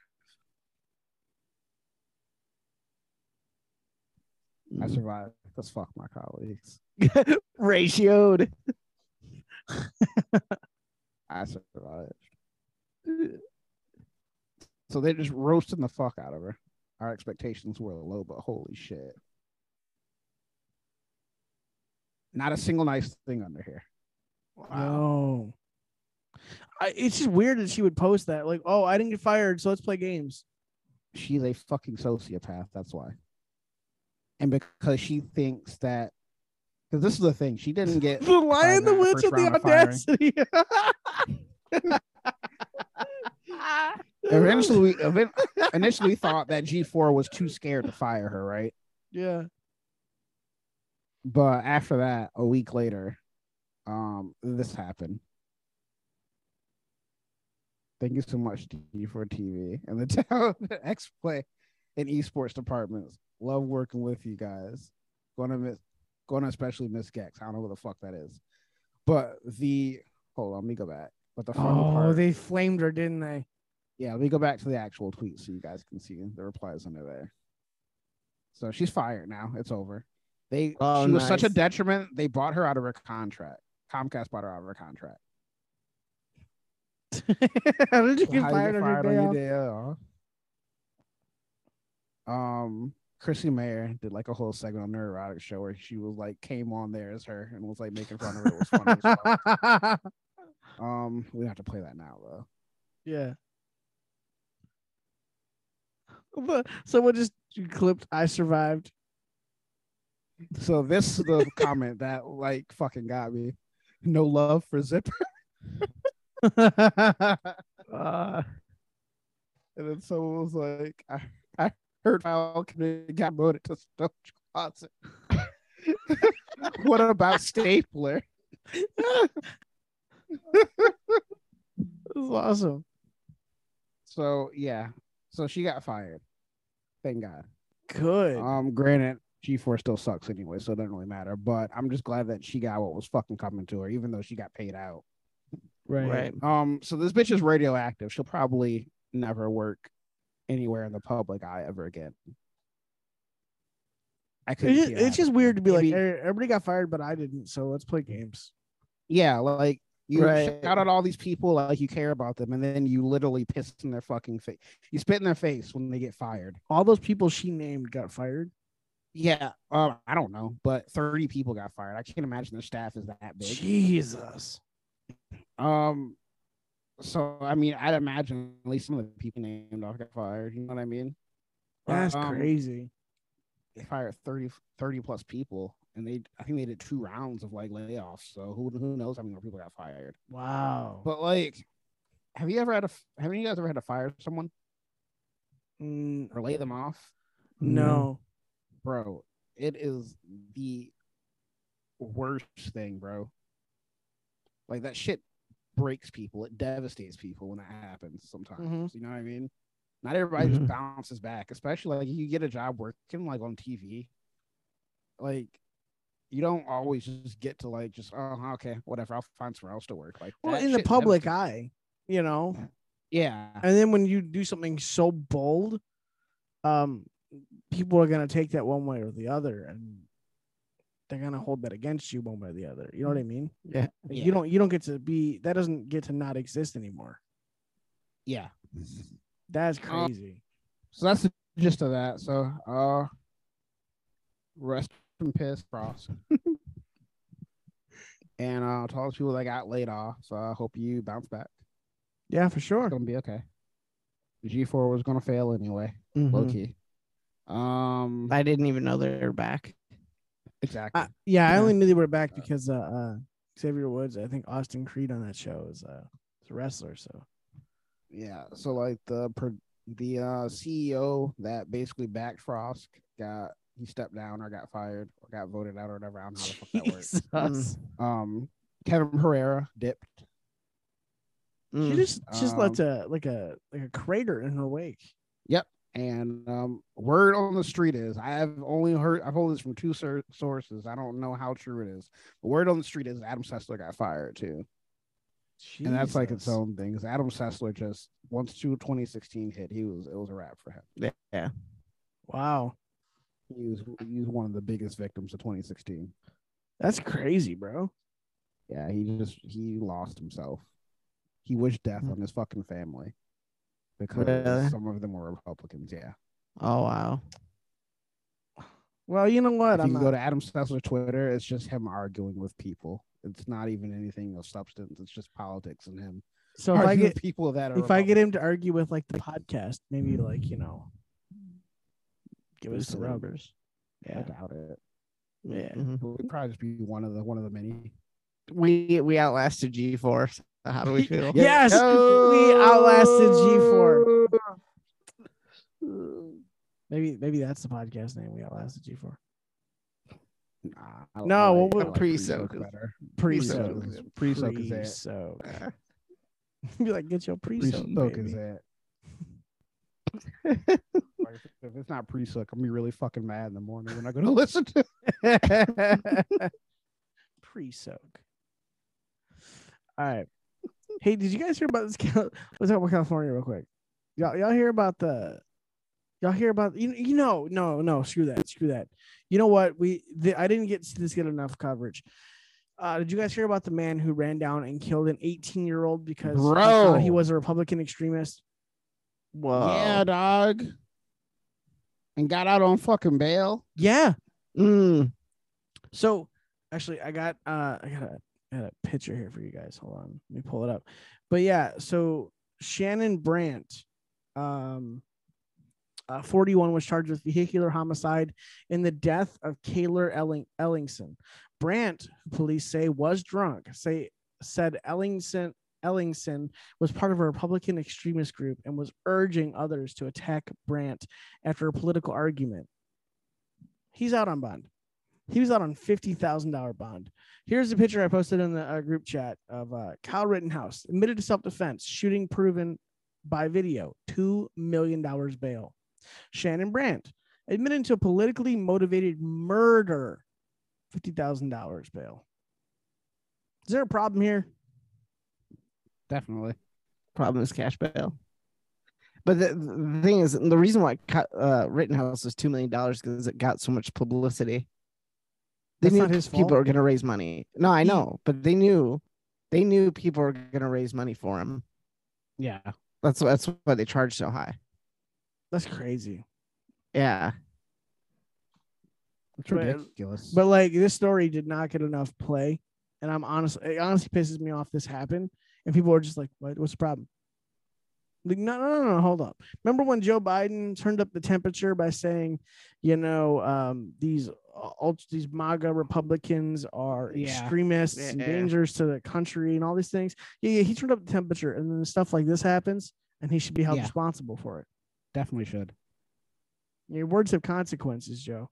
S3: I
S2: mm.
S3: survived. Let's fuck my colleagues.
S2: ratioed.
S3: I survived. So they're just roasting the fuck out of her. Our expectations were low, but holy shit. Not a single nice thing under here.
S1: Wow. I, it's just weird that she would post that. Like, oh, I didn't get fired, so let's play games.
S3: She's a fucking sociopath. That's why. And because she thinks that, because this is the thing, she didn't get.
S1: The Lion,
S3: fired
S1: the
S3: in that
S1: Witch,
S3: first
S1: and the
S3: round of firing.
S1: Audacity.
S3: Eventually, we event, initially we thought that G4 was too scared to fire her, right?
S1: yeah.
S3: But after that, a week later, um, this happened. Thank you so much, G4 TV and the town X Play and esports departments. Love working with you guys. Gonna miss, gonna especially miss Gex. I don't know what the fuck that is, but the hold on, let me go back. But the fun
S1: Oh,
S3: part,
S1: they flamed her, didn't they?
S3: yeah, let me go back to the actual tweet so you guys can see the replies under there. So she's fired now. It's over. They
S2: Oh,
S3: she was such a
S2: nice.
S3: detriment. They bought her out of her contract. Comcast bought her out of her contract.
S1: How did you
S3: So
S1: get
S3: how you
S1: fired,
S3: get
S1: on your day off?
S3: day off? Um, Chrissy Mayer did like a whole segment on her erotic show where she was like came on there as her and was like making fun of her. It was funny. as fuck. um, we don't have to play that now though.
S1: yeah. But someone just clipped. I survived.
S3: So this is the comment that like fucking got me. No love for zipper.
S2: Uh,
S3: And then someone was like, I, I heard Kyle Kinnear got voted to Stone Closet. what about Stapler?
S1: This is awesome.
S3: So yeah. So she got fired. Thank God.
S1: Good.
S3: Um, granted, G4 still sucks anyway, so it doesn't really matter. But I'm just glad that she got what was fucking coming to her, even though she got paid out.
S2: right.
S3: Um, so this bitch is radioactive. She'll probably never work anywhere in the public eye ever again.
S2: I couldn't.
S1: It's just,
S2: see that
S1: it's just weird to be
S2: Maybe-
S1: like "Eh, everybody got fired, but I didn't. So let's play games.
S3: Yeah, like you
S1: Right.
S3: shout out all these people like you care about them, and then you literally piss in their fucking face. You spit in their face when they get fired.
S1: All those people she named got fired.
S3: Yeah, um, I don't know, but thirty people got fired. I can't imagine their staff is that big.
S1: Jesus.
S3: Um, so I mean, I'd imagine at least some of the people named off got fired. You know what I mean?
S1: That's
S3: Um,
S1: crazy.
S3: They fired 30, 30 plus people, and they I think they did two rounds of like layoffs. So who who knows how many more people got fired?
S1: Wow.
S3: But like, have you ever had a f- have any of you guys ever had to fire someone
S1: Mm,
S3: or lay them off?
S1: no.
S3: bro. It is the worst thing, bro. Like that shit breaks people. It devastates people when that happens. Sometimes,
S1: Mm-hmm.
S2: Mhm.
S3: you know what I mean. Not everybody
S2: Mhm.
S3: just bounces back, especially like you get a job working like on TV. Like you don't always just get to like just oh okay whatever I'll find somewhere else to work. Like
S1: Well,
S3: that
S1: in the
S3: shit
S1: public
S3: devastates-
S1: eye, you know.
S3: yeah,
S1: And then when you do something so bold, um, people are gonna take that one way or the other, and they're gonna hold that against you one way or the other. You know what I mean?
S2: Yeah.
S1: Like,
S3: Yeah.
S1: You don't. You don't get to be. That doesn't get to not exist anymore.
S3: yeah.
S1: That's
S3: Um,
S1: crazy.
S3: So that's the gist of that. So uh rest in piss, Frost. and uh to all those people that got laid off. So I hope you bounce back.
S1: yeah, for sure.
S3: It's gonna be okay. G four was gonna fail anyway,
S1: Mm-hmm.
S3: low
S2: Mhm.
S3: key. Um
S2: I didn't even know they were back.
S3: exactly.
S1: I, yeah, I
S2: Yeah.
S1: only knew they were back because uh, uh Xavier Woods. I think Austin Creed on that show is uh, is a wrestler. So
S3: yeah. So like the pro- the uh CEO that basically backed Frost got he stepped down or got fired or got voted out or whatever. I don't know how the fuck that works.
S2: Jesus.
S1: Mm.
S3: Um Kevin Herrera dipped.
S1: she
S2: Mm.
S1: just just left
S3: Um,
S1: a like a like a crater in her wake.
S3: And um, word on the street is I have only heard I've heard this from two sur- sources. I don't know how true it is. The word on the street is Adam Sessler got fired too, and that's like its
S1: Jesus.
S3: own thing. Because Adam Sessler just once two 2016 hit, he was it was a wrap for him.
S2: yeah.
S1: Wow,
S3: He was he was one of the biggest victims of 2016.
S1: that's crazy, bro.
S3: Yeah, he just he lost himself. He wished death on his fucking family because
S2: Really?
S3: some of them were Republicans. Yeah.
S2: Oh wow.
S1: Well, you know
S3: if
S1: what? I'm
S3: you
S1: not,
S3: go to Adam Sessler's Twitter, it's just him arguing with people. It's not even anything of substance. It's just politics and him.
S1: so if I
S3: arguing with
S1: get
S3: people that are
S1: if I get him to argue with like the podcast, maybe like you know, give us
S3: Boost
S1: the
S3: it up.
S1: rubbers. Yeah,
S3: Republican, I doubt it.
S1: yeah.
S2: Mm-hmm.
S3: It would probably just be one of the one of the many.
S2: We we outlasted G four. So how do we feel?
S1: Yes, we outlasted G four. Maybe maybe that's the podcast name. We outlasted G four.
S3: Nah, I don't-
S1: No,
S3: I
S1: well,
S3: like- I
S1: we're-
S3: like
S2: Pre-soak is-
S3: better.
S1: Pre-soak.
S3: is- Pre-soak is it.
S1: Pre-soak. Be like, get your pre-soak.
S3: Pre-soak
S1: baby.
S3: is it. Like, If it's not pre-soak, I'm gonna be really fucking mad in the morning when I go to listen to. it.
S1: pre-soak. All right. Hey, did you guys hear about this? Cal- Let's talk about California real quick. Y'all, y'all hear about the? Y'all hear about you? You know, no, no. Screw that. Screw that. You know what? We the, I didn't get this get enough coverage. Uh, did you guys hear about the man who ran down and killed an 18 year old because he, thought he
S3: Bro.
S1: was a Republican extremist?
S2: Whoa.
S1: Oh.
S3: yeah, dog. And got out on fucking bail.
S1: Yeah.
S2: Mm.
S1: So actually, I got uh, I got a, I got a picture here for you guys. Hold on, let me pull it up. But yeah, so Shannon Brandt, um, uh, 41 was charged with vehicular homicide in the death of Kaylor Elling- Ellingson. Brandt, who police say was drunk, say said Ellingson Ellingson was part of a Republican extremist group and was urging others to attack Brandt after a political argument. He's out on bond. He was out on fifty thousand dollar bond. Here's the picture I posted in the uh, group chat of uh, Kyle Rittenhouse admitted to self defense, shooting proven by video, two million dollars bail. Shannon Brandt admitted to politically motivated murder, fifty thousand dollars bail. Is there a problem here?
S3: Definitely.
S2: Problem is cash bail. But the, the thing is, the reason why it cut, uh, Rittenhouse was two million dollars because it got so much publicity. They
S1: That's
S2: knew
S1: not his
S2: people
S1: fault.
S2: were going to raise money. No, I
S1: He-
S2: know, but they knew, they knew people were going to raise money for him.
S1: Yeah,
S2: That's that's why they charge so high.
S1: that's crazy.
S2: Yeah, it's
S1: But-
S2: ridiculous.
S1: But like this story did not get enough play, and I'm honestly, it honestly pisses me off. This happened, and people are just like, "What? What's the problem?" Like, no, no, no, no, hold up. Remember when Joe Biden turned up the temperature by saying, you know, um, these ultra, these MAGA Republicans are
S2: Yeah.
S1: extremists and
S2: Yeah.
S1: dangers to the country and all these things. Yeah, yeah, he turned up the temperature, and then stuff like this happens, and he should be held
S3: Yeah.
S1: responsible for it.
S3: Definitely should.
S1: Your words have consequences, Joe.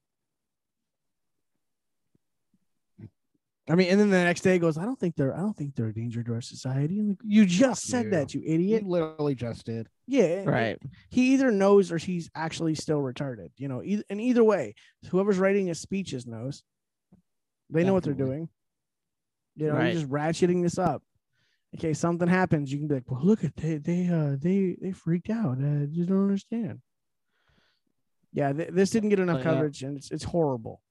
S1: I mean, and then the next day goes, I don't think they're, I don't think they're a danger to our society. I'm like, you just said
S3: Yeah.
S1: that, you idiot.
S3: You literally just did.
S1: Yeah,
S2: Right.
S1: He either knows or he's actually still retarded. You know, eith- and either way, whoever's writing his speeches knows. They know what they're
S3: Definitely.
S1: doing. You know,
S2: Right.
S1: you're just ratcheting this up. Okay, something happens, you can be like, "Well, look at they they uh they they freaked out. Uh, you don't understand." Yeah, th- this didn't get enough
S3: Yeah.
S1: coverage, and it's it's horrible.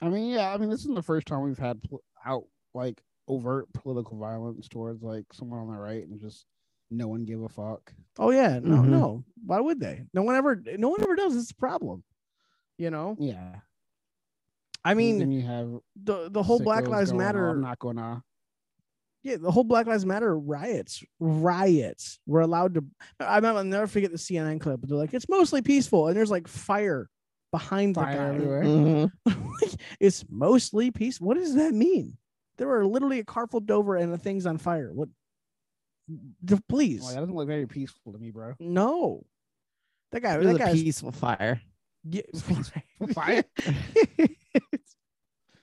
S3: I mean, yeah. I mean, this is the first time we've had pol- out like overt political violence towards like someone on the right, and just no one give a fuck.
S1: Oh yeah, no,
S3: Mm-hmm.
S2: Mhm.
S1: no. Why would they? No one ever, no one ever does. It's a problem. You know,
S3: Yeah.
S1: I mean,
S3: and you have
S1: the the whole Black
S3: sickos
S1: Lives
S3: Mm-hmm. going,
S1: Matter.
S3: I'm not gonna.
S1: yeah, the whole Black Lives Matter riots, riots were allowed to. I remember, I'll never forget the CNN clip. They're like, it's mostly peaceful, and there's like fire behind
S3: Fire
S1: the
S3: everywhere.
S2: Mhm.
S1: guy. Like, it's mostly peace. What does that mean? There were literally a car flipped over and the thing's on fire. What? D- Please,
S3: Like, that doesn't look very peaceful to me, bro.
S1: no. That guy,
S2: It was
S1: that
S2: a
S1: guy's
S2: peaceful fire.
S1: yeah,
S3: Fire.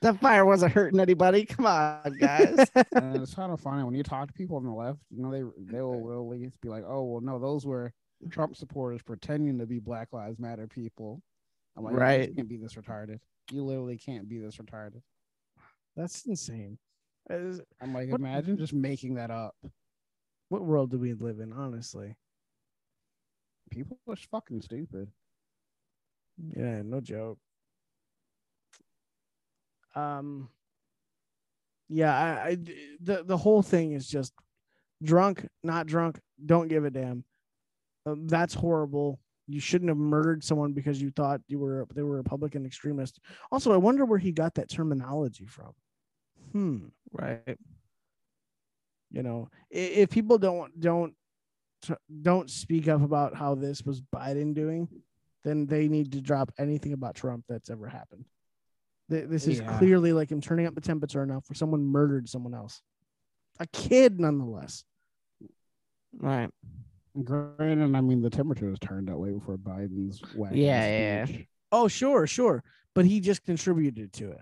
S2: That fire wasn't hurting anybody. Come on, guys.
S3: and it's kind of funny when you talk to people on the left. You know, they they will really be like, "Oh, well, no, those were Trump supporters pretending to be Black Lives Matter people." I'm like,
S2: Right.
S3: You can't be this retarded. You literally can't be this retarded.
S1: that's insane. That is-
S3: I'm like,
S1: What-
S3: imagine just making that up.
S1: What world do we live in, honestly?
S3: People are fucking stupid.
S1: Yeah, no joke. Um, yeah, I, I d- the the whole thing is just drunk, not drunk, don't give a damn. Um, that's horrible. You shouldn't have murdered someone because you thought you were they were a Republican extremist. Also, I wonder where he got that terminology from. Hmm.
S2: right.
S1: you know i- if people don't don't t- don't speak up about how this was biden doing then they need to drop anything about trump that's ever happened Th- this is
S3: Yeah.
S1: clearly like him turning up the temperature enough where someone murdered someone else a kid nonetheless
S2: Right.
S3: Granted, I mean, the temperature was turned up way before Biden's whack-ass
S2: Yeah, yeah.
S3: speech.
S1: oh sure sure but he just contributed to it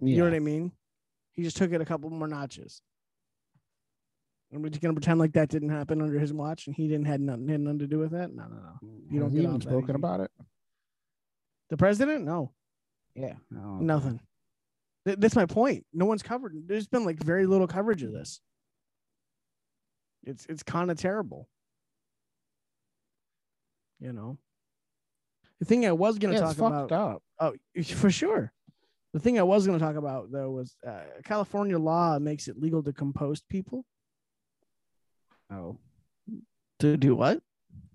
S3: yeah.
S1: you know what i mean he just took it a couple more notches and we're just gonna pretend like that didn't happen under his watch and he didn't had nothing had nothing to do with that no no no You
S3: You
S1: don't
S3: don't
S1: get
S3: even
S1: off that
S3: spoken
S1: easy.
S3: about it.
S1: the president no
S3: Yeah. No.
S1: Nothing. Th- that's my point. No one's covered. There's been like very little coverage of this. It's it's kind of terrible. You know. The thing I was gonna
S3: Yeah,
S1: talk
S3: it's fucked
S1: about.
S3: up.
S1: Oh, for sure. The thing I was going to talk about though was uh, California law makes it legal to compost people
S3: Oh,
S2: To do what?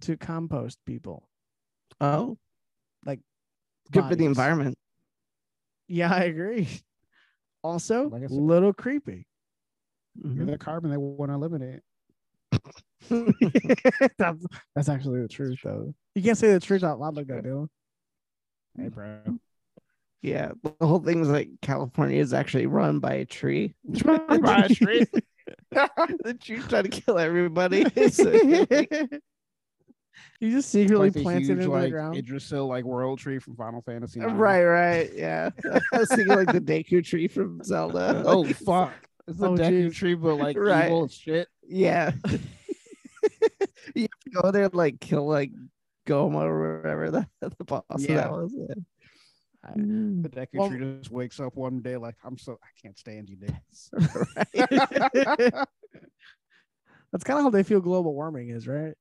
S1: to compost people.
S2: Oh, good for the
S1: bodies.
S2: environment.
S1: Yeah, I agree. Also,
S3: Like I
S1: a
S3: said-
S1: little creepy.
S2: Mm-hmm.
S3: you're the carbon they want to eliminate.
S1: that's, that's actually the truth though. You can't say the truth out loud like that, Dylan.
S3: Hey, bro.
S2: Yeah, the whole thing was like California is actually run by a tree.
S3: by a tree.
S2: the tree's trying to kill everybody.
S1: You just secretly
S3: the
S1: planted
S3: huge,
S1: it in
S3: like,
S1: the ground.
S3: Idrisil, like world tree from Final Fantasy. IX.
S2: right, right. Yeah, I was thinking like the Deku tree from Zelda.
S3: Oh fuck. It's the
S1: Oh,
S3: Deku
S1: jeez.
S3: tree, but like
S2: Right.
S3: evil as shit.
S2: yeah. you have to go there and like kill like Goma or whatever the, the boss of
S3: Yeah.
S2: that was. Yeah. Mm.
S3: The Deku
S1: Well-
S3: tree just wakes up one day like I'm so I can't stand you, dude.
S2: Right.
S1: That's kind of how they feel global warming is, right?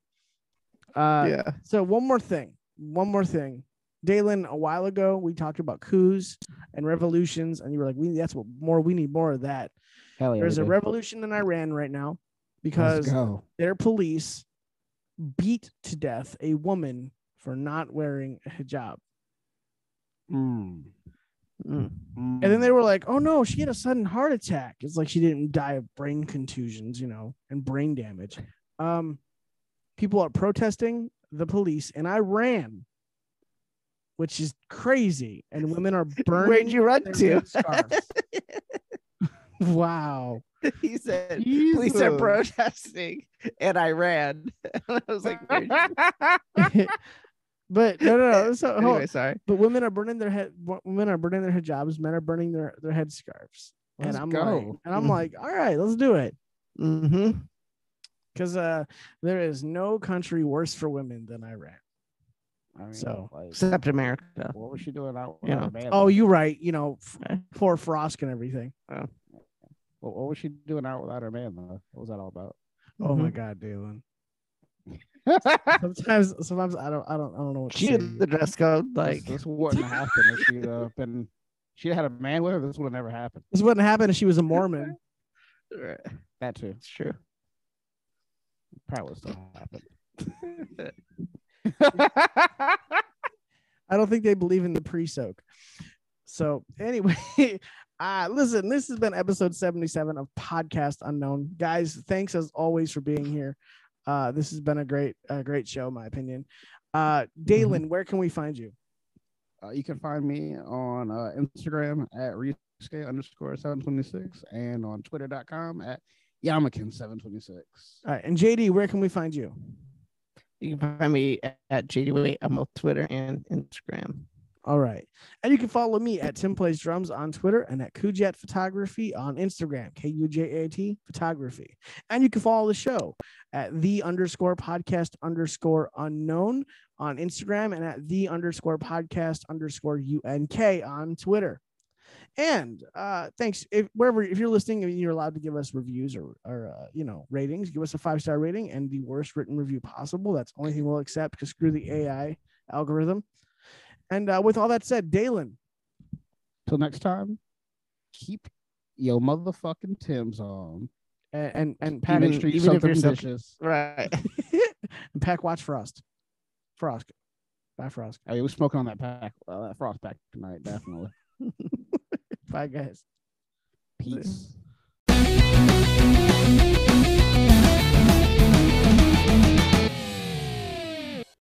S1: Uh, yeah. So one more thing. One more thing. Dalen, a while ago we talked about coups and revolutions, and you were like, "We that's what more we need more of that."
S2: Hell yeah,
S1: There's
S2: we
S1: a
S2: do.
S1: revolution in Iran right now because
S2: go.
S1: their police beat to death a woman for not wearing a hijab.
S3: Mm.
S1: And then they were like, "Oh no, she had a sudden heart attack." It's like she didn't die of brain contusions, you know, and brain damage. Um, people are protesting the police in Iran, which is crazy. And women are burning.
S2: Where'd you run
S1: their
S2: to?
S1: red scarves. wow.
S2: he said, "Police are
S1: Jesus.
S2: protesting in Iran." and I was like, "Where'd you-"
S1: But no, no, no. So, hold on.
S2: Anyway, sorry.
S1: But women are burning their head. wo- Women are burning their hijabs. Men are burning their their head scarves. And
S2: Let's
S1: I'm like,
S2: go.
S1: and I'm like, all right, let's do it.
S2: Mm-hmm.
S1: Because uh, there is no country worse for women than Iran.
S3: I mean,
S1: So-
S3: like,
S2: Except America.
S3: what was she doing out
S2: You know.
S3: without a man?
S1: Oh, you're right. You know, f-
S2: Eh.
S1: poor Frost and everything.
S3: What, what was she doing out without her man? Though? What was that all about?
S1: Oh
S2: Mm-hmm.
S1: my God, Dalen. sometimes, sometimes I don't, I don't, I don't know what to
S2: She
S1: say.
S2: had the dress code. Like,
S3: Like this, wouldn't happen if she'd uh, been. She had a man with her. This would have never happened.
S1: This wouldn't happen if she was a Mormon.
S2: right,
S3: That too.
S2: it's true.
S3: Probably still happened.
S1: I don't think they believe in the pre-soak. So anyway, uh, listen, this has been episode 77 of Podcast Unknown. Guys, thanks as always for being here. Uh, this has been a great, a great show, in my opinion. Uh, Dalen, where can we find you?
S3: Uh, you can find me on uh, Instagram at rescale underscore seven twenty six and on Twitter.com at Yamakin seven twenty six.
S1: All right, Uh, and JD, where can we find you?
S2: You can find me at, at JD Wait. I'm on Twitter and Instagram.
S1: All right. And you can follow me at Tim Plays Drums on Twitter and at Kujat Photography on Instagram, K U J A T Photography. And you can follow the show at the underscore podcast underscore unknown on Instagram and at the underscore podcast underscore UNK on Twitter. And uh, thanks. If wherever if you're listening, and you're allowed to give us reviews or, or uh, you know ratings. Give us a five star rating and the worst written review possible. That's the only thing we'll accept because screw the AI algorithm. And uh, with all that said, Dalen,
S3: Till next time, keep your motherfucking Tim's on.
S1: and and, and
S3: Pack even,
S1: Pack
S2: Even-
S3: Street
S2: even if
S3: something
S2: you're some-
S3: vicious.
S2: Right.
S1: and Pack watch Frost. Frost. Bye, Frost.
S3: Oh, yeah, we're smoking on that pack, uh, that frost pack tonight, definitely.
S1: Bye, guys.
S3: Peace.